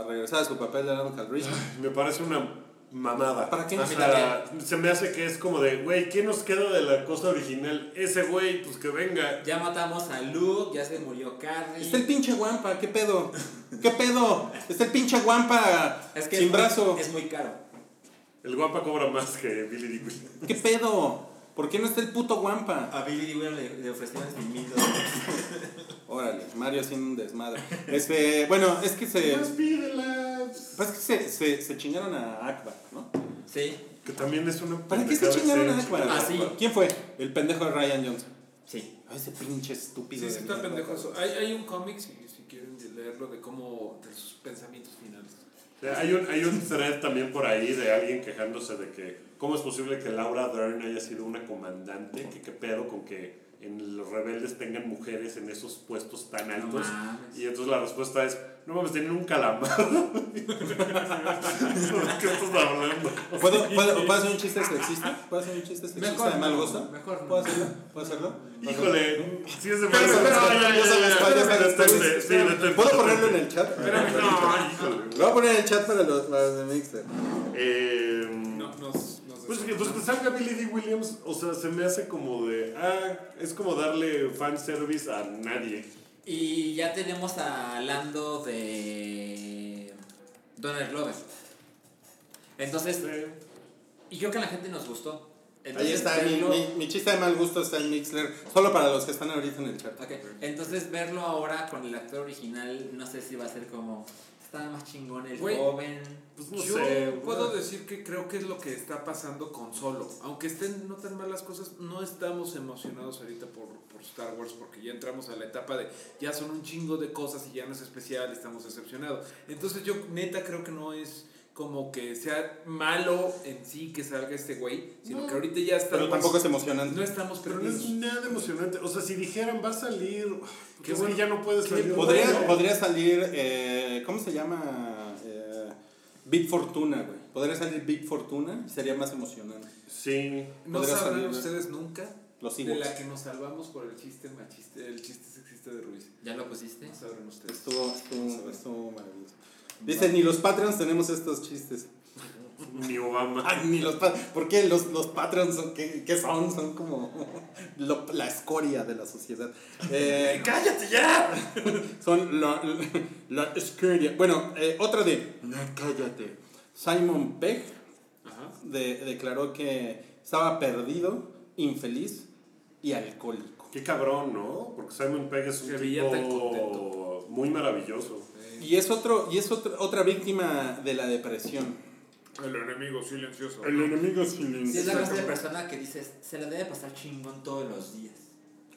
Speaker 4: a regresar a su papel de Adam Calrissian.
Speaker 2: Me parece una mamada.
Speaker 4: ¿Para qué?
Speaker 2: O sea, se me hace que es como de, güey, ¿qué nos queda de la cosa original? Ese güey, pues que venga.
Speaker 3: Ya matamos a Luke, ya se murió Carrie.
Speaker 4: Está el pinche guampa, ¿qué pedo? ¿Qué pedo? Está el pinche guampa
Speaker 3: Es que
Speaker 4: sin
Speaker 3: es muy-
Speaker 4: brazo.
Speaker 3: Es muy caro.
Speaker 2: El guapa cobra más que Billy D. Williams.
Speaker 4: ¿Qué pedo? ¿Por qué no está el puto guampa?
Speaker 3: A Billy Dee Williams le, le ofrecieron 100 mil dólares.
Speaker 4: Órale, Mario sin un desmadre. Este, bueno, es que se.
Speaker 2: Las pídelas.
Speaker 4: Pues es que se, se, se chingaron a Akbar, ¿no?
Speaker 3: Sí,
Speaker 2: Que también es una.
Speaker 4: ¿Para qué se
Speaker 2: pendejada,
Speaker 4: chingaron a
Speaker 2: sí,
Speaker 4: Akbar?
Speaker 3: Ah, sí.
Speaker 4: ¿Quién fue? El pendejo de Ryan Johnson.
Speaker 3: sí.
Speaker 4: Ay, ese pinche estúpido.
Speaker 5: Sí, sí,
Speaker 4: de
Speaker 5: está
Speaker 4: mierda.
Speaker 5: pendejoso. Hay, hay un cómic, si, si quieren leerlo, de cómo. de sus pensamientos finales.
Speaker 2: O sea, Hay un, hay un thread también por ahí de alguien quejándose de que cómo es posible que Laura Dern haya sido una comandante, que qué pedo con que en los rebeldes tengan mujeres en esos puestos tan altos.
Speaker 3: mames.
Speaker 2: y entonces la respuesta es, no mames, tienen un calamar. ¿Por qué estás hablando?
Speaker 4: ¿Puedo, puedo, ¿Puedo hacer un chiste sexista? ¿Puedo hacer un chiste sexista
Speaker 3: Mejor
Speaker 4: de mal
Speaker 3: no,
Speaker 4: gusto?
Speaker 3: mejor no.
Speaker 4: ¿Puedo hacerlo? ¿Puedo hacerlo?
Speaker 2: Híjole, sí se me
Speaker 4: Pero,
Speaker 2: hace-
Speaker 4: pero,
Speaker 2: No, ya,
Speaker 4: pero,
Speaker 2: ya, ya,
Speaker 4: pero,
Speaker 2: ya,
Speaker 4: pero,
Speaker 2: ya,
Speaker 4: pero,
Speaker 2: detente,
Speaker 4: pero,
Speaker 2: sí,
Speaker 4: pero,
Speaker 2: detente.
Speaker 4: ¿Puedo ponerlo en el chat?
Speaker 2: No, híjole.
Speaker 4: Lo voy a poner en el chat para los, para los de Mixer.
Speaker 2: Eh,
Speaker 5: No, nos. nos
Speaker 2: Pues que, pues que salga Billy D. Williams, o sea, se me hace como de. Ah, es como darle fanservice a nadie.
Speaker 3: Y ya tenemos a Lando de Donald Glover. Entonces, y yo que a la gente nos gustó. Entonces,
Speaker 4: Ahí está, mi,
Speaker 3: verlo-
Speaker 4: mi- mi chiste de mal gusto está en Mixler, solo para los que están ahorita en el chat.
Speaker 3: Ok, Entonces verlo ahora con el actor original, no sé si va a ser como... Estaba más chingón el
Speaker 5: Güey.
Speaker 3: joven.
Speaker 2: Pues no
Speaker 5: Yo
Speaker 2: sé.
Speaker 5: puedo decir que creo que es lo que está pasando con Solo. Aunque estén no tan malas cosas, no estamos emocionados ahorita por, por Star Wars porque ya entramos a la etapa de ya son un chingo de cosas y ya no es especial, estamos decepcionados. Entonces yo neta creo que no es como que sea malo en sí que salga este güey, sino que ahorita ya está...
Speaker 4: Pero tampoco es emocionante.
Speaker 5: No estamos
Speaker 2: Pero no es
Speaker 5: perdidos.
Speaker 2: nada emocionante. O sea, si dijeran va a salir.
Speaker 5: Qué
Speaker 2: Que
Speaker 5: bueno.
Speaker 2: ya no puede
Speaker 5: Qué
Speaker 2: salir.
Speaker 4: Podría,
Speaker 2: ¿no?
Speaker 4: podría salir, eh, ¿cómo se llama? Eh, Big Fortuna, güey. Podría salir Big Fortuna y sería más emocionante.
Speaker 2: Sí.
Speaker 5: No
Speaker 4: podría
Speaker 5: sabrán
Speaker 4: salir, ¿no?
Speaker 5: ustedes nunca
Speaker 4: Los
Speaker 5: de
Speaker 4: Ewoks.
Speaker 5: la que nos salvamos por el chiste machista, el chiste sexista de Ruiz.
Speaker 3: ¿Ya lo pusiste?
Speaker 5: No sabrán ustedes.
Speaker 4: Estuvo, estuvo, estuvo maravilloso. Dice, ni los Patreons tenemos estos chistes.
Speaker 2: Ni Obama.
Speaker 4: Ay, ni los pa- ¿Por qué los, los Patreons son, ¿qué, qué son? Son como lo- la escoria de la sociedad. Eh,
Speaker 2: ¡Cállate ya!
Speaker 4: Son la, la, la escoria. Bueno, eh, otra de. No, cállate. Simon Pegg de- declaró que estaba perdido, infeliz y alcohólico.
Speaker 2: Qué cabrón, ¿no? Porque Simon Pegg es
Speaker 5: Se
Speaker 2: un
Speaker 5: veía tan
Speaker 2: tipo muy maravilloso.
Speaker 4: Y es, otro, y es otro- otra víctima de la depresión.
Speaker 5: El enemigo silencioso.
Speaker 2: El enemigo
Speaker 3: Sí, es la clase de
Speaker 2: silencioso.
Speaker 3: persona que dices, se la debe pasar chingón todos los días.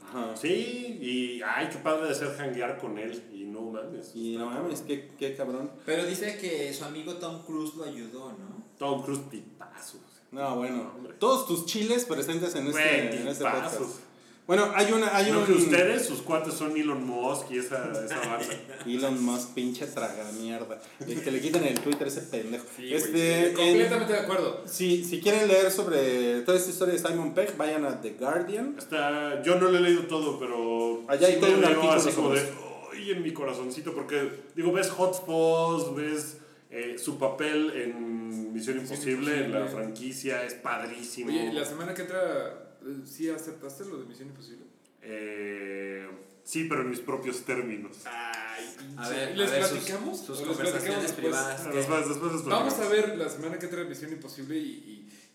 Speaker 4: Ajá.
Speaker 2: Sí, y ay, qué padre de ser hanguear con él. Y no mames.
Speaker 4: Y no mames, qué, qué cabrón.
Speaker 3: Pero dice que su amigo Tom Cruise lo ayudó, ¿no?
Speaker 2: Tom Cruise, tipazo.
Speaker 4: No, bueno.
Speaker 2: Hombre.
Speaker 4: Todos tus chiles presentes en este,
Speaker 2: Güey,
Speaker 4: en este
Speaker 2: tipazos.
Speaker 4: podcast. Bueno, hay una. Hay
Speaker 2: No
Speaker 4: un,
Speaker 2: que ustedes, sus cuates son Elon Musk y esa, esa banda.
Speaker 4: Elon Musk, pinche traga mierda. Que le quiten el Twitter ese pendejo. este,
Speaker 5: Este,
Speaker 4: en-
Speaker 5: completamente de acuerdo.
Speaker 4: Si, si quieren leer sobre toda esta historia de Simon Pegg, vayan a The Guardian.
Speaker 2: Hasta, yo no lo he leído todo, pero.
Speaker 4: Allá hay
Speaker 2: sí
Speaker 4: todo
Speaker 2: me
Speaker 4: un
Speaker 2: dio
Speaker 4: artículo
Speaker 2: así como
Speaker 4: sobre
Speaker 2: de. ¡Ay, en mi corazoncito! Porque, digo, ves Hot Fuzz, ves eh, su papel en Misión Imposible, en la
Speaker 5: Imposible.
Speaker 2: franquicia, es padrísimo.
Speaker 5: Oye, ¿y la semana que entra, eh, ¿sí aceptaste lo de Misión Imposible?
Speaker 2: Eh, sí, pero en mis propios términos.
Speaker 4: Ah,
Speaker 5: Ay,
Speaker 3: A ver,
Speaker 5: ¿les
Speaker 3: a ver sus-
Speaker 5: platicamos?
Speaker 3: Sus,
Speaker 5: ¿O les
Speaker 3: conversaciones
Speaker 5: platicamos después?
Speaker 3: privadas.
Speaker 2: Pero
Speaker 3: que-
Speaker 2: Después, después les
Speaker 5: Vamos a
Speaker 2: platicamos.
Speaker 5: ver la semana que entra Misión Imposible y,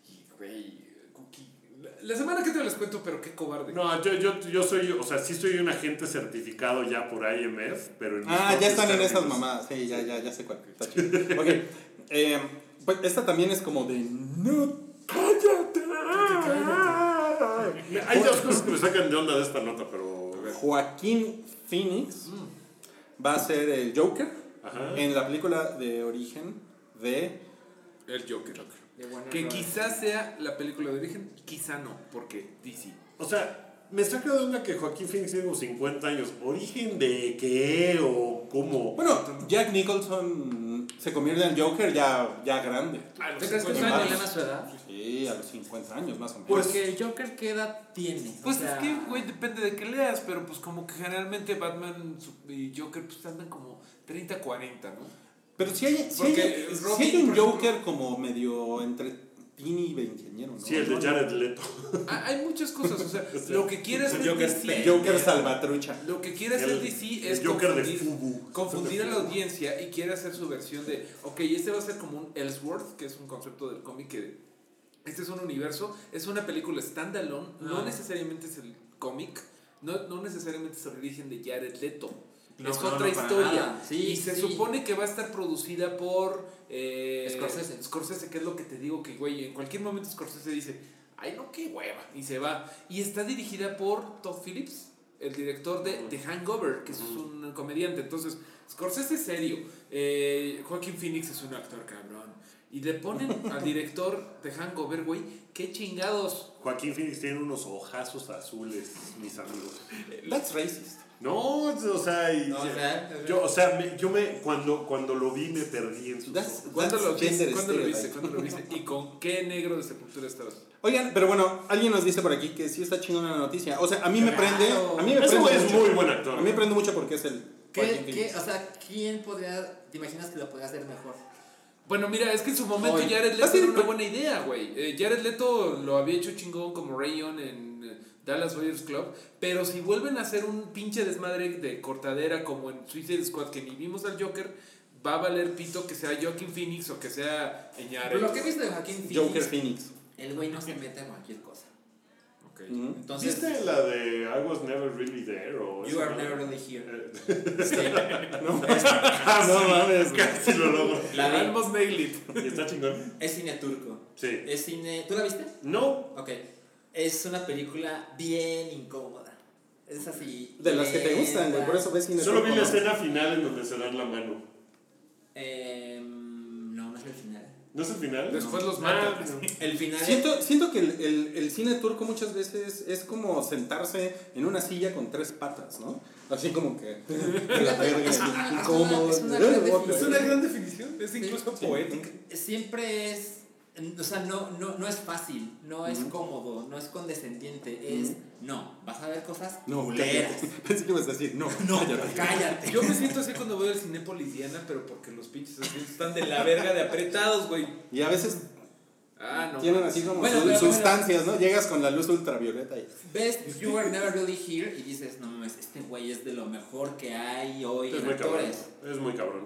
Speaker 5: y, y, güey, Cookie. La semana que te les cuento, pero qué cobarde.
Speaker 2: No, yo, yo, yo soy, o sea, sí soy un agente certificado ya por IMF, pero en mis
Speaker 4: Ah, ya
Speaker 2: propios
Speaker 4: están en
Speaker 2: términos.
Speaker 4: esas mamadas. Sí, ya, ya, ya sé cuál. Está chido. Ok. Eh, pues esta también es como de. No, cállate.
Speaker 2: Hay dos cosas que me sacan de onda de esta nota, pero.
Speaker 4: Joaquín Phoenix va a ser el Joker
Speaker 2: Ajá.
Speaker 4: en la película de origen de.
Speaker 5: El Joker.
Speaker 3: De Warner
Speaker 5: Que
Speaker 3: Bros.
Speaker 5: quizás sea la película de origen, quizá no, porque DC.
Speaker 2: O sea, me saca de onda que Joaquín Phoenix tiene como 50 años. ¿Origen de qué o cómo?
Speaker 4: Bueno, Jack Nicholson se convierte en Joker ya, ya grande.
Speaker 5: ¿Te
Speaker 3: ¿Tú crees que es una
Speaker 4: Vamos.
Speaker 3: problema su edad?
Speaker 4: Sí, a los 50 años más o menos.
Speaker 3: Porque el Joker, ¿qué edad tiene? O
Speaker 5: Pues
Speaker 3: sea,
Speaker 5: es que, güey, depende de qué leas, pero pues como que generalmente Batman su- y Joker pues andan como 30, 40, ¿no?
Speaker 4: Pero si hay, si
Speaker 5: Porque
Speaker 4: hay- si
Speaker 5: Robin,
Speaker 4: hay un
Speaker 5: por ejemplo-
Speaker 4: Joker como medio entre teen y veinteañero, ¿no?
Speaker 2: Sí, el de Jared Leto.
Speaker 5: Ah, hay muchas cosas, o sea, lo que quieres
Speaker 6: El
Speaker 5: es
Speaker 6: Joker
Speaker 5: DC.
Speaker 4: Joker salvatrucha.
Speaker 5: Lo que quiere hacer
Speaker 2: El-
Speaker 5: DC
Speaker 2: el
Speaker 5: es
Speaker 2: Joker de
Speaker 5: confundir,
Speaker 2: Fubu.
Speaker 5: confundir a la audiencia y quiere hacer su versión de, ok, este va a ser como un Ellsworth, que es un concepto del cómic que este es un universo, es una película standalone, no
Speaker 3: Ah.
Speaker 5: necesariamente es el cómic, no, no necesariamente es el origen de Jared Leto.
Speaker 3: No,
Speaker 5: es
Speaker 3: no,
Speaker 5: otra
Speaker 3: no, para
Speaker 5: historia.
Speaker 3: nada. Sí,
Speaker 5: y se
Speaker 3: sí.
Speaker 5: supone que va a estar producida por eh,
Speaker 3: Scorsese.
Speaker 5: Scorsese, que es lo que te digo que, güey, en cualquier momento Scorsese dice, ay, no, qué hueva, y se va. Y está dirigida por Todd Phillips, el director de The Hangover, que es un comediante. Entonces, Scorsese es serio. Eh, Joaquín Phoenix es un actor cabrón. Y le ponen al director de Hangover, güey, qué chingados.
Speaker 2: Joaquín Phoenix tiene unos ojazos azules, mis amigos.
Speaker 4: That's racist.
Speaker 2: No, o sea, y-
Speaker 3: No, es real, es
Speaker 2: yo, o sea, me- yo me cuando, cuando lo vi me perdí en sus
Speaker 4: That's,
Speaker 2: ojos.
Speaker 5: ¿Cuándo
Speaker 4: that's
Speaker 5: lo viste?
Speaker 4: gender
Speaker 5: ¿Cuándo lo viste?
Speaker 4: stereotype.
Speaker 5: ¿Cuándo lo viste? ¿Y con qué negro de sepultura estarás?
Speaker 4: Oigan, pero bueno, alguien nos dice por aquí que sí está chingona la noticia. O sea, a mí me prende. A mí me
Speaker 2: Ese
Speaker 4: prende
Speaker 2: güey es
Speaker 4: mucho.
Speaker 2: muy buen actor.
Speaker 4: A mí me prende mucho porque es el.
Speaker 3: ¿Qué,
Speaker 4: Joaquin
Speaker 3: qué,
Speaker 4: Phoenix.
Speaker 3: o sea, ¿quién podría, te imaginas que lo podría hacer mejor?
Speaker 5: Bueno, mira, es que en su momento
Speaker 3: Oye.
Speaker 5: Jared
Speaker 4: Ah,
Speaker 5: Leto
Speaker 4: sí,
Speaker 5: era una
Speaker 4: pero-
Speaker 5: buena idea, güey. Eh, Jared Leto lo había hecho chingón como Rayon en eh, Dallas Warriors Club. Pero si vuelven a hacer un pinche desmadre de cortadera como en Suicide Squad, que ni vimos al Joker, va a valer pito que sea Joaquin Phoenix o que sea Eñare.
Speaker 3: Pero lo que he visto de Joaquín Phoenix,
Speaker 4: Joker Phoenix.
Speaker 3: el güey no se mete a cualquier cosa.
Speaker 5: Ok.
Speaker 4: Ujú.
Speaker 3: Entonces,
Speaker 2: ¿Viste la de I was never really there? O
Speaker 3: you
Speaker 2: esa
Speaker 3: are
Speaker 2: madre?
Speaker 3: never really here.
Speaker 2: Eh,
Speaker 4: No, no mames. güey.
Speaker 2: Casi lo logro.
Speaker 3: La de,
Speaker 5: Almost nailed it.
Speaker 2: ¿Y está chingón?
Speaker 3: es cine turco.
Speaker 2: Sí.
Speaker 3: Es cine... ¿Tú la viste?
Speaker 2: No.
Speaker 3: Ok. Es una película bien incómoda. Es así.
Speaker 4: De las que te
Speaker 3: lenta.
Speaker 4: gustan, güey. Por eso ves cine.
Speaker 2: Solo vi la
Speaker 4: turco, ¿no?
Speaker 2: escena final en donde se dan la mano.
Speaker 3: Em, no, no es el final.
Speaker 2: ¿No es el final?
Speaker 5: Después los
Speaker 2: Ah,
Speaker 5: matan.
Speaker 2: no.
Speaker 3: El final es...
Speaker 4: Siento, siento que el, el- el cine turco muchas veces es como sentarse en una silla con tres patas, ¿no? Así como que. de la verga,
Speaker 3: Es una-
Speaker 4: bien incómodo.
Speaker 3: es una gran definición.
Speaker 5: Es una gran definición, es incluso
Speaker 4: Sí.
Speaker 5: poética.
Speaker 3: Siempre es... O sea, no, no, no es fácil, no es cómodo, no es condescendiente, es... No, vas a ver cosas...
Speaker 4: No,
Speaker 3: culeras.
Speaker 4: cállate. Pensé que ibas a decir, no,
Speaker 3: No,
Speaker 4: cállate.
Speaker 3: cállate.
Speaker 5: Yo me siento así cuando veo el Cinépolis Diana, pero porque los pinches asientos están de la verga de apretados, güey.
Speaker 4: Y a veces
Speaker 5: Ah, no.
Speaker 4: tienen así como
Speaker 3: Bueno,
Speaker 4: sus-
Speaker 3: pero-
Speaker 4: sustancias, ¿no? Llegas con la luz ultravioleta y.
Speaker 3: Ves You Were Never Really Here y dices, no mames, este güey es de lo mejor que hay hoy
Speaker 2: Es
Speaker 3: en
Speaker 2: muy cabrón.
Speaker 3: actores.
Speaker 2: Es muy cabrón.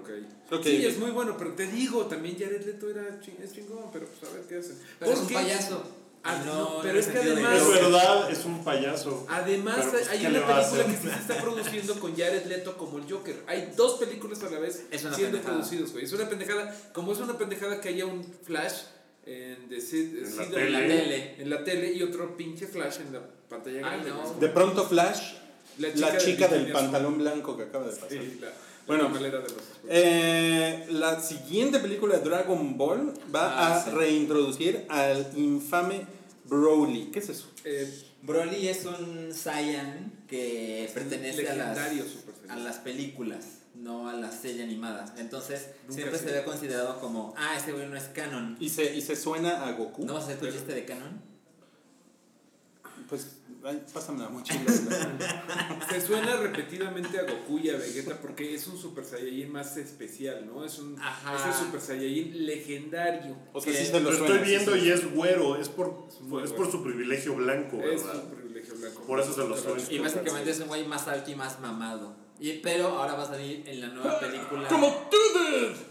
Speaker 4: Ok.
Speaker 5: Sí, es muy bueno, pero te digo, también Jared Leto era ching- es chingón, pero pues a ver qué hacen.
Speaker 3: Pero es un
Speaker 5: Porque
Speaker 3: payaso.
Speaker 5: Ah,
Speaker 3: Y
Speaker 5: no, pero
Speaker 3: en el
Speaker 5: es que
Speaker 3: sentido de-
Speaker 5: además-
Speaker 2: Es verdad, es un payaso.
Speaker 5: Además,
Speaker 2: Pero, pues,
Speaker 5: hay
Speaker 2: ¿qué
Speaker 5: una
Speaker 2: le va a
Speaker 5: película que
Speaker 2: hacer?
Speaker 5: sí se está produciendo con Jared Leto como el Joker. Hay dos películas a la vez
Speaker 3: Es una
Speaker 5: siendo
Speaker 3: pendejada.
Speaker 5: producidos, güey. Es una pendejada, como es una pendejada que haya un flash en, de Sid-
Speaker 2: En la
Speaker 5: Sid-
Speaker 2: tele.
Speaker 5: en la tele, en la tele y otro pinche flash en la pantalla
Speaker 3: Ay,
Speaker 5: grande.
Speaker 3: no.
Speaker 5: güey.
Speaker 4: De pronto Flash, la chica, del
Speaker 5: bikini
Speaker 4: pantalón blanco que acaba de pasar.
Speaker 5: azul. Sí, la- la
Speaker 4: Bueno.
Speaker 5: malera de los-
Speaker 4: Eh, la siguiente película de Dragon Ball va
Speaker 3: Ah,
Speaker 4: a
Speaker 3: sí.
Speaker 4: reintroducir al infame Broly. ¿Qué es eso?
Speaker 5: Eh,
Speaker 3: Broly es un Saiyan que pertenece a las,
Speaker 5: legendario Super
Speaker 3: a las películas, no a la serie animada. Entonces,
Speaker 5: Nunca
Speaker 3: siempre
Speaker 5: sé.
Speaker 3: se había considerado como, ah, este güey no es canon.
Speaker 4: ¿Y se, y se suena a Goku?
Speaker 3: ¿No vas a este. hacer tu chiste de canon?
Speaker 4: Pues, ay, pásame la mochila.
Speaker 5: Se suena repetidamente a Goku y a Vegeta porque es un Super Saiyajin más especial, ¿no? Es un
Speaker 3: Ajá.
Speaker 5: es el Super Saiyajin legendario.
Speaker 4: o sea, sí
Speaker 3: Eh,
Speaker 4: se lo
Speaker 2: Lo
Speaker 4: suena.
Speaker 2: estoy
Speaker 4: sí
Speaker 2: viendo
Speaker 4: se-
Speaker 2: y es güero. Es por,
Speaker 5: muy
Speaker 2: es
Speaker 5: güero.
Speaker 2: por su privilegio blanco,
Speaker 5: Es
Speaker 2: ¿verdad?
Speaker 5: un privilegio blanco.
Speaker 2: Por eso se lo
Speaker 5: Pero-
Speaker 2: suena.
Speaker 3: Y básicamente es un güey más alto y más mamado. Y, pero ahora va a salir en la nueva película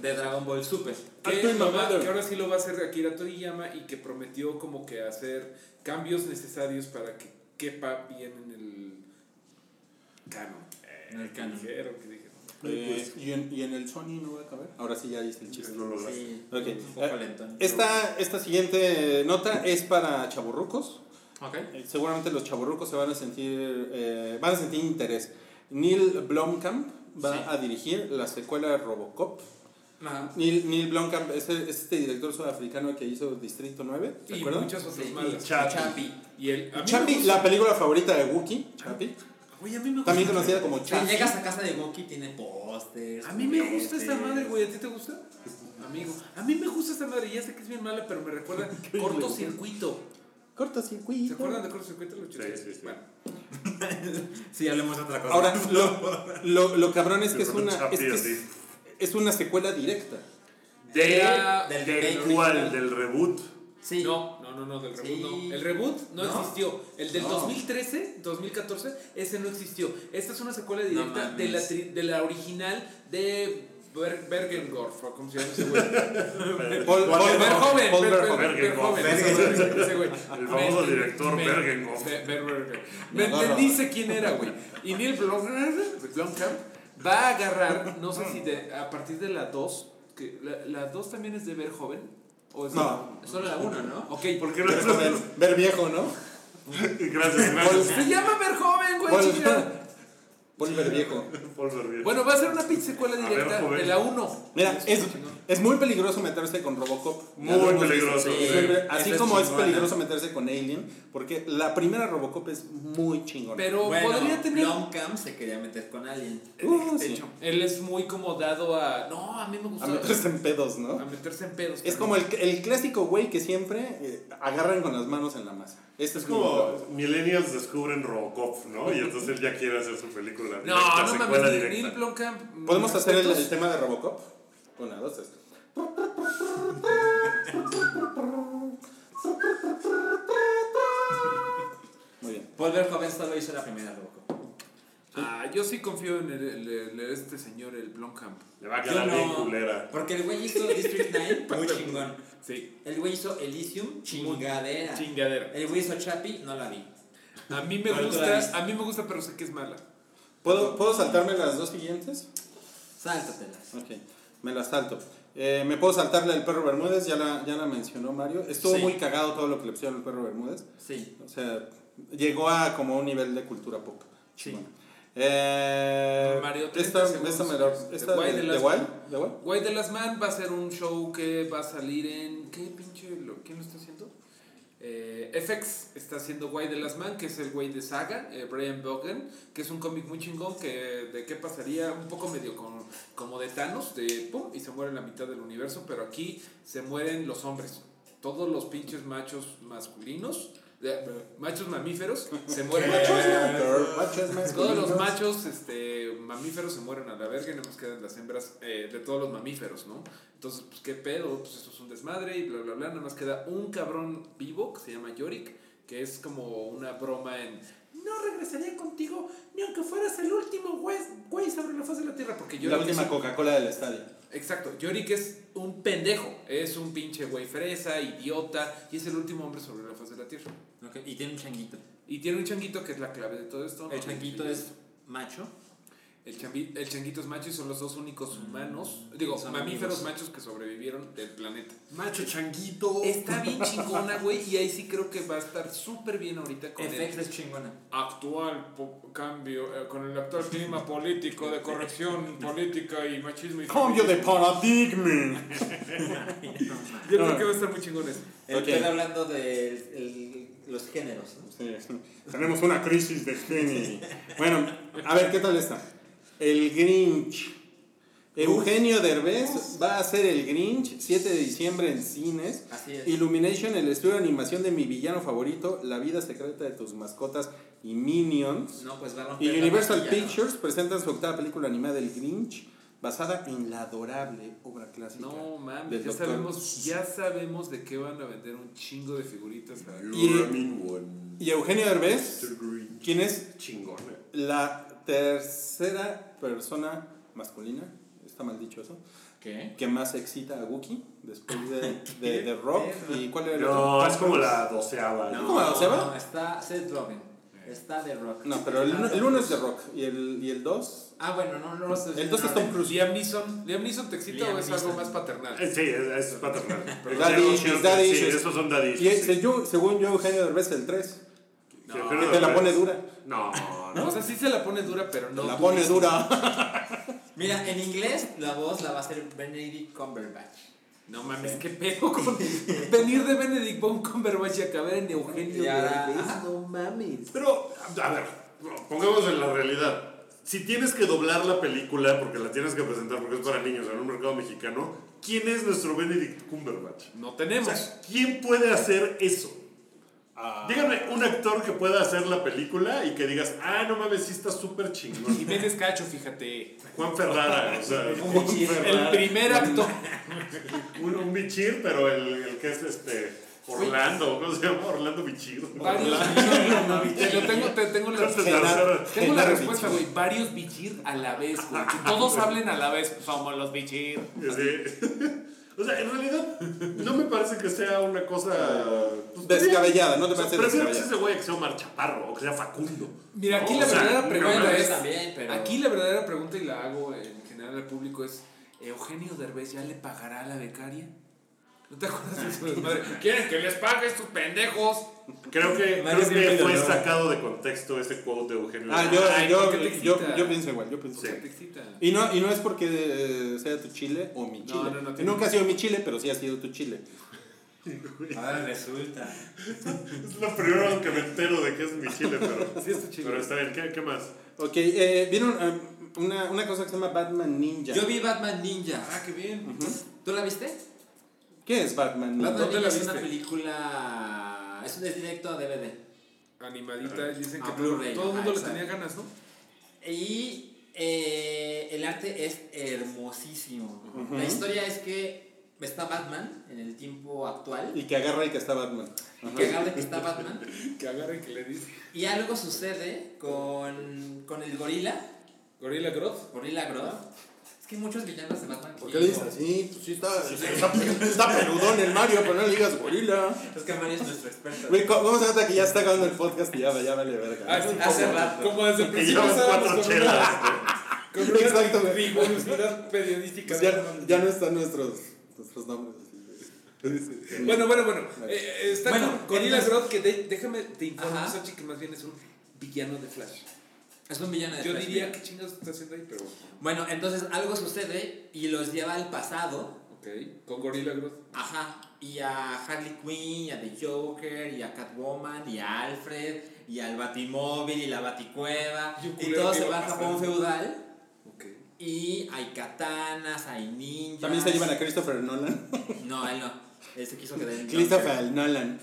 Speaker 3: de Dragon Ball Super.
Speaker 5: Que,
Speaker 4: Estoy
Speaker 5: lo va-
Speaker 4: mamado.
Speaker 5: que ahora sí lo va a hacer Akira Toriyama y que prometió como que hacer cambios necesarios para que quepa bien en el canon.
Speaker 3: En el canon.
Speaker 5: Dijeron que dijeron.
Speaker 4: Eh, ¿y, en, y en el Sony no va a caber. Ahora sí ya diste el chiste.
Speaker 2: No lograste.
Speaker 3: pues. Sí,
Speaker 4: Ok.
Speaker 3: un poco
Speaker 4: Eh,
Speaker 3: lento.
Speaker 4: Esta, esta siguiente nota es para chaburrucos.
Speaker 3: Ok.
Speaker 4: Eh, Seguramente los chaburrucos se van a sentir eh, van a sentir interés. Neil Blomkamp va
Speaker 3: Sí.
Speaker 4: a dirigir la secuela de Robocop.
Speaker 3: Ajá.
Speaker 4: Neil, Neil Blomkamp es, el- es este director sudafricano que hizo Distrito 9, ¿te
Speaker 5: Y
Speaker 4: acuerdas?
Speaker 5: muchas otras
Speaker 3: Sí,
Speaker 5: malas.
Speaker 2: Chapi.
Speaker 3: Chapi.
Speaker 5: Y el, a mí me
Speaker 4: Chapi,
Speaker 5: gusta-
Speaker 4: la película favorita de Wookiee, Chapi,
Speaker 5: Güey, a mí me gusta.
Speaker 4: también conocida como
Speaker 3: Sí,
Speaker 4: Chapi.
Speaker 3: llegas a casa de Goki, tiene pósters.
Speaker 5: A mí me gusta
Speaker 3: juguetes.
Speaker 5: esta madre, güey. ¿A ti te gusta? Amigo. A mí me gusta esta madre. Ya sé que es bien mala, pero me recuerda cortocircuito. ¿Se
Speaker 4: Cortocircuito.
Speaker 5: acuerdan de cortocircuito? Los
Speaker 2: Sí, sí, sí.
Speaker 5: Bueno,
Speaker 3: Sí, hablemos de otra cosa.
Speaker 4: Ahora, lo, lo, lo cabrón es
Speaker 2: Sí,
Speaker 4: que es
Speaker 2: con
Speaker 4: una,
Speaker 2: Chapi,
Speaker 4: es, que es-
Speaker 2: así.
Speaker 4: es una secuela directa.
Speaker 2: ¿De,
Speaker 5: Era
Speaker 3: del
Speaker 2: de
Speaker 3: remake
Speaker 2: cuál?
Speaker 3: original.
Speaker 2: ¿Del reboot?
Speaker 3: sí.
Speaker 5: No, no, no, no, del reboot
Speaker 3: Sí.
Speaker 5: no. El reboot no,
Speaker 3: ¿No?
Speaker 5: existió. El del
Speaker 3: No.
Speaker 5: 2013, 2014, ese no existió. Esta es una secuela
Speaker 3: No
Speaker 5: directa
Speaker 3: mames.
Speaker 5: de, la tri- de la original de Ber Bergengorf, o ¿cómo se llama ese güey?
Speaker 4: Paul- Paul-
Speaker 5: Verhoeven.
Speaker 4: Paul
Speaker 5: Ber- Ber-
Speaker 4: Verhoeven.
Speaker 5: Verhoeven,
Speaker 2: Verhoeven.
Speaker 5: ese güey.
Speaker 2: El famoso
Speaker 5: Me-
Speaker 2: director
Speaker 5: me-
Speaker 2: Bergenhoff.
Speaker 5: Ver- Verhoeven. Me
Speaker 4: No, no,
Speaker 5: entendí,
Speaker 4: no.
Speaker 5: sé quién era, güey. Y Neil Blom- Blomkamp va a agarrar, no sé si de- a partir de la 2, que la- la 2 también es de Verhoeven. ¿O es
Speaker 4: No.
Speaker 3: Solo la uno, ¿no?
Speaker 5: Ok,
Speaker 2: ¿Por
Speaker 5: porque
Speaker 2: qué no
Speaker 4: Ver, ver viejo, ¿no?
Speaker 2: Gracias, gracias.
Speaker 5: se llama Verhoeven, güey,
Speaker 4: Paul-
Speaker 5: chica.
Speaker 4: Paul ver viejo.
Speaker 2: Paul Verhoeven.
Speaker 5: Bueno, va a ser una pinche secuela directa
Speaker 2: Verhoeven.
Speaker 5: de la 1.
Speaker 4: Mira, es, es muy peligroso meterse con Robocop.
Speaker 2: Muy
Speaker 4: Ya lo hemos
Speaker 2: peligroso,
Speaker 4: visto.
Speaker 2: sí.
Speaker 4: Siempre- Así
Speaker 3: Esa es
Speaker 4: como es
Speaker 2: ¿eh?
Speaker 3: chingona.
Speaker 4: peligroso meterse con Alien, porque la primera Robocop es muy chingona.
Speaker 5: Pero
Speaker 3: Bueno,
Speaker 5: podría tener.
Speaker 3: Blomkamp se quería meter con alguien.
Speaker 4: Uh,
Speaker 5: de
Speaker 4: sí.
Speaker 5: eh, hecho, él es muy como dado a. No, a mí me
Speaker 4: A
Speaker 5: gusta.
Speaker 4: meterse en pedos, ¿no?
Speaker 5: a meterse en pedos.
Speaker 4: Es
Speaker 5: también.
Speaker 4: como el, el clásico güey que siempre eh, agarran con las manos en la masa. Este
Speaker 2: Es
Speaker 4: es como.
Speaker 2: como Millennials descubren Robocop, ¿no? Y entonces él ya quiere hacer su película directa,
Speaker 5: No, no
Speaker 2: secuela
Speaker 5: mames, Neil- Neil
Speaker 2: directa.
Speaker 5: Blomkamp.
Speaker 4: ¿Podemos
Speaker 5: mis
Speaker 4: hacer el, el
Speaker 5: respetos.
Speaker 4: tema de Robocop? Una, dos, tres. Muy bien.
Speaker 3: Volver joven solo hizo la primera Robocop.
Speaker 5: Ah, yo sí confío en el, el- el- este señor, el Blomkamp.
Speaker 2: Le va a
Speaker 3: Yo
Speaker 2: quedar bien
Speaker 3: no.
Speaker 2: culera.
Speaker 3: Porque el güey hizo District 9, muy chingón.
Speaker 5: Sí.
Speaker 3: El güey hizo Elysium, chingadera.
Speaker 5: Chingadera.
Speaker 3: El güey hizo Chapi, no la vi.
Speaker 5: A mí me
Speaker 3: Pero tú la viste.
Speaker 5: gusta, a mí me gusta, pero sé que es mala.
Speaker 4: ¿Puedo, ¿Puedo saltarme las dos siguientes?
Speaker 3: Sáltatelas.
Speaker 4: Ok, me las salto. Eh, me puedo saltar la del perro Bermúdez, ya la, ya la mencionó Mario. Estuvo
Speaker 3: Sí.
Speaker 4: muy cagado todo lo que le pusieron al perro Bermúdez.
Speaker 3: Sí.
Speaker 4: O sea, llegó a como un nivel de cultura pop.
Speaker 3: Sí.
Speaker 4: Chingón. Eh,
Speaker 5: Mario,
Speaker 4: esta,
Speaker 5: 30
Speaker 4: esta
Speaker 5: segundos.
Speaker 4: me la- esta
Speaker 5: The Wild
Speaker 4: de,
Speaker 5: and
Speaker 4: de
Speaker 5: Last
Speaker 4: Wild, de Wild.
Speaker 5: Why the Last Man va a ser un show que va a salir en. ¿Qué pinche? Lo, ¿Quién lo está haciendo? Eh, FX está haciendo Why the Last Man, que es el güey de Saga, eh, Brian Bogan, que es un cómic muy chingón que de qué pasaría un poco medio con- como de Thanos, de pum, y se muere la mitad del universo, pero aquí se mueren los hombres. Todos los pinches machos masculinos, de- machos mamíferos, se mueren. Todos los machos este, mamíferos se mueren a la verga y nada más quedan las hembras eh, de todos los mamíferos, ¿no? Entonces, pues qué pedo, pues esto es un desmadre y bla, bla, bla. Nada más queda un cabrón vivo que se llama Yorick, que es como una broma en... No regresaría contigo ni aunque fueras el último güey, güey sobre la faz de la tierra, porque
Speaker 4: La
Speaker 5: Yorick es
Speaker 4: última
Speaker 5: un-
Speaker 4: Coca-Cola del estadio.
Speaker 5: Exacto, Yorick es un pendejo, es un pinche güey fresa, idiota, y es el último hombre sobre la faz de la tierra.
Speaker 3: Ok, Y tiene un changuito.
Speaker 5: Y tiene un changuito que es la clave de todo esto. ¿no?
Speaker 3: El changuito es macho.
Speaker 5: El, chambi- el changuito es macho y son los dos únicos
Speaker 4: Mm.
Speaker 5: humanos, digo,
Speaker 3: Son
Speaker 5: mamíferos
Speaker 3: amigos.
Speaker 5: machos que sobrevivieron del planeta.
Speaker 2: Macho changuito.
Speaker 5: Está bien chingona, güey, y ahí sí creo que va a estar súper bien ahorita con
Speaker 3: FX
Speaker 5: el
Speaker 3: es chingona.
Speaker 5: actual po- cambio, eh, con el actual clima político de corrección política y machismo. Y
Speaker 4: Cambio de paradigma.
Speaker 5: Yo
Speaker 4: Ah.
Speaker 5: creo que va a estar muy chingón eso.
Speaker 3: El
Speaker 4: Ok.
Speaker 3: pedo hablando de el- los géneros. ¿no?
Speaker 4: Sí, Tenemos una crisis de genio. Bueno, a ver, ¿qué tal está? El Grinch. Eugenio Derbez va a ser el Grinch 7 de diciembre en cines.
Speaker 3: Así es.
Speaker 4: Illumination, el estudio de animación de mi villano favorito, La vida secreta de tus mascotas y Minions.
Speaker 3: No, pues va a
Speaker 4: Y
Speaker 3: romper la
Speaker 4: Universal
Speaker 3: taquilla, ¿no?
Speaker 4: Pictures presentan su octava película animada del Grinch, basada en la adorable obra clásica.
Speaker 5: No mames,
Speaker 4: del
Speaker 5: ya
Speaker 4: doctor.
Speaker 5: sabemos, ya sabemos de qué van a vender un chingo de figuritas. ¿verdad?
Speaker 4: Y-
Speaker 2: one.
Speaker 4: Y Eugenio Derbez,
Speaker 2: Mr. Green.
Speaker 4: quien es
Speaker 2: Chingona.
Speaker 4: la tercera persona masculina, está mal dicho eso,
Speaker 3: ¿Qué?
Speaker 4: que más excita a Wookiee después de, de, de Rock. ¿Y cuál era el
Speaker 2: No,
Speaker 4: otro?
Speaker 2: es como la doceava. yo
Speaker 4: ¿Cómo la doceava?
Speaker 3: No, está Seth Rogen. Está de rock.
Speaker 4: No, pero el, uno- el uno es de Rock y el, y el dos.
Speaker 3: Ah, bueno, no, no lo sé.
Speaker 4: El dos es Tom Cruise.
Speaker 5: Liam Neeson. Liam Neeson te excita
Speaker 3: Liam
Speaker 5: o es algo
Speaker 3: Neeson.
Speaker 5: más paternal.
Speaker 2: Eh, Sí, es, es paternal. Pero
Speaker 4: Daddy
Speaker 2: sí,
Speaker 4: issues,
Speaker 2: sí,
Speaker 4: daddy
Speaker 2: sí,
Speaker 4: issues.
Speaker 2: estos son daddy
Speaker 4: Y
Speaker 2: issues, sí.
Speaker 4: según, según yo, Eugenio Derbez, el 3.
Speaker 2: Que
Speaker 5: No,
Speaker 2: creo
Speaker 4: Que
Speaker 2: que
Speaker 4: te la
Speaker 2: es-
Speaker 4: pone dura.
Speaker 2: No,
Speaker 5: O
Speaker 2: no.
Speaker 5: sea, sí se la pone dura, pero no.
Speaker 4: La pone dura.
Speaker 3: Mira, en inglés la voz la va a hacer Benedict Cumberbatch.
Speaker 5: No mames, qué pedo con venir de Benedict Cumberbatch y acabar en Eugenio
Speaker 3: Y ahora-
Speaker 5: Derbez.
Speaker 3: ajá.
Speaker 5: No mames.
Speaker 2: Pero, a ver, pongamos en la realidad. Si tienes que doblar la película porque la tienes que presentar porque es para niños en un mercado mexicano, ¿quién es nuestro Benedict Cumberbatch?
Speaker 5: No
Speaker 2: O
Speaker 5: tenemos.
Speaker 2: sea, ¿quién puede hacer eso?
Speaker 5: Ah.
Speaker 2: Dígame un actor que pueda hacer la película y que digas, ah, no mames, sí está súper chingón.
Speaker 5: Jiménez Cacho, fíjate.
Speaker 2: Juan Ferrara, o sea, Juan
Speaker 5: El
Speaker 2: Ferrara.
Speaker 5: primer actor.
Speaker 2: Un, un bichir, pero el, el que es este. Orlando, ¿cómo se llama? Orlando Bichir.
Speaker 5: Varios. Te lo tengo, te tengo la,
Speaker 2: Entonces, la tercera-
Speaker 5: tengo la
Speaker 4: Genaro
Speaker 5: respuesta, güey. Varios bichir a la vez, güey. Que todos hablen a la vez. Somos los bichir.
Speaker 2: Sí. O sea, en realidad, no me parece que sea una cosa. pues,
Speaker 4: Descabellada, no te
Speaker 2: o sea,
Speaker 4: parece
Speaker 2: Prefiero que sea
Speaker 4: descabellada.
Speaker 2: ese güey que sea Omar Chaparro o que sea Facundo.
Speaker 5: Mira, aquí
Speaker 2: No,
Speaker 5: la
Speaker 2: o sea,
Speaker 5: verdadera
Speaker 2: no
Speaker 5: pregunta
Speaker 2: mames.
Speaker 5: es.
Speaker 3: También, pero-
Speaker 5: Aquí la verdadera pregunta y la hago en general al público es: ¿Eugenio Derbez ya le pagará a la becaria? ¿No te acuerdas de su desmadre? ¿Quieren que les pague estos pendejos?
Speaker 2: Creo que, creo
Speaker 4: Mario
Speaker 2: que
Speaker 4: siempre
Speaker 2: fue
Speaker 4: ganó.
Speaker 2: sacado de contexto ese quote de Eugenio.
Speaker 4: Ah, yo,
Speaker 5: Ay,
Speaker 4: yo,
Speaker 5: ¿por qué te
Speaker 4: yo,
Speaker 5: excita?
Speaker 4: yo pienso igual, yo pienso
Speaker 2: Sí.
Speaker 4: igual.
Speaker 5: Te excita.
Speaker 4: Y no, y no es porque eh, sea tu chile o mi chile.
Speaker 5: no, no tiene-
Speaker 4: Nunca ha sido mi chile, pero sí ha sido tu chile.
Speaker 6: Ahora resulta.
Speaker 2: Es la primera vez que me entero de que es mi chile, pero.
Speaker 5: Sí, es tu chile.
Speaker 2: Pero está bien, ¿qué, qué más?
Speaker 4: Ok, eh, ¿vieron eh, una, una cosa que se llama Batman Ninja?
Speaker 3: Yo vi Batman Ninja.
Speaker 5: Ah, qué bien.
Speaker 3: ¿Tú la viste?
Speaker 4: ¿Qué es Batman Ninja?
Speaker 3: Batman Ninja
Speaker 5: ¿Dónde la
Speaker 3: es
Speaker 5: viste?
Speaker 3: una película. Es un es directo a DVD.
Speaker 5: Animadita, dicen que
Speaker 3: Ah,
Speaker 5: todo
Speaker 3: Blu-ray,
Speaker 5: todo el
Speaker 3: ajá,
Speaker 5: mundo le
Speaker 3: exacto.
Speaker 5: tenía ganas, ¿no?
Speaker 3: Y eh, el arte es hermosísimo. La historia es que está Batman en el tiempo actual.
Speaker 4: Y que agarra y que está Batman. Ajá.
Speaker 3: Que agarre que está Batman.
Speaker 5: Que agarren que le dicen.
Speaker 3: Y algo sucede con, con el gorila,
Speaker 5: Gorilla Grodd.
Speaker 3: Gorila Grodd. Es que muchos villanos de Batman.
Speaker 4: ¿Por qué
Speaker 3: y-
Speaker 4: le dices así? Pues sí está, está, está peludón el Mario, pero no le digas gorila.
Speaker 3: Es que Mario es nuestro experto.
Speaker 4: Güey, ¿cómo cómo se nota que ya está acabando el podcast y ya, ya vale verga?
Speaker 5: Ah, sí,
Speaker 3: Hace
Speaker 5: como-
Speaker 3: rato.
Speaker 5: Como desde el
Speaker 2: Que
Speaker 5: principio.
Speaker 2: llevamos
Speaker 5: estábamos
Speaker 2: cuatro
Speaker 5: con una-
Speaker 2: chelas.
Speaker 5: Con una
Speaker 4: Exacto, güey.
Speaker 5: rigurosidad periodística.
Speaker 4: Pues ya, ya no están nuestros, nuestros nombres.
Speaker 5: Bueno, bueno, bueno. Eh, eh, está
Speaker 3: Bueno,
Speaker 5: con Gorilla
Speaker 3: entonces-
Speaker 5: Grodd, que de- déjame te informo,
Speaker 3: Ajá.
Speaker 5: Sachi, que más bien es un villano de Flash.
Speaker 3: Es un villano de
Speaker 5: Yo
Speaker 3: Flash.
Speaker 5: diría, ¿qué chingados está haciendo ahí? Pero,
Speaker 3: Bueno, entonces algo sucede y los lleva al pasado.
Speaker 5: ok. Con Gorilla Grodd.
Speaker 3: Ajá. Y a Harley Quinn, y a The Joker, y a Catwoman, y a Alfred, y al Batimóvil, y la Baticueva.
Speaker 5: Y un
Speaker 3: Y
Speaker 5: culero
Speaker 3: todo
Speaker 5: que
Speaker 3: se
Speaker 5: iba
Speaker 3: va a
Speaker 5: pasando.
Speaker 3: Japón feudal.
Speaker 5: Ok.
Speaker 3: Y hay katanas, hay ninjas.
Speaker 4: También se llevan a Christopher Nolan.
Speaker 3: No, él no. Él se quiso quedar en
Speaker 4: Christopher Nolan.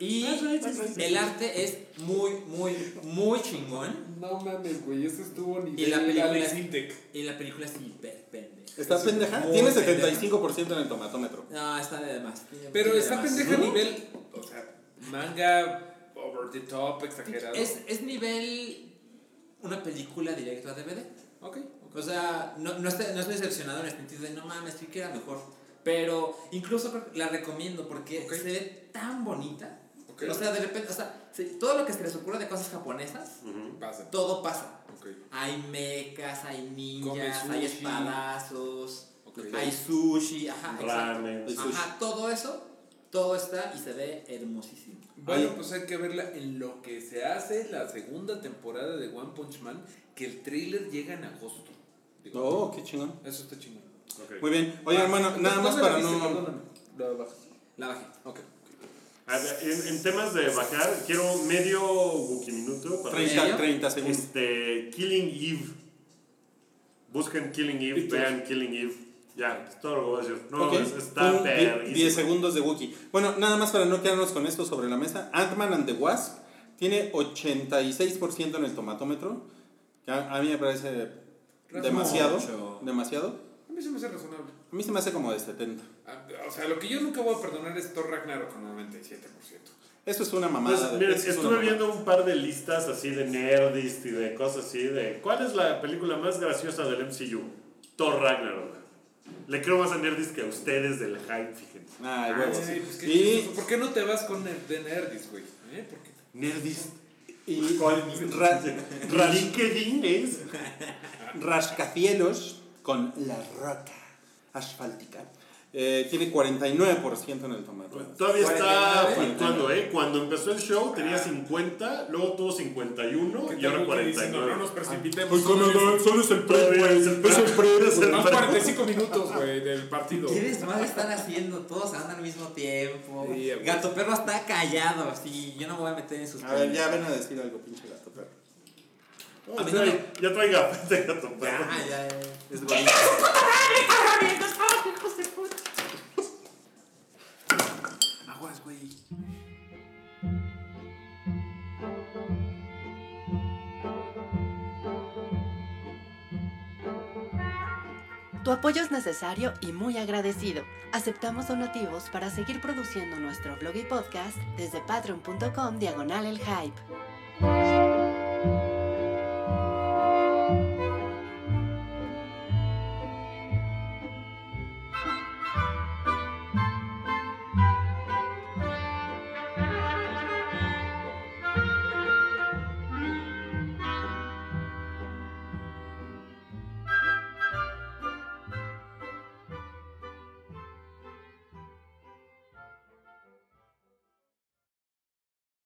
Speaker 3: Y el arte es muy, muy, muy chingón.
Speaker 5: No mames, güey. Eso estuvo ni
Speaker 3: Y la película es
Speaker 5: Intec.
Speaker 3: Y la película es hiper pendeja.
Speaker 4: ¿Está pendeja?
Speaker 3: muy
Speaker 4: Tiene
Speaker 3: pendeja.
Speaker 4: 75% en el tomatómetro.
Speaker 3: No, está de demás. Tiene
Speaker 5: Pero
Speaker 3: de
Speaker 5: está
Speaker 3: más.
Speaker 5: pendeja a nivel, o sea, manga, over the top, exagerado.
Speaker 3: Es, es nivel una película directa a DVD.
Speaker 5: Ok.
Speaker 3: O sea, no, no, está, no estoy decepcionado en el sentido de no mames, sí que era mejor. Pero incluso creo que la recomiendo porque se ve tan bonita.
Speaker 5: Ok.
Speaker 3: O sea, de repente, o sea, sí, todo lo que se les ocurra de cosas japonesas,
Speaker 5: Mm. Pasa.
Speaker 3: todo pasa.
Speaker 5: Ok.
Speaker 3: Hay mecas, hay
Speaker 5: Come
Speaker 3: ninjas,
Speaker 5: sushi.
Speaker 3: hay espadazos,
Speaker 5: Ok.
Speaker 3: hay sushi, ajá, exacto.
Speaker 2: Ramen.
Speaker 4: El sushi.
Speaker 3: Ajá, todo eso, todo está y se ve hermosísimo.
Speaker 5: Bueno, pues hay que verla en lo que se hace la segunda temporada de One Punch Man, que el tráiler llega en agosto. Digo,
Speaker 4: Oh, qué chingón. Ah,
Speaker 5: Eso está chingón. Ah,
Speaker 2: Ok.
Speaker 4: Muy bien. Oye, hermano, nada más para no...
Speaker 3: La bajé.
Speaker 5: Ok.
Speaker 2: A ver, En, en temas de bajar, quiero medio Wookiee minuto para
Speaker 4: 30, 30 segundos.
Speaker 2: Este, Killing Eve. Busquen Killing Eve, vean Killing Eve. Ya, es todo lo que voy a decir. No,
Speaker 4: Ok.
Speaker 2: es- está
Speaker 4: Un die- 10
Speaker 2: perrísimo.
Speaker 4: segundos de Wookiee. Bueno, nada más para no quedarnos con esto sobre la mesa. Ant-Man and the Wasp tiene 86% en el tomatómetro. que A, a mí me parece demasiado.
Speaker 3: Mucho.
Speaker 4: Demasiado.
Speaker 5: A mí se me hace razonable.
Speaker 4: A mí se me hace como de 70.
Speaker 5: Ah, O sea, lo que yo nunca voy a perdonar es Thor Ragnarok con 97%.
Speaker 4: Eso es una mamada.
Speaker 2: Pues,
Speaker 4: de-
Speaker 2: miren,
Speaker 4: eso es una
Speaker 2: estuve
Speaker 4: mamada.
Speaker 2: viendo un par de listas así de nerdist y de cosas así de ¿cuál es la película más graciosa del MCU? Thor Ragnarok. Le creo más a nerdist que a ustedes del hype, fíjense.
Speaker 4: Ay,
Speaker 5: Ay,
Speaker 4: huevos.
Speaker 5: pues, qué
Speaker 4: y,
Speaker 5: chistoso. ¿Por qué no te vas con el de Nerdis, güey? ¿Eh? ¿Por qué?
Speaker 2: Nerdist.
Speaker 4: y ra-
Speaker 2: Ra- LinkedIn es.
Speaker 4: Rascacielos con la roca asfáltica. Eh, tiene 49% en el tomate.
Speaker 2: Pues, Todavía está
Speaker 5: 49.
Speaker 2: fluctuando, ¿eh? Cuando empezó el show tenía 50, luego tuvo 51 y Ah, ahora
Speaker 6: No,
Speaker 2: 49.
Speaker 6: no nos precipitemos.
Speaker 2: Pues,
Speaker 4: solo es el
Speaker 2: pre, güey, es el pre. Es el
Speaker 6: Van
Speaker 2: pre.
Speaker 6: 45 minutos, güey, del partido.
Speaker 3: ¿Qué desmadre están haciendo? Todos andan al mismo tiempo.
Speaker 5: Sí, güey.
Speaker 3: Gato Perro está callado, así. Yo no me voy a meter en sus
Speaker 4: A ver,
Speaker 3: pedos.
Speaker 4: ya ven a decir algo, pinche gato perro.
Speaker 2: No, trae- Ya traiga de gato perro.
Speaker 3: Ah, Ya, ya, ya. Es bonito.
Speaker 1: Tu apoyo es necesario y muy agradecido. Aceptamos donativos para seguir produciendo nuestro blog y podcast desde patreon.com diagonal el hype.